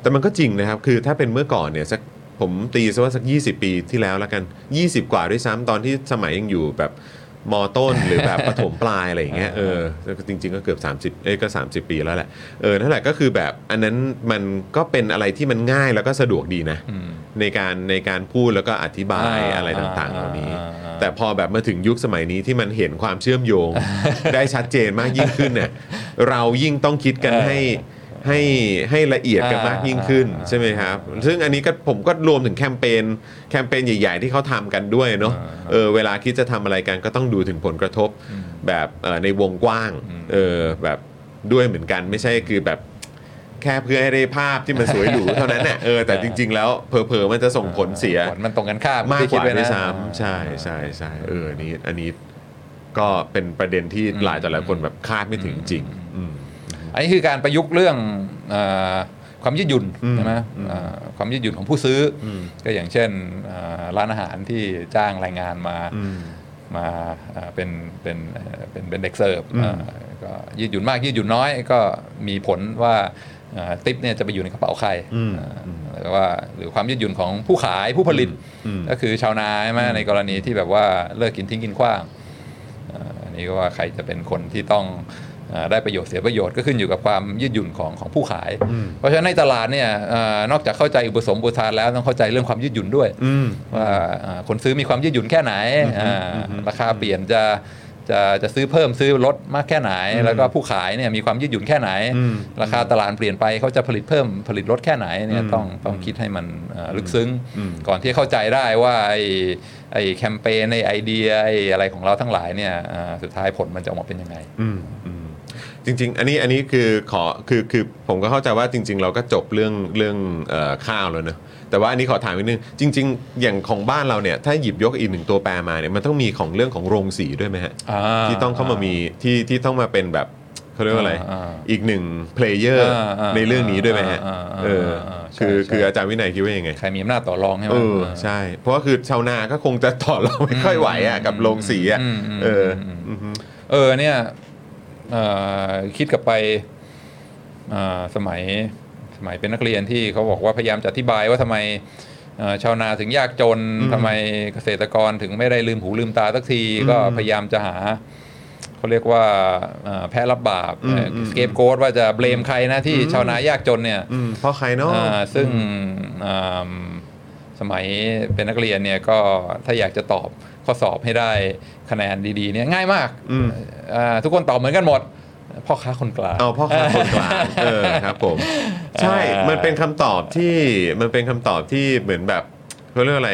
S4: แต่มันก็จริงนะครับ คือถ้าเป็นเมื่อก่อนเนี่ยสักผมตีซะว่าสัก 20 ปีที่แล้วแล้วกัน 20 กว่าด้วยซ้ำตอนที่สมัยยังอยู่แบบมอต้นหรือแบบ ประถมปลายอะไรอย่างเงี้ยเออจริง ๆ ก็เกือบ 30 เอ้ยก็ 30 ปีแล้วแหละเออนั่นแหละก็คือแบบอันนั้นมันก็เป็นอะไรที่มันง่ายแล้วก็สะดวกดีนะ ในการในการพูดแล้วก็อธิบาย
S2: อ่า
S4: อะไรต่างๆเหล่านี้
S2: อ่าอ่า
S4: แต่พอแบบมาถึงยุคสมัยนี้ที่มันเห็นความเชื่อมโย ง ได้ชัดเจนมากยิ่งขึ้นเนี่ยเรายิ่งต้องคิดกันให้ให้ให้ละเอียดกันมากยิ่งขึ้น ใช่ไหมครับ ซึ่งอันนี้ก็ผมก็รวมถึงแคมเปญแคมเปญใหญ่ ๆ ที่เขาทำกันด้วยเนาะเออเวลาคิดจะทำอะไรกันก็ต้องดูถึงผลกระทบแบบเอ่อในวงกว้างเออแบบด้วยเหมือนกันไม่ใช่คือแบบ แค่เพื่อให้ได้ภาพที่มันสวยหรู เท่านั้นน่ะเออแต่จริง ๆ แล้วเผลอๆมันจะส่งผลเสีย
S2: ผลมันตรงกันข้าม
S4: มาก
S2: ที่
S4: ก
S2: คิด
S4: ว่า
S2: ไนะ
S4: ด้วยซ้ำใช่ใช่ใช่เอออันนี้อันนี้ก็เป็นประเด็นที่หลายต่อหลายคนแบบคาดไม่ถึงจริงอืม
S2: อันนี้คือการประยุกต์เรื่องเอ่อความยืดหยุ่น
S4: อืม
S2: ใช่ไหม
S4: อืม
S2: เอ่อความยืดหยุ่นของผู้ซื้ออ
S4: ม
S2: ก็อย่างเช่นเอ่อร้านอาหารที่จ้างแรงงานมา
S4: อืม
S2: มาเอ่อเป็นเป็นเอ่อเป็นเป็นเด็กเสิร์ฟ
S4: อืม
S2: เอ่อก็ยืดหยุ่นมากยืดหยุ่นน้อยก็มีผลว่าเอ่อติปเนี่ยจะไปอยู่ในกระเป๋าใคร
S4: อืม
S2: เอ่อหรือว่าหรือความยืดหยุ่นของผู้ขายผู้ผลิต
S4: อืม
S2: ก็คือชาวนาใช่ไหมในกรณีที่แบบว่าเลิกกินทิ้งกินขว้างเอ่ออันนี้ก็ว่าใครจะเป็นคนที่ต้องเอ่อได้ประโยชน์เสียประโยชน์ก็ขึ้นอยู่กับความยืดหยุ่นของของผู้ขาย เพราะฉะนั้นในตลาดเนี่ยเอ่อนอกจากเข้าใจอุปสมบทานแล้วต้องเข้าใจเรื่องความยืดหยุ่นด้วย
S4: อืม
S2: ว่าเอ่อคนซื้อมีความยืดหยุ่นแค่ไหนอ่าราคาเปลี่ยนจะจะจะซื้อเพิ่มซื้อลดมากแค่ไหน แล้วก็ผู้ขายเนี่ยมีความยืดหยุ่นแค่ไหน
S4: อืม
S2: ราคาตลาดเปลี่ยนไปเขาจะผลิตเพิ่มผลิตลดแค่ไหนเนี่ย
S4: อืม
S2: ต้องต้องคิดให้มันเอ่อลึกซึ้ง
S4: อืม
S2: ก่อนที่เข้าใจได้ว่าไอ้ไอ้แคมเปญไอ้ไอเดียไอ้อะไรของเราทั้งหลายเนี่ยอ่าสุดท้ายผลมันจะออกมาเป็นยังไง
S4: อืมอืมจริง ๆ อันนี้อันนี้คือขอคือคือผมก็เข้าใจว่าจริง ๆ เราก็จบเรื่องเรื่องเอ่อข้าวแล้วเนอะแต่ว่าอันนี้ขอถามนิดนึงจริง ๆ อย่างของบ้านเราเนี่ยถ้าหยิบยกอีกหนึ่งตัวแปรมาเนี่ยมันต้องมีของเรื่องของโรงสีด้วยไหมฮะ
S2: อ่า
S4: ที่ต้องเข้ามามีที่ที่ต้องมาเป็นแบบเขาเรียกว่าอะไร
S2: อ่า
S4: อีกหนึ่งเพลเยอร์
S2: อ่าอ่า
S4: ในเรื่องนี้ด้วยไหมฮะ
S2: อ่าอ่าอ่า
S4: เออ
S2: อ่าใช่
S4: คือ
S2: ใช่
S4: คืออาจารย์วินัยคิดว่ายังไง
S2: ใครมีอำนาจต่อรองใช่ไหม
S4: เออใช่ เพราะว่าคือชาวนาก็คงจะต่อรองไม่ค่อยไหวอ่ะกับโรงสีอ่ะ
S2: มม
S4: เออ
S2: ม
S4: ออืม
S2: เออเนี่ยเอ่อคิดกลับไปเอ่อสมัยสมัยเป็นนักเรียนที่เขาบอกว่าพยายามจะอธิบายว่าทำไมเอ่อชาวนาถึงยากจน
S4: อืม
S2: ทำไมเกษตรกรถึงไม่ได้ลืมหูลืมตาสักที
S4: อืม
S2: ก็พยายามจะหาเขาเรียกว่าเอ่อแพ้รับบาป
S4: อืมอืม
S2: สเกปโกดว่าจะเบลมใครนะที่ชาวนายากจนเนี่ย
S4: อืมเพราะใครเนาะ
S2: อ่าซึ่งอ่าสมัยเป็นนักเรียนเนี่ยก็ถ้าอยากจะตอบข้อสอบให้ได้คะแนนดีๆเนี่ยง่ายมาก
S4: อืม
S2: อ่าทุกคนตอบเหมือนกันหมด พ่อค้าคนกลาง
S4: เอาพ่อค้าคนกลางเออครับ ผม ใช่
S2: อ่ามั
S4: มันเป็นคำตอบที่มันเป็นคำตอบที่เหมือนแบบเขาเรียกอะไร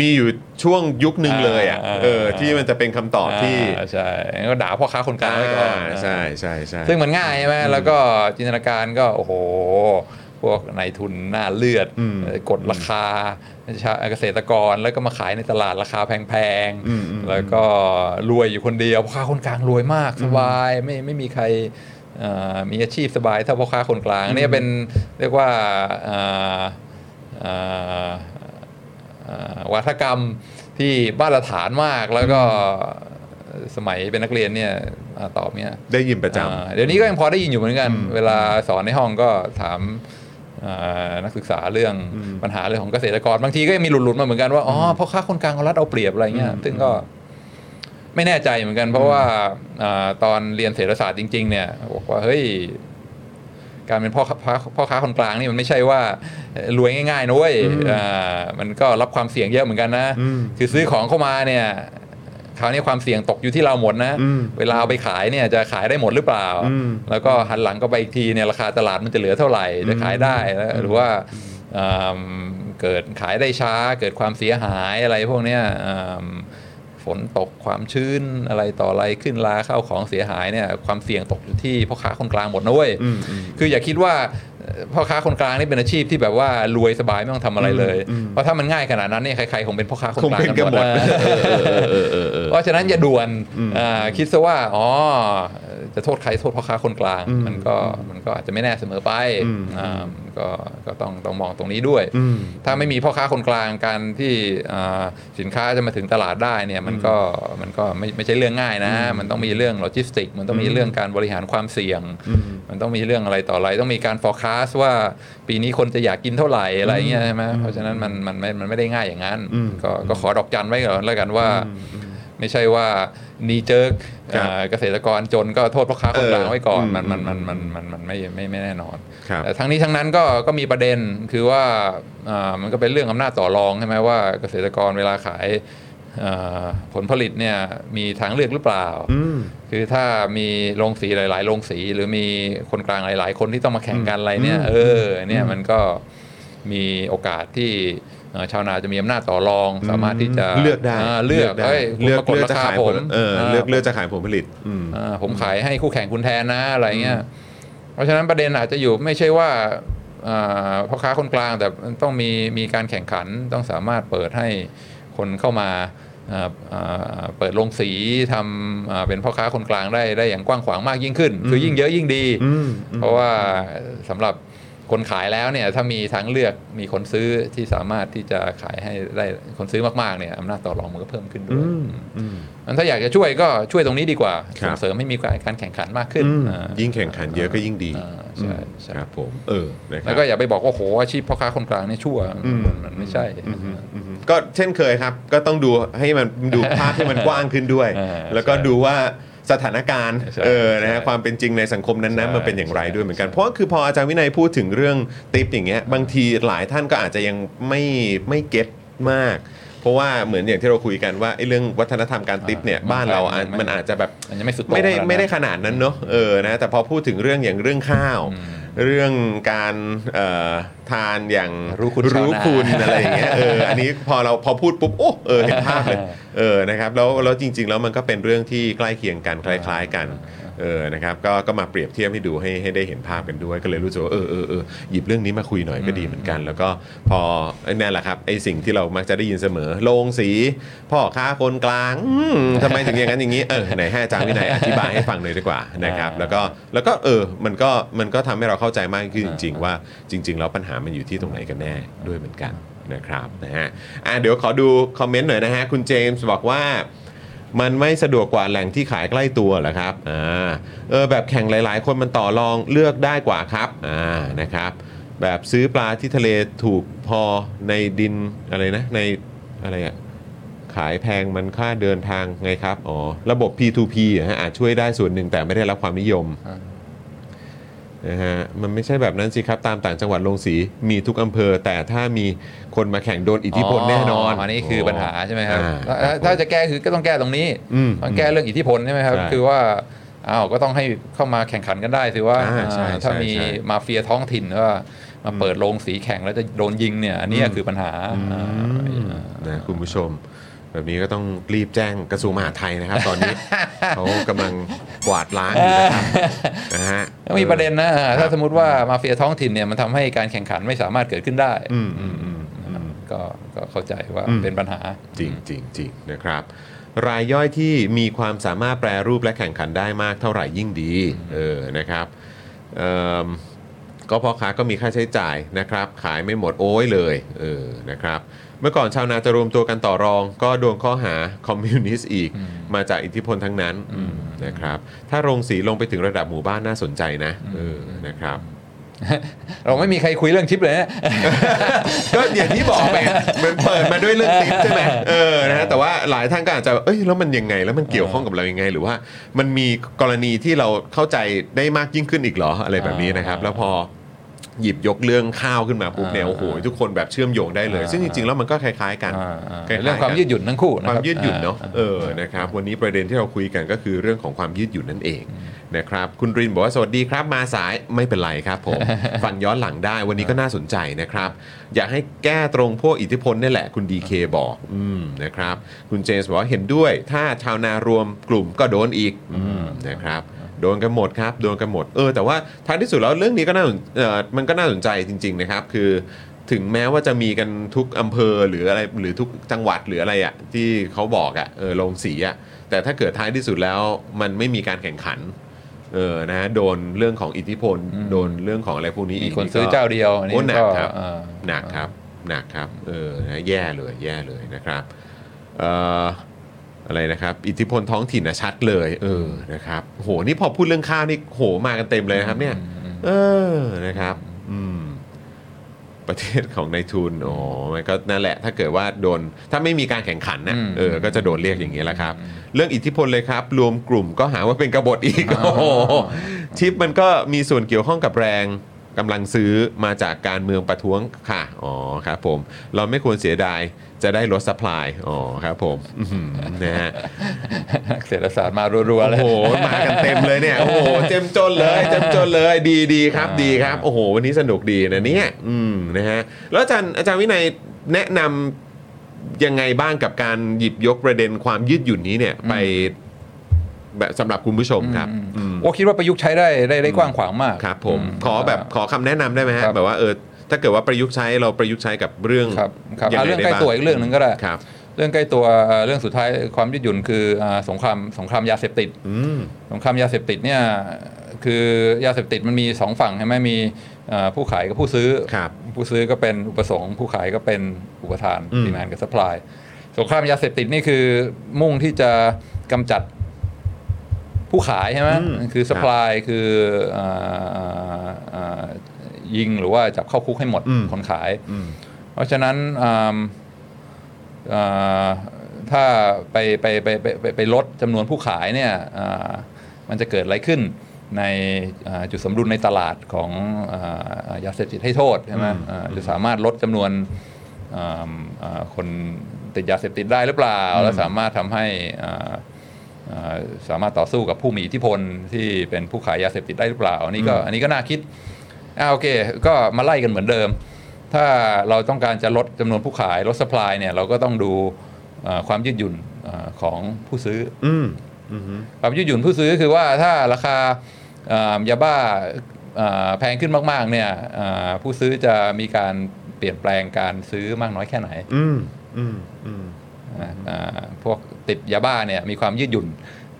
S4: มีอยู่ช่วงยุคหนึ่งเลยอ่ะ
S2: อ่า
S4: เออที่มันจะเป็นคำตอบที่
S2: อ่าใช่งั้นก็ด่าพ่อค้าคนกลางไว้ก่อ
S4: อ่าน ใช่ใช่ใช่
S2: ซึ่งมันง่ายใช่ไหมแล้วก็จินตนาการก็โอ้โห พวกนายทุนหน้าเลือด
S4: อืม
S2: เอ่อกดราคาชาเกษตรกรแล้วก็มาขายในตลาดราคาแพง
S4: อืมอืม
S2: ๆ แล้วก็รวยอยู่คนเดียวพ่อค้าคนกลางรวยมากสบายไม่ไม่มีใครเอ่อมีอาชีพสบายเท่าพ่อค้าคนกลางเนี่ยเป็นเรียกว่าเอ่อเอ่อเอ่อวัฒกรรมที่บ้านฐานมากแล้วก็สมัยเป็นนักเรียนเนี่ยอ่าตอบเนี่ย
S4: ได้ยินประจ
S2: อ่าเดี๋ยวนี้ก็ยังพอได้ยินอยู่เหมือนกัน
S4: อืม
S2: เวลาสอนในห้องก็ถามอ่านักศึกษาเรื่อง
S4: อืม
S2: ปัญหาเรื่องของเกษตรกรบางทีก็ยังมีหลุดๆมาเหมือนกันว่าอ๋อพ่อค้าคนกลางเขารัดเอาเปรียบอะไรเงี้ย
S4: อืม
S2: ซึ่งก็ไม่แน่ใจเหมือนกัน เพราะว่าอาตอนเรียนเศรษฐศาสตร์จริง ๆ เนี่ยบอกว่าเฮ้ย การเป็นพ่อค้าพ่อพ่อค้าคนกลางนี่มันไม่ใช่ว่าเอ่อรวยง่ายๆนะเว้ยอ่ามันก็รับความเสี่ยงเยอะเหมือนกันนะ
S4: อืม
S2: คือซื้อของเข้ามาเนี่ยคราวนี้ความเสี่ยงตกอยู่ที่เราหมดนะ
S4: อืม
S2: เวลาเอาไปขายเนี่ยจะขายได้หมดหรือเปล่า
S4: อืม
S2: แล้วก็หันหลังก็ไปอีกทีเนี่ยราคาตลาดมันจะเหลือเท่าไหร่จะขายได้แล้วหรือว่าอืมเกิดขายได้ช้า เกิดความเสียหายอะไรพวกเนี้ยอืมฝนตกความชื้นอะไรต่ออะไรขึ้นราข้าวของเสียหายเนี่ยความเสี่ยงตกอยู่ที่พ่อค้าคนกลางหมดนะเว้ย
S4: ำอืมอืม
S2: คืออย่าคิดว่า พ่อค้าคนกลางนี่เป็นอาชีพที่แบบว่ารวยสบายไม่ต้องทำอะไรเลย เพราะถ้ามันง่ายขนาดนั้นเนี่ยใครๆคงเป็นพ่อค้าคน
S4: คง
S2: กลาง
S4: เป็น
S2: กั
S4: กัน
S2: ห
S4: นห
S2: ม
S4: ม
S2: ด
S4: ด
S2: เออ
S4: เออเออเออ
S2: เพราะฉะนั้นอย่าด่วนอ่าคิดซะว่า อ๋อ จะโทษใครโทษพ่อค้าคนกลาง มันก็มันก็อาจจะไม่แน่เสมอไปอ่ามันก็ก็ต้องต้องมองตรงนี้ด้วย ถ้าไม่มีพ่อค้าคนกลางการที่อ่าสินค้าจะมาถึงตลาดได้เนี่ยมันก็มันก็ไม่ไม่ใช่เรื่องง่ายนะ มันต้องมีเรื่องโลจิสติก มันต้องมีเรื่องการบริหารความเสี่ยง มันต้องมีเรื่องอะไรต่ออะไร ต้องมีการ forecast ว่าปีนี้คนจะอยากกินเท่าไหร่อะไรเงี้ยใช่ไหมเพราะฉะนั้นมันมันไม่มันไม่ได้ง่ายอย่างนั้น ก็ก็ขอดอกจันไว้ก่อนแล้วกันว่า ไม่ใช่ว่านีเจอ
S4: ครับ
S2: อเกษตรกรจนก็โทษพ่อค้าคนกลาง
S4: เออ
S2: ไว้ก่อน
S4: อืม
S2: มันมันมันมันมันมันไม่ไม่ไม่แน่นอน
S4: ครับ
S2: แต่ทั้งนี้ทั้งนั้นก็ก็มีประเด็นคือว่าอ่ามันก็เป็นเรื่องอำนาจต่อรองใช่ไหมว่าเกษตรกรเวลาขายอ่าผลผลิตเนี่ยมีทางเลือกหรือเปล่า
S4: อืม
S2: คือถ้ามีโรงสีหลาย ๆ โรงสี หรือมีคนกลางหลาย ๆ คนที่ต้องมาแข่งกันอะไรเนี่ย เออเนี่ยมันก็มีโอกาสที่เอ่อชาวนาจะมีอำนาจต่อรอง สามารถที่จะ
S4: เลือกได้
S2: าเลือก
S4: ได้
S2: เอ้ยคุณ
S4: เลือก
S2: มากด
S4: เลือ
S2: รา
S4: กจะ
S2: คา
S4: ขาย
S2: ผ
S4: ผม ลเออเลือกเลือกจะขายผลผลิตอืม
S2: อ่าผมขายให้คู่แข่งคุณแทนนะอะไรเงี้ยเพราะฉะนั้นประเด็นอาจจะอยู่ไม่ใช่ว่าอ่าพ่อค้าคนกลางแต่มันต้องมีมีการแข่งขันต้องสามารถเปิดให้คนเข้ามาอ่าอ่าเปิดโรงสีทำอ่าเป็นพ่อค้าคนกลางได้ได้อย่างกว้างขวางมากยิ่งขึ้น คือยิ่งเยอะยิ่งดี
S4: อืม
S2: เพราะว่าสำหรับคนขายแล้วเนี่ยถ้ามีทางเลือกมีคนซื้อที่สามารถที่จะขายให้ได้คนซื้อมากๆเนี่ยอำนาจต่อรองมันก็เพิ่มขึ้นด้วยอันถ้าอยากจะช่วยก็ช่วยตรงนี้ดีกว่า
S4: ค
S2: ส่
S4: รับ
S2: งเสริมให้มีการแข่งขันมากขึ้น
S4: อืม
S2: อ่า
S4: ยิ่งแข่งขันเยอะก็ยิ่งดี
S2: อ่าใช่ใช่
S4: ครับผมเออนะครั
S2: แล้
S4: บ
S2: วก็อย่าไปบอกว่าโหอาชีพพ่อค้าคนกลางเนี่ยชั่ว
S4: อืม
S2: มันมันไม่ใช่
S4: ก็เช่นเคยครับ ก็ต้องดูให้มันดูภาพให้มันกว้างขึ้นด้วย
S2: เออ
S4: แล้วก็ดูว่าสถานการณ์
S2: ใช่
S4: เออนะฮะ
S2: ใช่
S4: ความเป็นจริงในสังคมนั้นๆมันเป็นอย่างไร
S2: ใช่
S4: ด้วยเหมือนกัน
S2: ใช่
S4: เพราะว่าคือพออาจารย์วินัยพูดถึงเรื่องติปอย่างเงี้ยบางทีหลายท่านก็อาจจะยังไม่ไม่เก็ตมาก เพราะว่าเหมือนอย่างที่เราคุยกันว่าไอ้เรื่องวัฒนธรรมการติปเนี่ย
S2: อ่า
S4: บ้านเรา
S2: ใช่
S4: อ่ะ
S2: ไม่
S4: มันอาจจะแบบ
S2: มันยังไม่สุดโต่ง
S4: ไม่ได้
S2: ขนาดนั้น
S4: ไม่ได้ขนาดนั้นเนอะเออนะแต่พอพูดถึงเรื่องอย่างเรื่องข้าว
S2: อืม
S4: เรื่องการเอ่อทานอย่าง
S2: รู้คุณชาวนา
S4: รู้คุณอะไรอย่างเงี้ย เอออันนี้พอเราพอพูดปุ๊บโอ้เออเห็นภาพเลย เออนะครับแล้วแล้วจริง ๆ แล้วมันก็เป็นเรื่องที่ใกล้เคียงกันคล้าย ๆ กันเออนะครับก็ก็มาเปรียบเทียบให้ดูให้ให้ได้เห็นภาพกันด้วย ก็เลยรู้สึกว่าเออเออเออหยิบเรื่องนี้มาคุยหน่อยก็ดีเหมือนกัน แล้วก็พอไอ้นั่นแหละครับไอ้สิ่งที่เรามักจะได้ยินเสมอโรงสีพ่อค้าคนกลางอืมทำไมถึงอย่างนั้นอย่างนี้เออไหนให้อาจารย์วินัยอธิบายให้ฟังหน่อยดีกว่า นะครับแล้วก็แล้วก็เออมันก็มันก็ทำให้เราเข้าใจมากขึ้นจริง ๆ ว่าจริง ๆ แล้วปัญหามันอยู่ที่ตรงไหนกันแน่ด้วยเหมือนกัน นะครับนะฮะอ่ะเดี๋ยวขอดูคอมเมนต์หน่อยนะฮะ คุณเจมส์บอกว่า มันไม่สะดวกกว่าแหล่งที่ขายใกล้ตัวเหรอครับอ่าเออแบบแข่งหลาย ๆ คนมันต่อรองเลือกได้กว่าครับอ่านะครับแบบซื้อปลาที่ทะเลถูกพอในดินอะไรนะในอะไรอะขายแพงมันค่าเดินทางไงครับอ๋อระบบ P2P อะฮะอาจช่วยได้ส่วนหนึ่งแต่ไม่ได้รับความนิยม
S2: อ่า
S4: นะฮะมันไม่ใช่แบบนั้นสิครับ ตามต่างจังหวัดลงสีมีทุกอำเภอ แต่ถ้ามีคนมาแข่งโดนอิทธิพลแน่นอน
S2: อันนี้คือปัญหาใช่ไหมครับ
S4: อ่า
S2: ถ้าถ้าจะแก้คือก็ต้องแก้ตรงนี้
S4: อืม
S2: ต้องแก้เรื่องอิทธิพลใช่ไหมครับ
S4: ใช่
S2: คือว่าอ้าวก็ต้องให้เข้ามาแข่งขันกันได้ถือว่า
S4: อ่าใช่
S2: อ่าถ้า
S4: ใช่
S2: มี
S4: ใช่
S2: มาเฟียท้องถิ่นว่ามาเปิดโรงสีแข่งแล้วจะโดนยิงเนี่ย อันเนี้ย
S4: อืม
S2: คือปัญหาอ่า
S4: นะคุณผู้ชม แบบนี้ก็ต้องรีบแจ้งกระทรวงมหาดไทยนะครับ ตอนนี้ เขากำลังกวาดล้างอยู่นะครับนะฮะ
S2: ก็มีประเด็นนะอ่าถ้าสมมติว่ามาเฟียท้องถิ่นเนี่ยมันทำให้การแข่งขันไม่สามารถเกิดขึ้นได้
S4: อืมอืมอืมอืม
S2: ก็ก็เข้าใจว่า
S4: อืม
S2: เป็นปัญหา
S4: จริงจริงจริงนะครับ รายย่อยที่มีความสามารถแปรรูปและแข่งขันได้มากเท่าไหร่ยิ่งดีเออนะครับเอิ่มก็พ่อค้าก็มีค่าใช้จ่ายนะครับ ขายไม่หมดโอ้ยเลยเออนะครับ เมื่อก่อนชาวนาจะรวมตัวกันต่อรอง ก็โดนข้อหาคอมมิวนิสต์อีก มาจากอิทธิพลทั้งนั้นนะครับ ถ้าโรงสีลงไปถึงระดับหมู่บ้านน่าสนใจนะเออนะครับ
S2: เราไม่มีใครคุยเรื่องชิปเลยนะ
S4: ก็อย่างที่บอกไปไงมันเปิดมาด้วยเรื่องติ๊บใช่ไหมเออนะฮะแต่ว่าหลายท่านก็อาจจะแบบเอ้ยแล้วมันยังไงแล้วมันเกี่ยวข้องกับเรายังไง หรือว่ามันมีกรณีที่เราเข้าใจได้มากยิ่งขึ้นอีกเหรออะไรแบบนี้นะครับ แล้วพอหยิบยกเรื่องข้าวขึ้นมาปุ๊บเนี่ยโอ้โหทุกคนแบบเชื่อมโยงได้เลย ซึ่งจริงๆแล้วมันก็คล้ายๆกัน
S2: อ่าอ่า
S4: ล้ๆ
S2: เรื่องความยืดหยุ่นทั้งคู่นะค
S4: ค
S2: รับ
S4: วามยืดหยุ่นเนาะ
S2: อ่า
S4: เออนะครับ วันนี้ประเด็นที่เราคุยกันก็คือเรื่องของความยืดหยุ่นนั่นเองนะครับ คุณรินบอกว่าสวัสดีครับ มาสายไม่เป็นไรครับผม ฟังย้อนหลังได้วันนี้ก็น่าสนใจนะครับ อยากให้แก้ตรงพวกอิทธิพลนี่แหละคุณดีเคบอกอืมนะครับ คุณเจมส์บอกว่าเห็นด้วย ถ้าชาวนารวมกลุ่มก็โดนอีกอืมนะครับ โดนกันหมดครับโดนกันหมดเออแต่ว่าท้ายที่สุดแล้วเรื่องนี้ก็น่าสนเออมันก็น่าสนใจจริง ๆนะครับ คือ ถึงแม้ว่าจะมีกันทุกอำเภอหรืออะไรหรือทุกจังหวัดหรืออะไรอะ่ะที่เขาบอกอะ่ะเออลงสีอะ่ะแต่ถ้าเกิดท้ายที่สุดแล้วมันไม่มีการแข่งขันเออนะฮะโดนเรื่องของอิทธิพล
S2: อืม
S4: โดนเรื่องของอะไรพวกนี้
S2: มี
S4: อีก
S2: คน
S4: ก็
S2: ซื้อเจ้าเดียวอันนี้
S4: โอ้หนั
S2: ก็
S4: กครับ
S2: เอ่อ
S4: หนักครับหนักครับเออนะแย่เลยแย่เลยนะครับเอ่ออะไรนะครับ อิทธิพลท้องถิ่นนะชัดเลยเออนะครับโหนี่พอพูดเรื่องข้าวนี่โหมากันเต็มเลยนะครับเนี่ยเออนะครับอืมประเทศของนายทุนโอ้โหมันก็นั่นแหละ ถ้าเกิดว่าโดนถ้าไม่มีการแข่งขันนะ
S2: อืม
S4: เออก็จะโดนเรียกอย่างนี้แหละครับ เรื่องอิทธิพลเลยครับ รวมกลุ่มก็หาว่าเป็นกบฏอี กโอ้โหชิปมันก็มีส่วนเกี่ยวข้องกับแรงกำลังซื้อมาจากการเมืองประท้วงค่ะ อ๋อครับผม เราไม่ควรเสียดายจะได้ลดสป라이อ๋อครับผมอื้อหือนะฮะ
S2: เศรษฐศาสตร์มารัวๆ
S4: โอ้
S2: เลย
S4: โหมากันเต็มเลย เนี่ยโอ้โหเจ็มจนเลยเจ็มจนเลยดีดีครับดีครับโอ้โห วันนี้สนุกดีนะเนี่ยอืมนะฮะแล้วอาจารย์อาจารย์วินัยแนะนำยังไงบ้างกับการหยิบยกประเด็นความยืดหยุ่นนี้เนี่ยไปแบบสำหรับคุณผู้ชมครับอืม
S2: โอ้คิดว่าประยุกต์ใช้ได้ได้ได้กว้างขวางมาก
S4: ครับผม
S2: ม
S4: ขอแบบขอคำแนะนำได้ไหมฮะ
S2: ครับ
S4: แบบว่าเออถ้าเกิดว่าประยุกต์ใช้เราประยุกต์ใช้กับเรื่อง
S2: ครับครับ
S4: ยั
S2: เอา
S4: ไ
S2: เรื่องใกล้
S4: ได้บ้า
S2: ตัวอีกเรื่องหนึ่งก็ได้
S4: ครับ
S2: เรื่องใกล้ตัวเอ่อเรื่องสุดท้ายความยืดหยุ่นคืออ่าสงครามสงครามยาเสพติด
S4: อืม
S2: สงครามยาเสพติดเนี่ยคือยาเสพติดมันมีสองฝั่งใช่ไหมมีเอ่อผู้ขายกับผู้ซื้อ
S4: ครับ
S2: ผู้ซื้อก็เป็นอุปสงค์ผู้ขายก็เป็นอุปทาน
S4: อืม
S2: ดีมานกับสป라이สงครามยาเสพติดนี่คือมุ่งที่จะกำจัดผู้ขายใช่ไหม
S4: อืม
S2: คือ
S4: ค
S2: ส
S4: รับ
S2: ป라이คือเอ่อเอ่อยิงหรือว่าจับเข้าคุกให้หมด
S4: อืม
S2: คนขาย
S4: อืม
S2: เพราะฉะนั้นอ่าอ่าถ้าไปไปไปไปไปไปลดจำนวนผู้ขายเนี่ยอ่ามันจะเกิดอะไรขึ้นในอ่าจุดสมดุลในตลาดของอายาเสพติดให้โทษใช่ไหม
S4: อืม
S2: อ่าจะสามารถลดจำนวนอ่าอ่าคนติดยาเสพติดได้หรือเปล่า และสามารถทำให้อ่าอ่าสามารถต่อสู้กับผู้มีอิทธิพลที่เป็นผู้ขายยาเสพติดได้หรือเปล่าอันนี้ก็อันนี้ก็น่าคิด อ่าโอเค ก็มาไล่กันเหมือนเดิม ถ้าเราต้องการจะลดจำนวนผู้ขายลดสป l y เนี่ยเราก็ต้องดูเอ่อความยืดหยุ่นเอ่อของผู้ซื้อ
S4: อืม
S2: ความยืดหยุ่นผู้ซื้อคือว่าถ้าราคาเอ่อยาบ้าเอ่อแพงขึ้นมากๆเนี่ยเอ่อผู้ซื้อจะมีการเปลี่ยนแปลงการซื้อมากน้อยแค่ไหน
S4: อืม อืม อืม
S2: อ่าอ่าพวกติดยาบ้าเนี่ยมีความยืดหยุ่น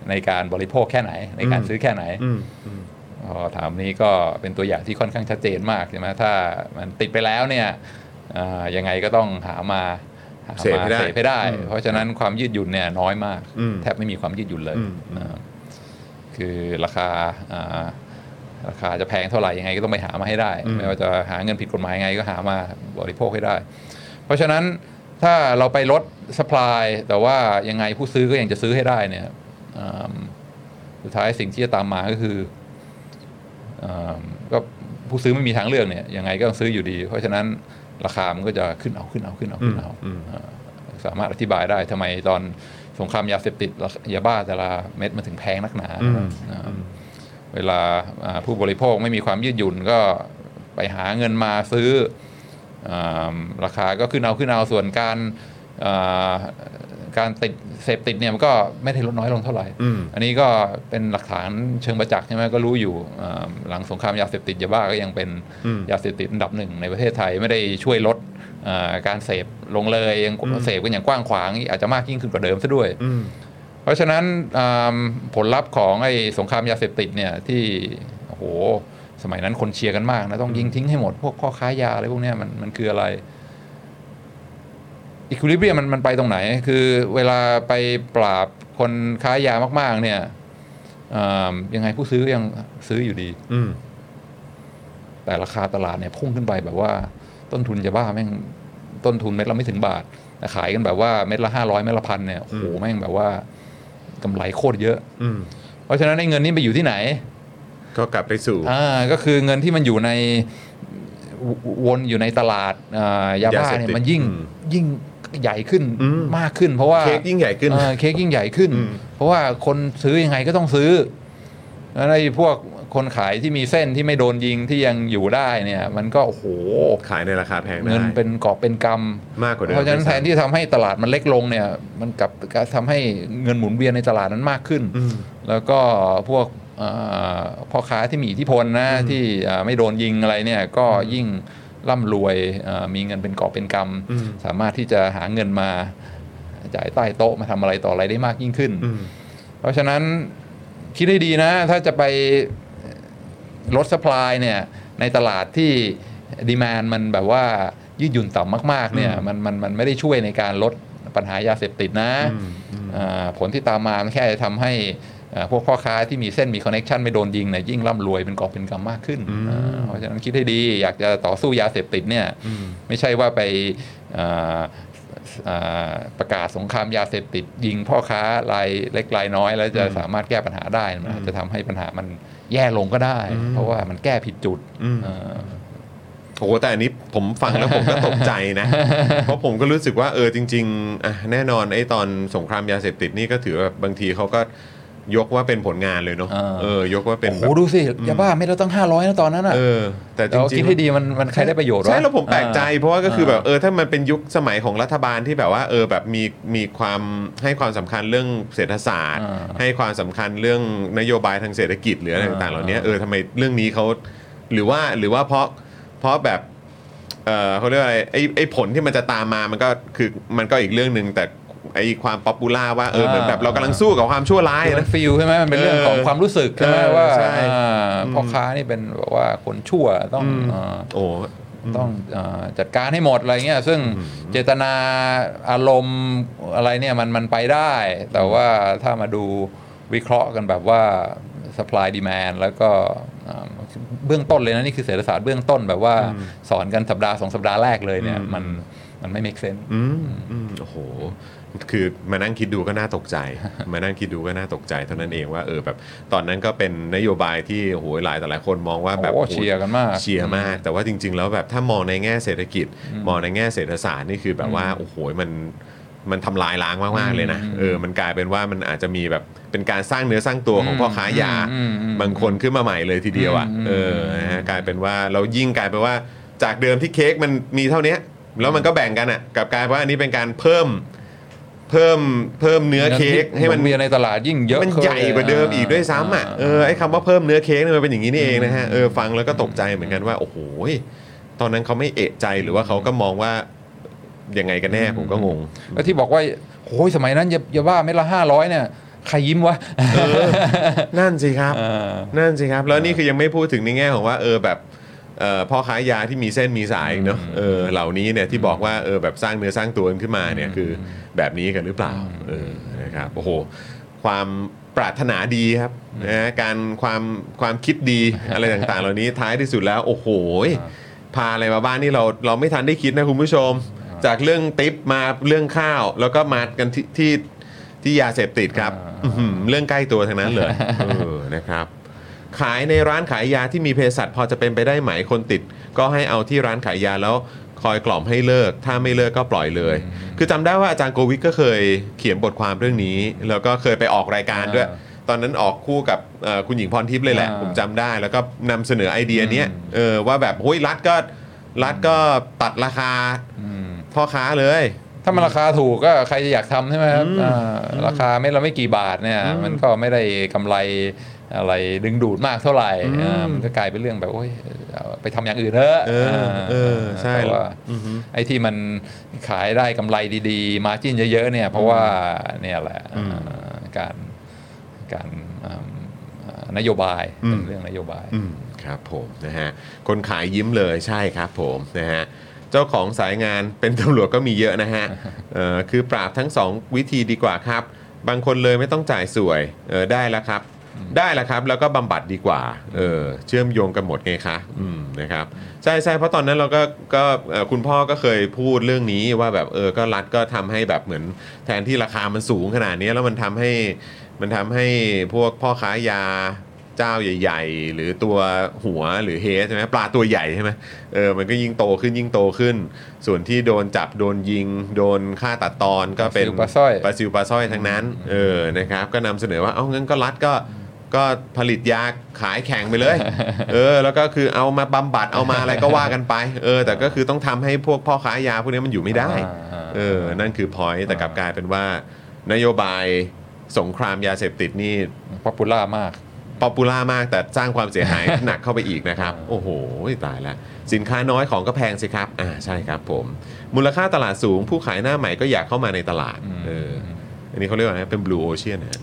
S2: ในการบริโภคแค่ไหน ในการ
S4: อืม
S2: ซื้อแค่ไหน
S4: อืมอืม
S2: พอถามนี้ก็เป็นตัวอย่างที่ค่อนข้างชัดเจนมากใช่ไหมถ้ามันติดไปแล้วเนี่ยอ่ายังไงก็ต้องหามาหามา
S4: เสพให้ได้
S2: เสพให้ได้
S4: อืม
S2: เพราะฉะนั้นความยืดหยุ่นเนี่ยน้อยมาก
S4: อืม
S2: แทบไม่มีความยืดหยุ่นเลย
S4: อืม
S2: อ่าคือราคาอ่าราคาจะแพงเท่าไหร่ยังไงก็ต้องไปหามาให้ได้ ไม่ว่าจะหาเงินผิดกฎหมายยังไงก็หามาบริโภคให้ได้ เพราะฉะนั้นถ้าเราไปลดสป l y แต่ว่ายังไงผู้ซื้อก็ยังจะซื้อให้ได้เนี่ยอืมสุดท้ายสิ่งที่จะตามมาก็คือ เอ่อก็ผู้ซื้อไม่มีทางเลือกเนี่ยยังไงก็ต้องซื้ออยู่ดี เพราะฉะนั้นราคามันก็จะขึ้นเอาขึ้นเอาขึ้นเอาขึ้นเอา
S4: อืมอืม
S2: เอ่อสามารถอธิบายได้ทำไมตอนสงครามยาเสพติดราคายาบ้าแต่ละเม็ดมันถึงแพงนักหนา
S4: อืม
S2: เอ่อเวลาอ่าผู้บริโภคไม่มีความยืดหยุ่นก็ไปหาเงินมาซื้ออ่าราคาก็ขึ้นเอาขึ้นเอาส่วนการอ่าการติดเสพติดเนี่ยมันก็ไม่ได้ลดน้อยลงเท่าไหร่
S4: อืม
S2: อันนี้ก็เป็นหลักฐานเชิงประจักษ์ใช่ไหมก็รู้อยู่อ่าหลังสงครามยาเสพติดยาบ้าก็ยังเป็น
S4: อืม
S2: ยาเสพติดอันดับหนึ่งในประเทศไทยไม่ได้ช่วยลดอ่าการเสพลงเลยยัง
S4: อืม
S2: เสพกันอย่างกว้างขวางอาจจะมากยิ่งขึ้นกว่าเดิมซะด้วย
S4: อืม
S2: เพราะฉะนั้นอ่าผลลัพธ์ของไอ้สงครามยาเสพติดเนี่ยที่โอ้โหสมัยนั้นคนเชียร์กันมากนะต้องยิงทิ้งให้หมด พวกข้อค้ายาอะไรพวกเนี้ยมันมันคืออะไรอีควิลิเบียมันมันไปตรงไหน คือเวลาไปปราบคนค้ายามากๆ เนี่ยอ่ายังไงผู้ซื้อยังซื้ออยู่ดี
S4: อืม
S2: แต่ราคาตลาดเนี่ยพุ่งขึ้นไปแบบว่าต้นทุนจะบ้าแม่งต้นทุนเม็ดละไม่ถึงบาทแต่ขายกันแบบว่าเม็ดละห้าร้อยเม็ดละพันเนี่ยโอ้โห
S4: อืม
S2: แม่งแบบว่ากำไรโคตรเยอะ
S4: อืม
S2: เพราะฉะนั้นไอ้เงินนี้ไปอยู่ที่ไหน
S4: ก็กลับไปสู่
S2: อ่าก็คือเงินที่มันอยู่ในววนอยู่ในตลาดอ่ายาบ้าย
S4: าเสพติด
S2: เนี่ยมันยิ่ง
S4: อืม
S2: ยิ่งใหญ่ขึ้น
S4: อืม
S2: มากขึ้น เพราะว่า
S4: เค้กยิ่งใหญ่ขึ้น
S2: เออเค้กยิ่งใหญ่ขึ้น
S4: อืม
S2: เพราะว่าคนซื้อยังไงก็ต้องซื้อแล้วไอ้พวกคนขายที่มีเส้นที่ไม่โดนยิงที่ยังอยู่ได้เนี่ย มันก็โอ้โห
S4: ขายในราคาแพงได้
S2: เงินเป็นกอบเป็นก
S4: มากกว่าเดิ
S2: ำ
S4: ม
S2: เพราะฉะนั้น
S4: ด้ว
S2: แท
S4: ย
S2: น
S4: ซ้ำ
S2: ที่ทำให้ตลาดมันเล็กลงเนี่ย มันกลับทำให้เงินหมุนเวียนในตลาดนั้นมากขึ้น
S4: อืม
S2: แล้วก็พวกเอ่อพ่อค้าที่มีอิทธิพลนะที่เอ่อไม่โดนยิงอะไรเนี่ยก็ยิ่งร่ำรวยเอ่อมีเงินเป็นกอบเป็นกำสามารถที่จะหาเงินมาจ่ายใต้โต๊ะมาทำอะไรต่ออะไรได้มากยิ่งขึ้น เพราะฉะนั้นคิดให้ดีนะ ถ้าจะไปลดสป라이เนี่ยในตลาดที่ดีมานมันแบบว่ายืดหยุ่นต่ำมากๆเนี่ยมันมันมันไม่ได้ช่วยในการลดปัญหายาเสพติดนะอ่าผลที่ตามมามันแค่จะทำให้เอ่อพวกพ่อค้าที่มีเส้นมีคอนเน็ชันไม่โดนยิงเนี่ยยิ่งร่ำรวยเป็นกอบเป็นกำมากขึ้นอ่าเพราะฉะนั้นคิดให้ดีอยากจะต่อสู้ยาเสพติดเนี่ยไม่ใช่ว่าไปอ่า อ่าประกาศสงครามยาเสพติดยิงพ่อค้ารายเล็กรายน้อย แล้วจะสามารถแก้ปัญหาได้มันอาจจะทำให้ปัญหามันแย่ลงก็ได้ เพราะว่ามันแก้ผิดจุดเออ
S4: โอ้โหแต่อันนี้ผมฟังแล้วผมก็ตกใจ นะ เพราะผมก็รู้สึกว่าเออจริงๆอ่ะแน่นอนไอ้ตอนสงครามยาเสพติดนี่ก็ถือว่าบางทีเขาก็ยกว่าเป็นผลงานเลยเนาะ
S2: อ่า
S4: เออยกว่าเป็น
S2: โอ้
S4: แบ
S2: โห
S4: บ
S2: ดูสิยาบ้าไม่เราต้อง 500นะตอนนั้นอ่ะ
S4: เออ แต่จ
S2: เรา
S4: ริ
S2: คิด
S4: งๆ
S2: ให้ดีมันมันใครได้ประโยชน์วะ
S4: ใช่แล้วผมแปลกใจ เพราะว่าก็คือแบบเออถ้ามันเป็นยุคสมัยของรัฐบาลที่แบบว่าเออแบบมีมีความให้ความสำคัญเรื่องเศรษฐศาสตร์
S2: อ่า
S4: ให้ความสำคัญเรื่องนโยบายทางเศรษฐกิจหรืออะไรต่างๆเหล่านี้เออทำไมเรื่องนี้เขาหรือว่าหรือว่าเพราะเพราะแบบเออเขาเรียกว่าอะไรไอ้ไอ้ผลที่มันจะตามมามันก็คือมันก็อีกเรื่องหนึ่งแต่ไอ้ความป๊อปปูล่าว่าเออเหมือน
S2: อ่า
S4: แบบเรากำลังสู้กับความชั่วร้าย
S2: คือมั
S4: นะ
S2: นฟิลใช่ไหมมันเป็นเรื่องของความรู้สึกใช่ไหม
S4: เออ
S2: ว่า
S4: ใช่
S2: อ่าพ่อค้านี่เป็นแบบว่าคนชั่วต้องเอ่อ
S4: โอ้
S2: ต้องเออจัดการให้หมดอะไรเงี้ยซึ่งเจตนาอารมณ์อะไรเนี่ยมันมันไปได้ แต่ว่าถ้ามาดูวิเคราะห์กันแบบว่า supply demand แล้วก็เอ่อเบื้องต้นเลยนะ นี่คือเศรษฐศาสตร์เบื้องต้นแบบว่าสอนกันสัปดาห์สองสัปดาห์แรกเลยเนี่ยมันมันไม่ make sense
S4: อืมอืมโอ้โห คือมานั่งคิดดูก็น่าตกใจ มานั่งคิดดูก็น่าตกใจเท่านั้นเองว่าเออแบบตอนนั้นก็เป็นนโยบายที่โอ้โหหลายแต่หลายคนมองว่าแบบ
S2: โอ้
S4: โอ้โห
S2: เชียร์กันมาก
S4: เชียร์มาก แต่ว่าจริง ๆ แล้วแบบถ้ามองในแง่เศรษฐกิจ มองในแง่เศรษฐศาสตร์นี่คือแบบว่าโอ้โหมันมันทำลายล้างมากๆเลยนะ
S2: อืม
S4: เออมันกลายเป็นว่ามันอาจจะมีแบบเป็นการสร้างเนื้อสร้างตัวของพ่อค้ายา
S2: อืมอืม
S4: บางคนขึ้นมาใหม่เลยทีเดียวอ่ะ
S2: อืม
S4: เออนะฮะกลายเป็นว่าเรายิ่งกลายเป็นว่าจากเดิมที่เค้กมันมีเท่าเนี้ยแล้วมันก็แบ่งกันอ่ะกลับกลายเป็นว่าอันนี้เป็นการเพิ่ม เพิ่มเพิ่มเนื้อเค้กให้มัน
S2: เวียนในตลาดยิ่งเยอะ
S4: มันใหญ่กว่าเดิมอีกด้วยซ้ำอ่ะเออไอ้คำว่าเพิ่มเนื้อเค้กเนี่ยมันเป็นอย่างนี้นี่เองนะฮะเออฟังแล้วก็ตกใจเหมือนกันว่า โอ้โหยตอนนั้นเขาไม่เอะใจหรือว่าเขาก็มองว่ายังไงกันแน่ผมก็งง
S2: แล้วที่บอกว่าโอ้ยสมัยนั้นอย่าอย่าว่าเม็ดละห้าร้อยเนี่ยใครยิ้มวะ
S4: นั่นสิครับ
S2: เออ
S4: นั่นสิครับ แล้วนี่คือยังไม่พูดถึงในแง่ของว่าเออแบบเอ่อพ่อค้ายาที่มีเส้นมีสายอีกเนอะเออเหล่านี้เนี่ยที่บอกว่าเออแบบสร้างเนื้อสร้างตัวขึ้นมาเนี่ยคือแบบนี้กันหรือเปล่าเออนะครับโอ้โหความปรารถนาดีครับนะฮะการความความคิดดีอะไรต่างๆ เหล่านี้ท้ายที่สุดแล้วโอ้โหยพาอะไรมาบ้านนี่เราเราไม่ทันได้คิดนะคุณผู้ชม จากเรื่องติปมาเรื่องข้าว แล้วก็มากันที่ที่ที่ยาเสพติดครับอื้อหือเรื่องใกล้ตัวทั้งนั้นเลยเออนะครับ ขายในร้านขายยาที่มีเภสัชพอจะเป็นไปได้ไหมคนติด ก็ให้เอาที่ร้านขายยาแล้วคอยกล่อมให้เลิก ถ้าไม่เลิกก็ปล่อยเลย คือจำได้ว่าอาจารย์โกวิทก็เคยเขียนบทความเรื่องนี้ แล้วก็เคยไปออกรายการด้วย
S2: อ่า
S4: ตอนนั้นออกคู่กับเอ่อคุณหญิงพรทิพย์เลยแหละ
S2: อ่า
S4: ผมจำได้แล้วก็นำเสนอไอเดียเนี้ยเออว่าแบบเฮ้ยรัฐก็รัฐก็ตัดราคา
S2: อืม
S4: พ่อค้าเลย
S2: ถ้ามันราคาถูกก็ใครจะอยากทำใช่ไหมครับอ่าราคาไม่เราไม่กี่บาทเนี่ยมันก็ไม่ได้กำไรอะไรดึงดูดมากเท่าไหร่อ่ามันก็กลายเป็นเรื่องแบบโอ้ยเอาไปทำอย่างอื่นเถอะ
S4: เออเออใช่
S2: แต่ว่าไอ้ที่มันขายได้กำไรดีๆ มาจิ้นเยอะๆเนี่ยเพราะว่าเนี่ยแหละอ่าการการอ่าอ่านโยบาย
S4: อืม
S2: เป็นเรื่องนโยบาย
S4: อื มครับผมนะฮะคนขายยิ้มเลยใช่ครับผมนะฮะเจ้าของสายงานเป็นตำรวจก็มีเยอะนะฮะเอ่อคือปราบทั้งสองวิธีดีกว่าครับ บางคนเลยไม่ต้องจ่ายสวยเออได้แล้วครับ ได้แล้วครับ แล้วก็บำบัดดีกว่าเออเชื่อมโยงกันหมดไงคะอืมนะครับใช่ใช่เพราะตอนนั้นเราก็ก็เอ่อคุณพ่อก็เคยพูดเรื่องนี้ว่าแบบเออก็รัฐก็ทำให้แบบเหมือนแทนที่ราคามันสูงขนาดนี้แล้วมันทำให้มันทำให้พวกพ่อค้ายา เจ้าใหญ่ ๆ หรือตัวหัวหรือเฮดใช่ไหมปลาตัวใหญ่ใช่ไหมเออมันก็ยิ่งโตขึ้นยิ่งโตขึ้น ส่วนที่โดนจับโดนยิง โดนฆ่าตัดตอนก็เป็น
S2: ปลาซิวปลาสร้อย
S4: ปลาซิวปลาสร้อยทั้งนั้นเออนะครับ ก็นำเสนอว่าเอางั้นก็รัดก็ก็ผลิตยาขายแข่งไปเลย เออ แล้วก็คือเอามาบำบัดเอามาอะไรก็ว่ากันไป เออ แต่ก็คือต้องทำให้พวกพ่อค้ายาพวกนี้มันอยู่ไม่ได้
S2: อ่า
S4: เออ นั่นคือพอยต์แต่กลับกลายเป็นว่า นโยบาย สงครามยาเสพติดนี่
S2: ป๊อปปูล่ามาก
S4: ป๊อปปูล่ามากแต่สร้างความเสียหาย หนักเข้าไปอีกนะครับ โอ้โห ตายแล้ว สินค้าน้อยของก็แพงสิครับ อ่าใช่ครับผม มูลค่าตลาดสูง ผู้ขายหน้าใหม่ก็อยากเข้ามาในตลาด เออ อันนี้เขาเรียกว่าไงเป็นบลูโอเชียนนะ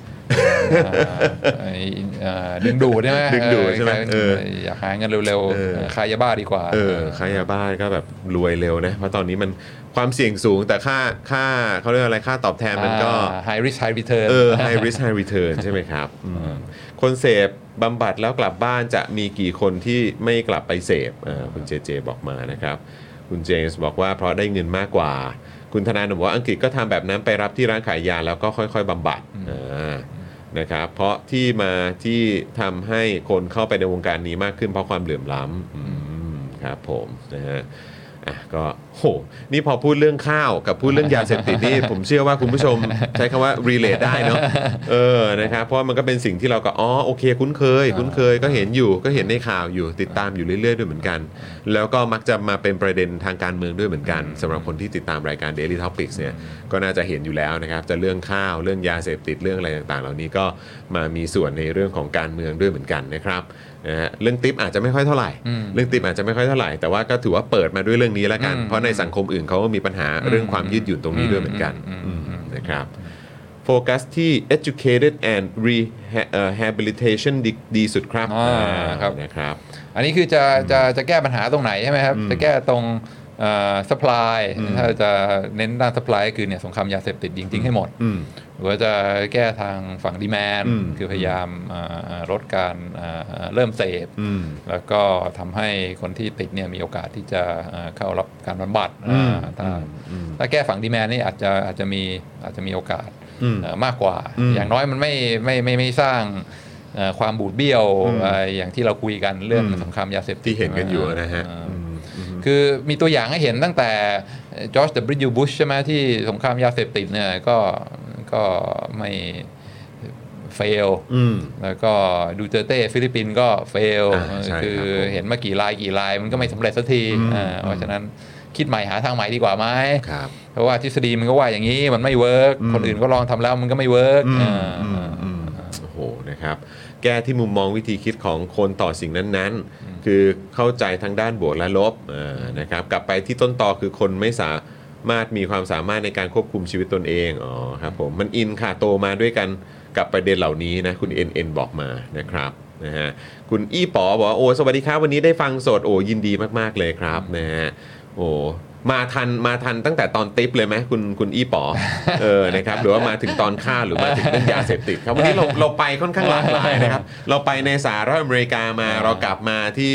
S2: อ่าไอ้เอ่อดึงดูดใช่ไหม
S4: ดึงดูดใช่ไหม
S2: เออ
S4: เออ
S2: อยากหาเงินเร็ว
S4: เออ
S2: ๆขายยาบ้าดีกว่า
S4: เออค้ายาบ้าก็แบบรวยเร็วนะ เพราะตอนนี้มันความเสี่ยงสูงแต่ค่าค่าเขาเรียกอะไรค่าตอบแทนมันก็
S2: high risk high return
S4: เออ high risk high return ใช่ไหมครับอืมคนเสพบำบัดแล้วกลับบ้านจะมีกี่คนที่ไม่กลับไปเสพเออคุณเจเจบอกมานะครับ คุณเจมส์บอกว่าเพราะได้เงินมากกว่า คุณธนาหนุ่มบอกว่าอังกฤษก็ทำแบบนั้นไปรับที่ร้านขายยาแล้วก็ค่อยๆบำบัดอ่านะครับ เพราะที่มาที่ทำให้คนเข้าไปในวงการนี้มากขึ้นเพราะความเหลื่อมล้ำอืมครับผมนะฮะ อ่ะก็โหนี่พอพูดเรื่องข้าวกับพูดเรื่องยาเสพติดนี่ ผมเชื่อว่าคุณผู้ชมใช้คำว่า relate ได้เนาะเออนะครับเพราะมันก็เป็นสิ่งที่เราก็อ๋อโอเค คุ้นเคย คุ้นเคยก็เห็นอยู่ก็เห็นในข่าวอยู่ติดตามอยู่เรื่อยๆด้วยเหมือนกัน แล้วก็มักจะมาเป็นประเด็นทางการเมืองด้วยเหมือนกันสำหรับคนที่ติดตามรายการ Daily Topics เนี่ยก็น่าจะเห็นอยู่แล้วนะครับจะเรื่องข้าวเรื่องยาเสพติดเรื่องอะไรต่างๆ เหล่านี้ก็มามีส่วนในเรื่องของการเมืองด้วยเหมือนกันนะครับ นะฮะเรื่องติปอาจจะไม่ค่อยเท่าไหร่ เรื่องติปอาจจะไม่ค่อยเท่าไหร่ แต่ว่าก็ถือว่าเปิดมาด้วยเรื่องนี้แล้วกัน เพราะในสังคมอื่นเขาก็มีปัญหาเรื่องความยืดหยุ่นตรงนี้ด้วยเหมือนกันอืมนะครับ โฟกัสที่ educated and reha- เอ่อ rehabilitation ดีดีสุดครับ
S2: อ่า
S4: อ่า
S2: ครับ
S4: นะครับ
S2: อันนี้คือจะจะจะแก้ปัญหาตรงไหนใช่ไหมครับ จะแก้ตรงเอ่อ supply ถ้าจะเน้นด้าน supply ก็คือเนี่ยสงครามยาเสพติดจริงๆให้หมด
S4: อืม
S2: หรือว่าจะแก้ทางฝั่งดีแมน
S4: อืม
S2: คือพยายามเอ่อลดการเอ่อเริ่มเสพ
S4: อืม
S2: แล้วก็ทำให้คนที่ติดเนี่ยมีโอกาสที่จะเอ่อเข้ารับการบำบัด
S4: อืม
S2: อ่าถ้า
S4: อืม
S2: ถ้าแก้ฝั่งดีแมนนี่อาจจะอาจจะมีอาจจะมีโอกาส
S4: อืม
S2: เอ่อมากกว่า
S4: อืม
S2: อย่างน้อยมันไม่ไม่ไม่ไม่สร้างเอ่อความบูดเบี้ยวเอ่ออย่างที่เราคุยกันเรื่อง
S4: อืม
S2: สงครามยาเสพติด
S4: ที่เห็นกันอยู่นะฮะ
S2: เออ
S4: อืมอืม
S2: คือมีตัวอย่างให้เห็นตั้งแต่จอร์จ W. บิ h บุชใช่ไหมที่สงครามยาเสพติดเนี่ยก็ก็ไม่เฟล
S4: อืม
S2: แล้วก็ดูเตอร์เต้ฟิลิปปินส์ก็เฟล
S4: อ่าใช่ครับ
S2: คือเห็นมากี่ลายกี่ลายมันก็ไม่สำเร็จสักที
S4: อืม
S2: อ่าเพราะฉะนั้นคิดใหม่หาทางใหม่ดีกว่าไหม
S4: ครับ
S2: เพราะว่าทฤษฎีมันก็ว่าอย่างนี้มันไม่เวิร์ก
S4: อืม
S2: คนอื่นก็ลองทำแล้วมันก็ไม่เวิร์ก
S4: อืม
S2: อ่า
S4: อืมอืมโอ้โหนะครับ แก้ที่มุมมองวิธีคิดของคนต่อสิ่งนั้นๆ คือเข้าใจทั้งด้านบวกและลบอ่านะครับ กลับไปที่ต้นตอคือคนไม่สามารถมีความสามารถในการควบคุมชีวิตตนเองอ๋อครับผมมันอินค่ะโตมาด้วยกันกับประเด็นเหล่านี้นะ คุณเอ็นเอ็นบอกมานะครับนะฮะคุณอี้ป๋อบอกว่าโอ้สวัสดีครับวันนี้ได้ฟังสดโอ้ยินดีมากๆเลยครับนะฮะ โอ้มาทันมาทันตั้งแต่ตอนติปเลยไหมคุณคุณอี้ป๋อเออนะครับหรือว่ามาถึงตอนฆ่าหรือมาถึงเรื่องยาเสพติดครับวันนี้เราเราไปค่อนข้างหลากหลายนะครับ เราไปในสหรัฐอเมริกามาเรากลับมาที่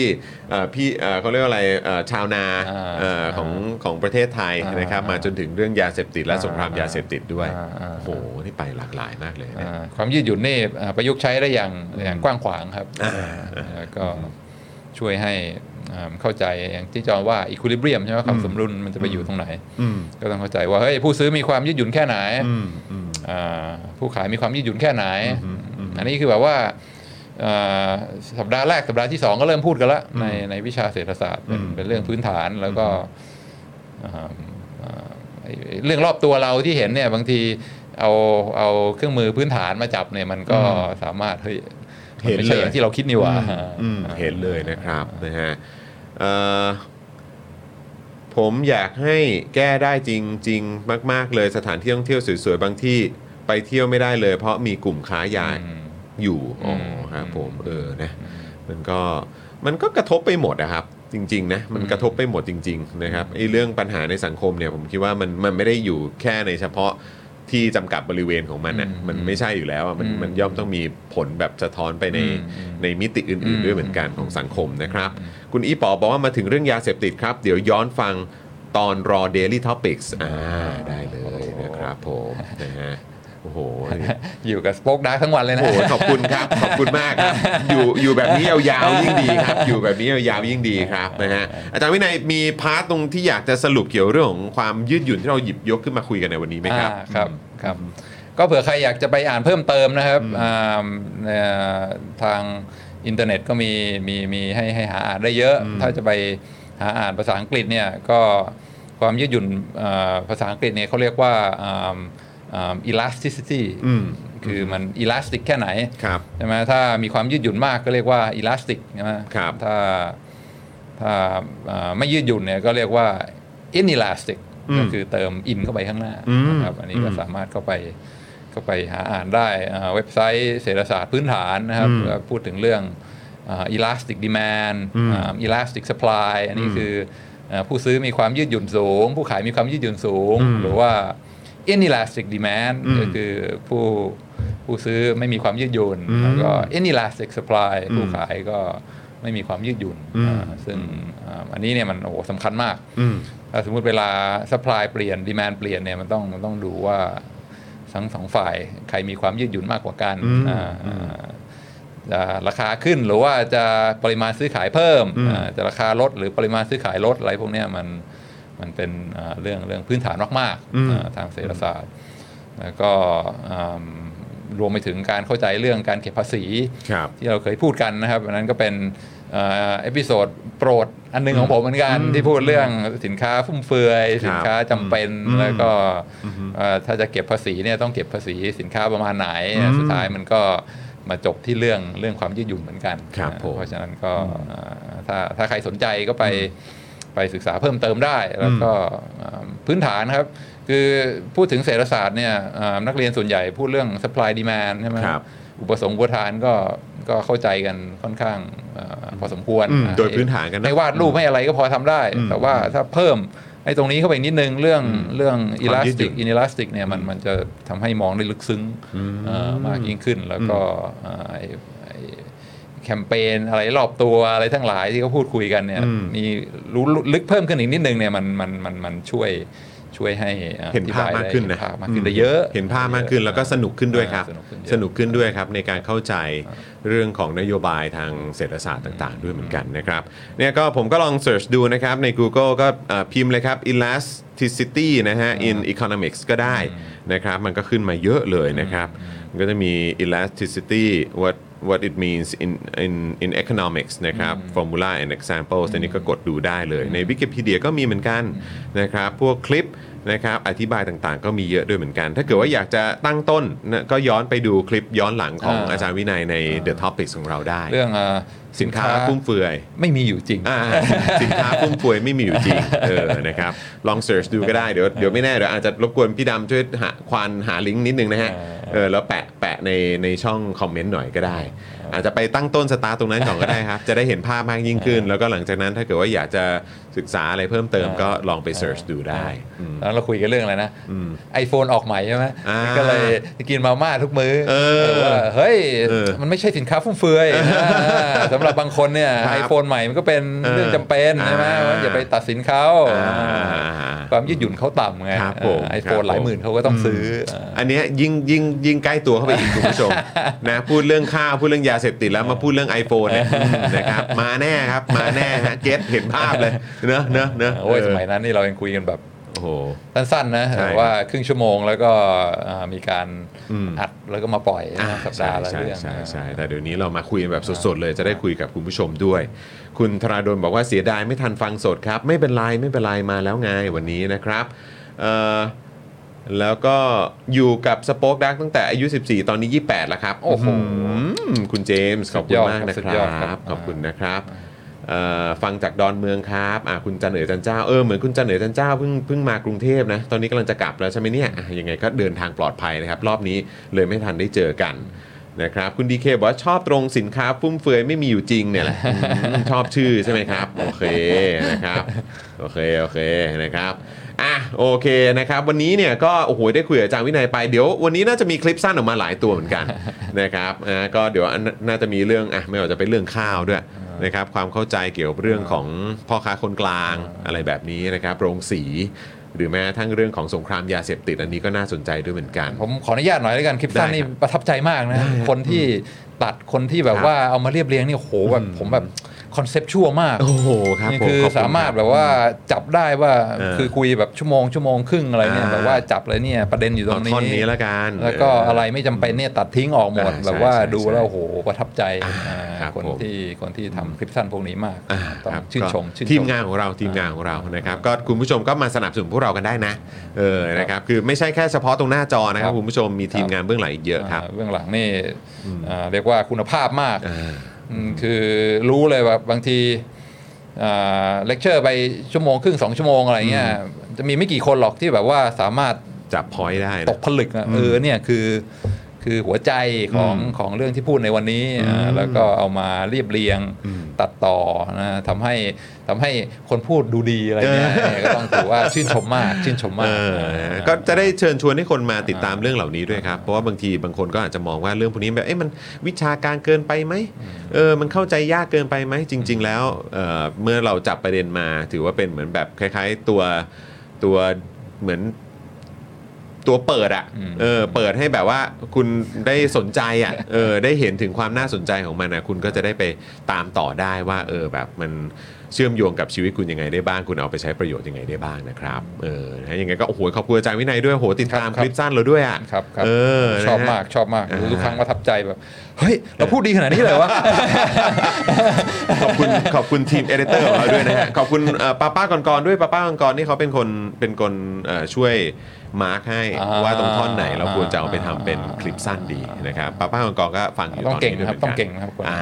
S4: เอ่อพี่เอ่อเขาเรียกว่าอะไรเอ่อชาวนา
S2: อ่า
S4: เอ่อของของประเทศไทย
S2: อ่าน
S4: นะครับ มาจนถึงเรื่องยาเสพติดและสงครามยาเสพติดด้วย
S2: อ่าอ่า
S4: โอ้โหนี่ไปหลากหลายมากเลยเนี่ย
S2: อ่าความยืดหยุ่นนี่อ่าประยุกต์ใช้ได้อย่างอย่างกว้างขวางครับแล้วก็ช่วยให้อ่าเข้าใจอย่างที่จอว่าอีควิลิเบียมใช่ไหมความสมดุลมันจะไปอยู่ตรงไหน
S4: อืม
S2: ก็ต้องเข้าใจว่าเฮ้ยผู้ซื้อมีความยืดหยุ่นแค่ไหน
S4: อืมอืม
S2: อ่าผู้ขายมีความยืดหยุ่นแค่ไหน
S4: อืมอืม
S2: อันนี้คือแบบว่าอ่าสัปดาห์แรกสัปดาห์ที่สองก็เริ่มพูดกันละในในวิชาเศรษฐศาสตร์เป็นเป็นเรื่องพื้นฐานแล้วก็อ่าอ่าไอ้ไอ้เรื่องรอบตัวเราที่เห็นเนี่ยบางทีเอาเอาเครื่องมือพื้นฐานมาจับเนี่ยมันก็สามารถเฮ้ยมันไม่ใช่อย่างที่เราคิดนี่หว่า
S4: อืมเห็นเลยนะครับนะฮะเอ่อผมอยากให้แก้ได้จริง ๆ มาก ๆ เลยสถานที่ท่องเที่ยวสวย ๆ บางที่ไปเที่ยวไม่ได้เลย เพราะมีกลุ่มค้ายาอยู่อ๋อครับผมเออนะมันก็มันก็กระทบไปหมดนะครับ จริง ๆ นะ มันกระทบไปหมดจริง ๆ นะครับไอ้เรื่องปัญหาในสังคมเนี่ยผมคิดว่ามันมันไม่ได้อยู่แค่ในเฉพาะที่จำกัดบริเวณของมันนะ
S2: อืม
S4: มันไม่ใช่อยู่แล้วอะมัน
S2: อืม
S4: มันย่อมต้องมีผลแบบสะท้อนไปใน ในมิติอื่น ๆ ด้วยเหมือนกันของสังคมนะครับ คุณอีปอบอกว่ามาถึงเรื่องยาเสพติดครับ เดี๋ยวย้อนฟังตอนรอ Daily Topics อ่าได้เลยนะครับผมนะฮะโอ้โห
S2: อยู่กับสป็อกดาร์ทั้งวันเลยนะ
S4: โอ้โหขอบคุณครับ ขอบคุณมาก ครับอยู่อยู่แบบนี้ยาวๆยิ่งดีครับ อยู่แบบนี้ยาวๆยิ่งดีครับนะฮะอาจารย์วินัยมีพาร์ทตรงที่อยากจะสรุปเกี่ยวเรื่องของความยืดหยุ่นที่เราหยิบยกขึ้นมาคุยกันในวันนี้ไหมครับ
S2: อ่าครับครับก็เผื่อใครอยากจะไปอ่านเพิ่มเติมนะครับอ่าเอ่อทางอินเทอร์เน็ตก็มีมีมีให้ให้หาอ่านได้เยอะ ถ้าจะไปหาอ่านภาษาอังกฤษเนี่ยก็ความยืดหยุ่นเอ่อภาษาอังกฤษเนี่ยเขาเรียกว่าอ่าอ่า elasticity
S4: อืม
S2: คือมันอีลาสติกแค่ไหน
S4: ครับ
S2: ใช่ไหมถ้ามีความยืดหยุ่นมากก็เรียกว่าอีลาสติกใช่ไหม
S4: ครับ
S2: ถ้าถ้าอ่าไม่ยืดหยุ่นเนี่ยก็เรียกว่าอิน l ลาสติกก็คือเติมอินเข้าไปข้างหน้านะครับอันนี้ก็สามารถเข้าไปเข้าไปหาอ่านได้อ่าเว็บไซต์เศรษฐศาสตร์พื้นฐานนะครับก็พูดถึงเรื่องอีลาสติกดีแมนอีลาสติกสป라이อันนี้คืออ่าผู้ซื้อมีความยืดหยุ่นสูง ผู้ขายมีความยืดหยุ่นสูง หรือว่า inelastic demand ก็คือผู้ผู้ซื้อไม่มีความยืดหยุ่นแล้วก็ inelastic supply ผู้ขายก็ไม่มีความยืดหยุ่นอ่าซึ่งอ่าอันนี้เนี่ยมันโอ้โหสำคัญมากถ้าสมมุติเวลา supply เปลี่ยน demand เปลี่ยนเนี่ยมันต้องมันต้องดูว่าทั้งสองฝ่ายใครมีความยืดหยุ่นมากกว่ากันอ่าอ่าจะราคาขึ้นหรือว่าจะปริมาณซื้อขายเพิ่มอ่าจะราคาลดหรือปริมาณซื้อขายลดอะไรพวกเนี้ยมัน มันเป็นอ่าเรื่องเรื่องพื้นฐานมากๆอ่าทางเศรษฐศาสตร์ แล้วก็อืมรวมไปถึงการเข้าใจเรื่องการเก็บภาษี
S4: ครับ
S2: ที่เราเคยพูดกันนะครับอันนั้นก็เป็นเอ่อเอพิโซดโปรดอันหนึงของผมเหมือนกันที่พูดเรื่องสินค้าฟุ่มเฟือย สินค้าจำเป็นแล้วก็เอ่อถ้าจะเก็บภาษีเนี่ยต้องเก็บภาษีสินค้าประมาณไหน สุดท้ายมันก็มาจบที่เรื่องเรื่องความยืดหยุ่นเหมือนกัน
S4: ครับ
S2: นะ
S4: ผม
S2: เพราะฉะนั้นก็เอ่อถ้าถ้าใครสนใจก็ไปไปศึกษาเพิ่มเติมได้ แล้วก็เอ่อพื้นฐานครับ คือพูดถึงเศรษฐศาสตร์เนี่ยเอ่อนักเรียนส่วนใหญ่พูดเรื่อง supply demand ใช่ไหม
S4: ครับ
S2: อุปสงค์อุปทานก็ก็เข้าใจกันค่อนข้างเอ่อพอสมควร
S4: อืม
S2: อ่ะ
S4: โดยพื้นฐานกันนะ
S2: ให้วาดรูปให้อะไรก็พอทำได้ แต่ว่าถ้าเพิ่มไอ้ตรงนี้เข้าไปนิดนึงเรื่องเรื่องอิลาว
S4: คามยื
S2: ส
S4: ดห
S2: ติ
S4: ยุ่
S2: ก
S4: น
S2: อินอิลาสติกเนี่ยมันมันจะทำให้มองได้ลึกซึ้งเอ่อมากยิ่งขึ้น แล้วก็เอ่อไอ้ไอ้แคมเปญอะไรรอบตัวอะไรทั้งหลายที่เขาพูดคุยกันเนี่ยมีรู้ลึกเพิ่มขึ้นอีกนิดนึงเนี่ยมันมันมันมันช่วยช่วยให้อ่ะ
S4: เห็นภาพ
S2: อธิบย
S4: มาก
S2: ได้
S4: ขึ้นนะ
S2: เห็ภาพมากขึ้นได้เยอะ
S4: เห็นภาพมากขึ้นแล้วก็สนุกขึ้นด้วยครับ
S2: สนุกขึ้นเยอะ
S4: สนุกขึ้นด้วยครับในการเข้าใจเรื่องของนโยบายทางเศรษฐศาสตร์ต่าง ๆ ด้วยเหมือนกันนะครับเนี่ยก็ผมก็ลองเสิร์ชดูนะครับใน Google ก็เอ่อพิมพ์เลยครับ elasticity นะฮะ in economics ก็ได้นะครับมันก็ขึ้นมาเยอะเลยนะครับมันก็จะมี elasticity what what it means in in in economics นะครับ formula and examples อันนี้ก็กดดูได้เลย ใน Wikipedia ก็มีเหมือนกันนะครับ พวกคลิปนะครับอธิบายต่างๆ ก็มีเยอะด้วยเหมือนกัน ถ้าเกิดว่าอยากจะตั้งต้นนะก็ย้อนไปดูคลิปย้อนหลังของ
S2: อ่า
S4: อาจารย์วินัยใน The Topics ของเราได้
S2: เรื่องอ่ะ
S4: สินค้าฟุ่มเฟือย
S2: ไม่มีอยู่จริง
S4: อ่า สินค้าฟุ่มเฟือยไม่มีอยู่จริง เออนะครับลองเสิร์ชดูก็ได้เดี๋ยวเดี๋ยวไม่แน่เดี๋ยวอาจจะรบกวนพี่ดำช่วยหาควานหาลิงก์นิดนึงนะฮะเออแล้วแปะแปะในในช่องคอมเมนต์หน่อยก็ได้ อาจจะไปตั้งต้นสตาร์ทตรงนั้นก่อนก็ได้ ครับ จะได้เห็นภาพมากยิ่งขึ้น แล้วก็หลังจากนั้นถ้าเกิดว่าอยากจะศึกษาอะไรเพิ่มเติมก็ลองไปเสิร์ชดูได้
S2: แล้วเราคุยกันเรื่องอะไรนะไอโฟนออกใหม่ใช่ไหม
S4: อ่า
S2: ก็เลยกินมาม่าทุกมื้อ
S4: เออ
S2: ว่าเฮ้ย
S4: เออ
S2: มันไม่ใช่สินค้าฟุ่มเฟือยนะสำหรับบางคนเนี่ย
S4: ครับ
S2: ไอโฟนใหม่มันก็เป็นเรื่องจำเป็นใช่ไหม
S4: อ่า
S2: ว่าอย่าไปตัดสินเขา
S4: อ่า
S2: ความยืดหยุ่นเขาต่ำไง
S4: ครับผม
S2: ไอโฟ
S4: ครั
S2: น
S4: บ
S2: หลายหมื่นเขาก็ต้องซื้ออ
S4: อันเนี้ยยิ่งยิ่งยิ่งใกล้ตัวเข้าไปอีกคุณผู้ชม นะพูดเรื่องข้าวพูดเรื่องยาเสพติดแล้วมาพูดเรื่อง iPhone เนี่ยนะครับมาแน่ครับมาแน่ฮะเก็ตเห็นภาพเลยเนอะเนอะเนอะ
S2: โอ้ยสมัย
S4: เออ
S2: นั้นนี่เรายังคุยกันแบบ
S4: โอ้โห
S2: สั้นๆนะ
S4: ใช่
S2: แต่ว่าครึ่งชั่วโมงแล้วก็อ่ามีการ
S4: อืม
S2: อัดแล้วก็มาปล่อย
S4: อ่า
S2: นะสัป
S4: ใช่
S2: ดาห์ละ
S4: ใช่
S2: เรื่อง
S4: ใช่ใช่แต่เดี๋ยวนี้เรามาคุยกันแบบสดๆเลยจะได้คุยกับคุณผู้ชมด้วย คุณธราดลบอกว่าเสียดายไม่ทันฟังสดครับ ไม่เป็นไรไม่เป็นไรมาแล้วไงวันนี้นะครับเอ่อแล้วก็อยู่กับสป็อคดักตั้งแต่อายุ 14 ตอนนี้ 28 แล้วครับ โอ้โหคุณเจมส์ขอบคุณมากนะ
S2: สุด
S4: ค
S2: ยอดครั
S4: รับ
S2: บ
S4: ขอบคุณนะครับเอ่อฟังจากดอนเมืองครับอ่ะคุณจันเอ๋อจันเจ้าเออเหมือนคุณจันเอ๋อจันเจ้าเพิ่งเพิ่งมากรุงเทพนะตอนนี้กำลังจะกลับแล้วใช่ไหมเนี่ยอ่ะยังไงก็เดินทางปลอดภัยนะครับ รอบนี้เลยไม่ทันได้เจอกันนะครับ คุณดีเคบอกว่าชอบตรงสินค้าฟุ่มเฟือยไม่มีอยู่จริงเนี่ยแหละอืมชอบชื่อใช่ไหมครับ โอเคนะครับ โอเค โอเคนะครับอ่ะโอเคนะครับ วันนี้เนี่ยก็โอ้โหได้คุยกับอาจารย์วินัยไปเดี๋ยววันนี้น่าจะมีคลิปสั้นออกมาหลายตัวเหมือนกัน นะครับอ่าก็เดี๋ยวอันน่าจะมีเรื่องอ่ะไม่ว่าจะเป็นเรื่องข้าวด้วยนะครับความเข้าใจเกี่ยวกับเรื่องของพ่อค้าคนกลางอะไรแบบนี้นะครับโรงสี หรือแม้กระทั้งเรื่องของสงครามยาเสพติดอันนี้ก็น่าสนใจด้วยเหมือนกัน
S2: ผมขออนุญาตหน่อยแล้วกันคลิปสั้น
S4: ได้ครับ
S2: นี่ประทับใจมากนะ คนที่ตัดคนที่แบบ
S4: ครับ
S2: ว่าเอามาเรียบเรียงนี่โหแบบผมแบบ คอนเซปชวลมาก
S4: โอ้โหครับ
S2: นี่
S4: ผม
S2: คือ
S4: ขบณ
S2: สามารถ
S4: ค
S2: แบบว่าจับได้ว่า
S4: เออ
S2: คือคุยแบบชั่วโมงชั่วโมงครึ่งอะไรเนี่ย
S4: อ่า
S2: แบบว่าจับเลยเนี่ยประเด็นอยู่ตร
S4: เอา
S2: งนี้
S4: ท่อนนี้ละกัน
S2: แล้วก็อะไรไม่จำเป็นเนี่ยตัดทิ้งออกหมด
S4: อ่า
S2: แบบว่า
S4: ใช่ใช่
S2: ดู
S4: ใช่
S2: แล้วโอ้โหประทับใจ
S4: อ่า
S2: อ่า
S4: ครับ
S2: คน
S4: ผม
S2: ที่คนที่ทำคลิปสั้นพวกนี้มาก
S4: อ่า
S2: ต้อ
S4: ครั
S2: ง
S4: บ
S2: ชื่น
S4: ก็
S2: ชมชื่นช
S4: ทีมงานของเราทีมงานของเรานะครับก็คุณผู้ชมก็มาสนับสนุนพวกเรากันได้นะเออนะครับคือไม่ใช่แค่เฉพาะตรงหน้าจอนะครั
S2: ครั
S4: บ
S2: บ
S4: คุณผู้ชมมีทีมงานเบื้องหลังอีกเยอะครับ
S2: าเรื่องหลังนี่อ่าเรียกว่าคุณภาพมาก
S4: อ่า
S2: อืมคือรู้เลยแบบบางทีเลคเชอร์ไปชั่วโมงครึ่งสองชั่วโมงอะไรเงี้ยจะมีไม่กี่คนหรอกที่แบบว่าสามารถ
S4: จับพอยต์ได้
S2: ต
S4: นะ
S2: กผลึกอะเออเนี่ยคือคือหัวใจของของเรื่องที่พูดในวันนี้อ่าแล้วก็เอามาเรียบเรียงตัดต่อนะทำให้ทำให้คนพูดดูดีอะไรเงี้ยก็ต้องถือว่าชื่นชมมาก ชื่นชมมาก
S4: เออ
S2: อ่า
S4: ก็จะได้เชิญชวนให้คนมาติดตามเรื่องเหล่านี้ด้วยครับ เพราะว่าบางทีบางคนก็อาจจะมองว่าเรื่องพวกนี้แบบเอ๊ะมันวิชาการเกินไปไหมเออมันเข้าใจยากเกินไปไหมจริง ๆ แล้วเอ่อเมื่อเราจับประเด็นมา ถือว่าเป็นเหมือนแบบคล้าย ๆตัวตัวเหมือนตัวเปิดอะ
S2: อืม
S4: เออเปิดให้แบบว่าคุณได้สนใจอะเออได้เห็นถึงความน่าสนใจของมันนะคุณก็จะได้ไปตามต่อได้ว่า เออแบบมัน เชื่อมโยงกับชีวิตคุณยังไงได้บ้าง คุณเอาไปใช้ประโยชน์ยังไงได้บ้างนะครับ เออนะฮะยังไงก็โอ้โหขอบคุณอาจารย์วินัยด้วยโอ้โหติดตาม
S2: ค
S4: ครับ ลิปสั้นเราด้วยอ่ะ
S2: ครับครับ
S4: เออนะฮะ
S2: ชอบมากชอบมาก
S4: อ่า
S2: ทุกครั้งประทับใจแบบเฮ้ย เราพูดดีขนาดนี้เลยวะ
S4: ขอบคุณขอบคุณทีมเอดิเตอร์ของเราด้วยนะฮะ ขอบคุณเอ่อป้าป้ากรๆด้วยป้าป้ากรๆนี่เขาเป็นคนเป็นคนเอ่อช่วยมาร์คให้
S2: อ่า
S4: ว่าตรงท่อนไหนเราควรจะเอาไปทำเป็นคลิปสั้นดีนะครับป้าป้ากรๆก็ฟังอยู่ต
S2: ต้
S4: อ
S2: อง
S4: น
S2: เก่ง
S4: นี้ด้วย
S2: ค
S4: เห
S2: รับ
S4: มือน
S2: ต้อง
S4: กัน
S2: เก่งครับคน
S4: อ่า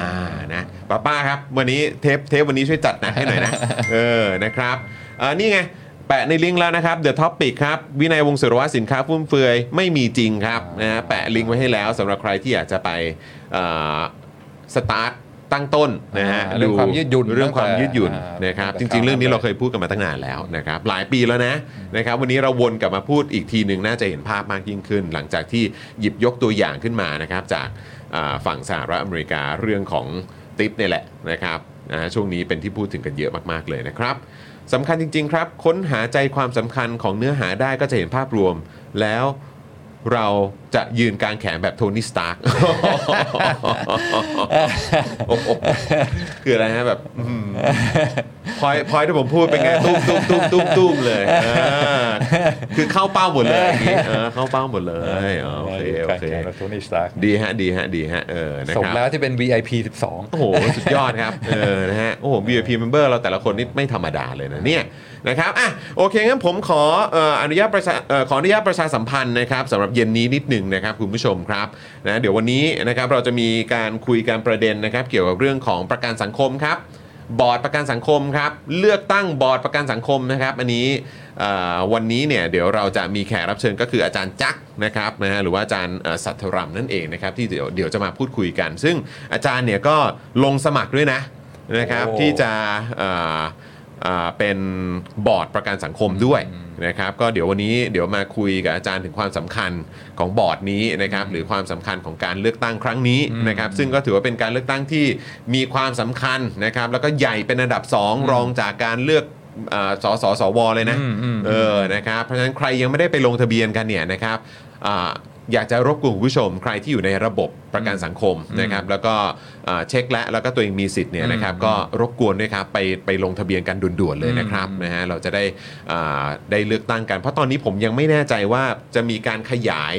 S4: นะ ป้าป้าครับ วันนี้เทป เทปวันนี้ช่วยจัด หนะให้หน่อยนะ เออ นะครับอ่านี่ไง แปะในลิงก์แล้วนะครับ The Topic ครับ วินัยวงศ์สุรวัตรสินค้าฟุ่มเฟือย ไม่มีจริงครับ นะฮะแปะลิงก์ไว้ให้แล้วสำหรับใครที่อยากจะไปสตาร์ทตั้งต้นนะฮะ
S2: อ่าเรื่องความยืดหยุ่น
S4: เรื่องความยืดหยุ่น
S2: อ่าน
S4: นะครับ
S2: ตั้งแต่
S4: จริง ๆ เรื่องนี้
S2: ครั้
S4: เรา
S2: งแรก
S4: เคยพูดกันมาตั้งนานแล้วนะครับ หลายปีแล้วนะ นะครับ วันนี้เราวนกลับมาพูดอีกทีหนึ่งน่าจะเห็นภาพมากยิ่งขึ้น หลังจากที่หยิบยกตัวอย่างขึ้นมานะครับ จาก อ่าฝั่งสหรัฐอเมริกาเรื่องของติปเนี่ยแหละนะครับนะฮะช่วงนี้เป็นที่พูดถึงกันเยอะมากๆเลยนะครับสำคัญจริง ๆ ครับ ค้นหาใจความสำคัญของเนื้อหาได้ก็จะเห็นภาพรวม แล้วเราจะยืนกลางแขนแบบโทนี่สตาร์ก คืออะไรฮะแบบอืมพอยพอยที่ผมพูดเป็นไงตุ้มตุ้มตุ้มตุ้มตุ้มเลยเออคือเข้าเป้าหมดเลยอย่างงี้เออเข้าเป้าหมดเลยอ๋อโอเคโอเค
S2: โทนี่สตาร์
S4: ดีฮะดีฮะดีฮะเออนะ
S2: สม
S4: ค
S2: แล้
S4: รั
S2: ว
S4: บ
S2: ที่เป็น VIP 12
S4: โอ้โห สุดยอดครับ เออนะฮะโอ้โห VIP member เราแต่ละคนนี่ไม่ธรรมดาเลยนะเนี่ยนะครับอ่ะโอเคงั้นผมขอเอ่ออนุญาตประชาเอ่อขออนุญาตประชาสัมพันธ์นะครับสำหรับเย็นนี้นิดหนึ่งนะครับคุณผู้ชมครับนะเดี๋ยววันนี้นะครับเราจะมีการคุยการประเด็นนะครับเกี่ยวกับเรื่องของประกันสังคมครับ บอร์ดประกันสังคมครับเลือกตั้งบอร์ดประกันสังคมนะครับอันนี้เอ่อวันนี้เนี่ยเดี๋ยวเราจะมีแขกรับเชิญก็คืออาจารย์จักรนะครับนะฮะหรือว่าอาจารย์เอ่อสัทธรัมนั่นเองนะครับที่เดี๋ยวเดี๋ยวจะมาพูดคุยกัน ซึ่งอาจารย์เนี่ยก็ลงสมัครด้วยนะนะครับ
S2: โอ้
S4: ที่จะเอ่อเอ่อเป็นบอร์ดประกันสังคมด้วยนะครับก็เดี๋ยววันนี้เดี๋ยวมาคุยกับอาจารย์ถึงความสำคัญของบอร์ดนี้นะครับหรือความสำคัญของการเลือกตั้งครั้งนี้นะครับซึ่ง ซึ่งก็ถือว่าเป็นการเลือกตั้งที่มีความสำคัญนะครับ แล้วก็ใหญ่เป็นอันดับ 2 รองจากการเลือกเอ่อสสสวเลยนะ
S2: อืมอืม
S4: เออนะครับเพราะฉะนั้นใครยังไม่ได้ไปลงทะเบียนกันเนี่ยนะครับอ่าอยากจะรบกวนคุณผู้ชม ใครที่อยู่ในระบบประกันสังคมนะครับแล้วก็อ่าเช็คและแล้วก็ตัวเองมีสิทธิ์เนี่ยนะครับก็รบกวนด้วยครับไปไปลงทะเบียนกันด่วนๆเลยนะครับนะฮะเราจะได้อ่าได้เลือกตั้งกัน เพราะตอนนี้ผมยังไม่แน่ใจว่าจะมีการขยาย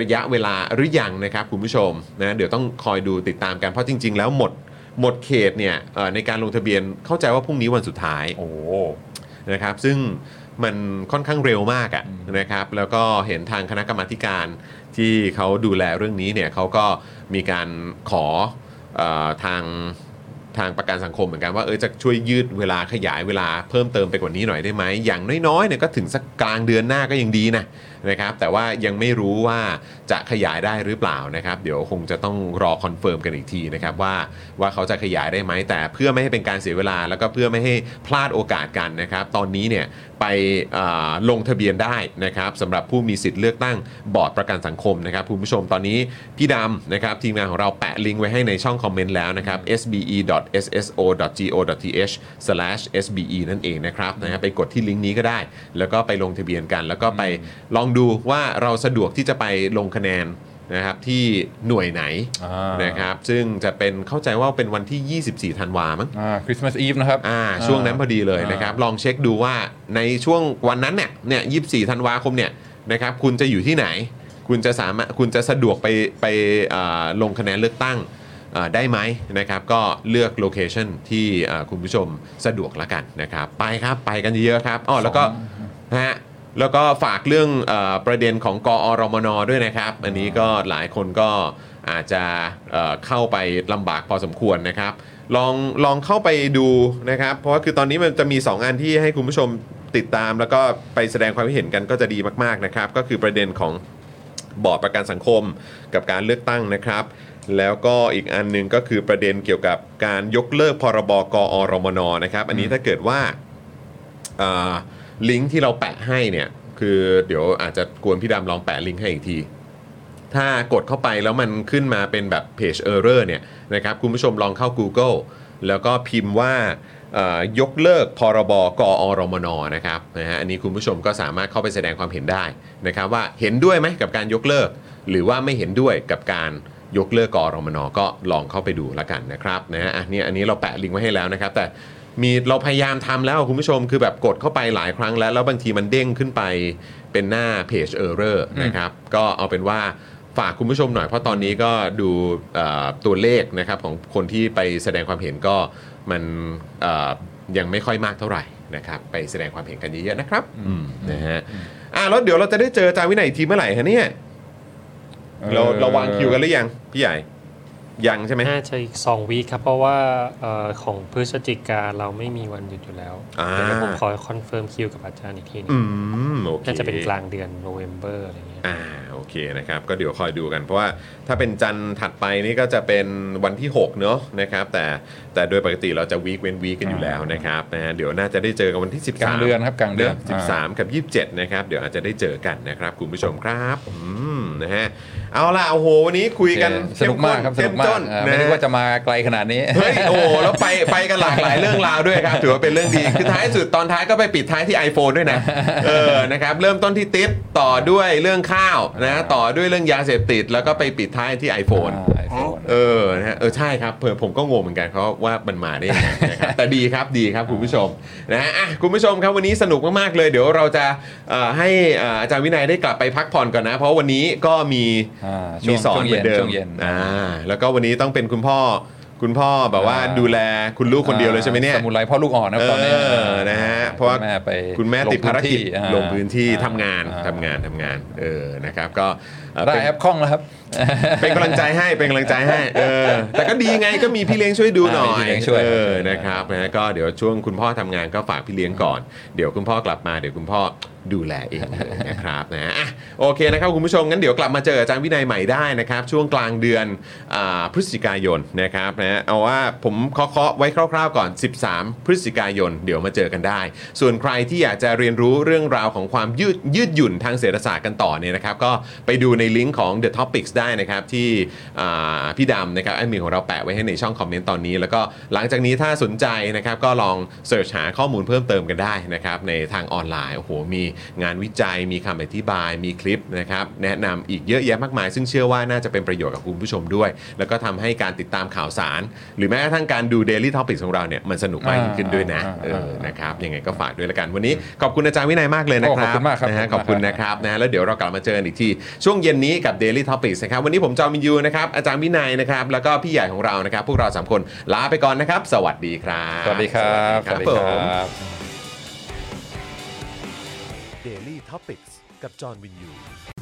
S4: ระยะเวลาหรือยังนะครับคุณผู้ชมนะเดี๋ยวต้องคอยดูติดตามกันเพราะจริง ๆ แล้วหมดหมดเขตเนี่ยเอ่อในการลงทะเบียนเข้าใจว่าพรุ่งนี้วันสุดท้าย
S2: โอ้โห
S4: นะครับซึ่งมันค่อนข้างเร็วมากอะนะครับแล้วก็เห็นทางคณะกรรมาธิการที่เขาดูแลเรื่องนี้เนี่ยเขาก็มีการขอเออทางทางประกันสังคมเหมือนกันว่าเออจะช่วยยืดเวลาขยายเวลาเพิ่มเติมไปกว่านี้หน่อยได้ไหมอย่างน้อยๆเนี่ยก็ถึงสักกลางเดือนหน้าก็ยังดีนะนะครับแต่ว่ายังไม่รู้ว่าจะขยายได้หรือเปล่านะครับเดี๋ยวคงจะต้องรอคอนเฟิร์มกันอีกทีนะครับว่าว่าเขาจะขยายได้ไหมแต่เพื่อไม่ให้เป็นการเสียเวลาแล้วก็เพื่อไม่ให้พลาดโอกาสกันนะครับ ตอนนี้เนี่ยไปเอ่อลงทะเบียนได้นะครับสำหรับผู้มีสิทธิ์เลือกตั้งบอร์ดประกันสังคมนะครับคุณผู้ชมตอนนี้พี่ดำนะครับทีมงานของเราแปะลิงก์ไว้ให้ในช่องคอมเมนต์แล้วนะครับ sbe.sso.go.th/sbe นั่นเองนะครับนะฮะไปกดที่ลิงก์นี้ก็ได้ แล้วก็ไปลงทะเบียนกัน แล้วก็ไปลองดูว่าเราสะดวกที่จะไปลงคะแนน นะครับที่หน่วยไหน
S2: อ่าน
S4: นะครับซึ่งจะเป็นเข้าใจว่าเป็นวันที่ 24 ธันวามั้ง
S2: คริสต์มาสอีฟนะครับ
S4: อ่าช่วงนั้นพอดีเลยนะครับลองเช็คดูว่าในช่วงวันนั้นเนี่ยเนี่ยยีธันวาคมเนี่ยนะครับคุณจะอยู่ที่ไหน คุณจะสามารถคุณจะสะดวกไปไปอ่าลงคะแนนเลือกตั้งอ่าได้ไหมนะครับก็เลือกโลเคชันที่อ่าคุณผู้ชมสะดวกละกันนะครับไปครับไปกันเยอะๆครับอ๋อแล้วก็นะฮะแล้วก็ฝากเรื่องอาประเด็นของกอรมนด้วยนะครับ อันนี้ก็หลายคนก็อาจจะเอ่อเข้าไปลำบากพอสมควรนะครับ ลองลองเข้าไปดูนะครับ เพราะว่าคือตอนนี้มันจะมี 2 อันที่ให้คุณผู้ชมติดตาม แล้วก็ไปแสดงความคิดเห็นกันก็จะดีมากๆนะครับ ก็คือประเด็นของบอร์ดประกันสังคมกับการเลือกตั้งนะครับ แล้วก็อีกอันหนึงก็คือประเด็นเกี่ยวกับการยกเลิกพรบกอรมนนะครับ อันนี้ถ้าเกิดว่า เอ่อลิงก์ที่เราแปะให้เนี่ยคือเดี๋ยวอาจจะกวนพี่ดำลองแปะลิงก์ให้อีกที ถ้ากดเข้าไปแล้วมันขึ้นมาเป็นแบบ Page Error เนี่ยนะครับคุณผู้ชมลองเข้า Google แล้วก็พิมพ์ว่าเอ่อยกเลิกพรบกอรมนนะครับนะฮะอันนี้คุณผู้ชมก็สามารถเข้าไปแสดงความเห็นได้นะครับว่าเห็นด้วยไหมกับการยกเลิก หรือว่าไม่เห็นด้วยกับการยกเลิกกอรมนก็ลองเข้าไปดูละกันนะครับนะฮะอันนี้อันนี้เราแปะลิงก์ไว้ให้แล้วนะครับ แต่มีเราพยายามทำแล้วคุณผู้ชมคือแบบกดเข้าไปหลายครั้งแล้ว แล้วบางทีมันเด้งขึ้นไปเป็นหน้า Page Error นะครับก็เอาเป็นว่า ฝากคุณผู้ชมหน่อยเพราะตอนนี้ก็ดูเอ่อตัวเลขนะครับของคนที่ไปแสดงความเห็นก็มันเอ่อยังไม่ค่อยมากเท่าไหร่นะครับไปแสดงความเห็นกันเยอะๆนะครับอืมนะฮะอ่ะแล้วเดี๋ยวเราจะได้เจออาจารย์วินัยอีกทีเมื่อไหร่ฮะเนี่ยเราเราวางคิวกันหรือยังพี่ใหญ่ยังใช่ไหม
S5: น่าจะอีกสองวีคครับ เพราะว่าเอ่อของพฤศจิกาเราไม่มีวันหยุดอยู่แล้ว
S4: อ่า
S5: เดี๋ยวผมขอคอนเฟิร์มคิวกับอาจารย์อีกทีหนึ
S4: อื
S5: ง
S4: มโอเค
S5: น่าจะเป็นกลางเดือนโนเวม ber อะไรเงี้ย
S4: อ่าโอเคนะครับก็เดี๋ยวคอยดูกัน เพราะว่าถ้าเป็นจันทร์ถัดไปนี่ก็จะเป็นวันที่ 6 เนอะนะครับแต่แต่โดยปกติเราจะวีคเว้นวีคกันอยู่แล้วนะครับนะฮะเดี๋ยวน่าจะได้เจอกันวันที่ 13
S2: กลางเดือนครับกลางเดือน
S4: 13 กับ 27 นะครับ เดี๋ยวอาจจะได้เจอกันนะครับ คุณผู้ชมครับอืมนะฮะเอาล่ะโอ้โหวันนี้คุยกัน
S2: สนุกมากครับส
S4: เข้
S2: นุก
S4: ข้
S2: มาก
S4: เข้จ
S2: อ่า
S4: นะ
S2: ไม่นึกว่าจะมาไกลขนาดนี้
S4: เฮ้ยโอ้โหแล้วไปไปกันหลากหลายเรื่องราวด้วยครับ ถือว่าเป็นเรื่องดีคือท้ายสุดตอนท้ายก็ไปปิดท้ายที่ iPhone ด้วยนะเออนะครับเริ่มต้นที่ติ๊บต่อด้วยเรื่องข้าวนะต่อด้วยเรื่องยาเสพติด แล้วก็ไปปิดท้ายที่ iPhone
S2: อ่า iPhone
S4: เออนะฮะเออใช่ครับเผื่อผมก็งงเหมือนกันเขาว่ามันมาได้ยังไงนะครับ แต่ดีครับดีครับคุณผู้ชมนะฮะอ่ะคุณผู้ชมครับวันนี้สนุกมาก ๆ เลย เดี๋ยวเราจะเอ่อให้เอ่ออาจารย์วินัยได้กลับไปพักผ่อนก่อนนะ เพราะวันนี้ก็มี
S2: อ่าช่วง
S4: มีสอน
S2: ช่วง
S4: เห
S2: เย็
S4: มือน นเดิ
S2: ช่
S4: ม
S2: วงเย็น
S4: อ่าแล้วก็วันนี้ต้องเป็นคุณพ่อคุณพ่อแบบว่า
S2: อ่า
S4: ดูแลคุณลูกคนเดียวเลยใช่ไหมเนี่ย
S2: สมุนไรพ่อลูกอ่อนนะครับตอนนี้
S4: เออนะฮะเพราะว่า
S2: คุณแม่ไป
S4: คุณแม่ติดภารกิจลงพื้นที่
S2: อ่
S4: ทำงาน
S2: อ่
S4: ทำงานทำงานเออนะครับก็เอ่อ
S2: ได้
S4: เป็น
S2: แอปคล่องแล้วครับ
S4: เป็นกำลังใจให้เป็นกำลังใจให้เออแต่ก็ดีไงก็มีพี่เลี้ยงช่วยดูหน่อย
S2: อ่ามีพี่เลี้ยงช่วย
S4: เออนะครับนะก็เดี๋ยวช่วงคุณพ่อทำงานก็ฝากพี่เลี้ยงก่อน เดี๋ยวคุณพ่อกลับมาเดี๋ยวคุณพ่อดูแลเองเลยนะครับนะอ่ะโอเคนะครับคุณผู้ชมงั้นเดี๋ยวกลับมาเจออาจารย์วินัยใหม่ได้นะครับ ช่วงกลางเดือนอาพฤศจิกายนนะครับนะเอาว่าผมเคาะๆไว้คร่าวๆก่อน 13 พฤศจิกายน เดี๋ยวมาเจอกันได้ ส่วนใครที่อยากจะเรียนรู้เรื่องราวของความยืดยืดหยุ่นทางเศรษฐศาสตร์กันต่อเนี่ยนะครับ ก็ไปดูในลิงก์ของ The Topics ได้นะครับ ที่อ่าพี่ดำนะครับแอดมินของเราแปะไว้ให้ในช่องคอมเมนต์ตอนนี้ แล้วก็หลังจากนี้ถ้าสนใจนะครับ ก็ลองเสิร์ชหาข้อมูลเพิ่มเติมกันได้นะครับ ในทางออนไลน์โอ้โหมีงานวิจัย มีคำอธิบาย มีคลิปนะครับแนะนำอีกเยอะแยะมากมาย ซึ่งเชื่อว่าน่าจะเป็นประโยชน์กับคุณผู้ชมด้วย แล้วก็ทำให้การติดตามข่าวสาร หรือแม้กระทั่งการดู Daily Topics ของเราเนี่ยมันสนุกมากยิ่งขึ้นด้วยนะเออนะครับยังไงก็ฝากด้วยละกันวันนี้ขอบคุณอาจารย์วินัยมากเลยนะค
S2: โอ้ข
S4: รั
S2: อ
S4: บบ
S2: คุณมากครับ
S4: นะฮะข
S2: ข
S4: อ
S2: อ
S4: บบ
S2: คุ
S4: คุณ
S2: ณ
S4: นะครับ นะครับนะแล้วเดี๋ยวเรากลับมาเจอกันอีกที ช่วงเย็นนี้กับ Daily Topics นะครับ วันนี้ผมจอมินยูนะครับ อาจารย์วินัยนะครับ แล้วก็พี่ใหญ่ของเรานะครับ พวกเรา 3 คนลาไปก่อนนะครับ สวัสดีครับ
S2: สวัสดีครับ
S4: สวัสดีครับผม
S2: บ
S1: Daily t o p i c กกับจอห์นวินยู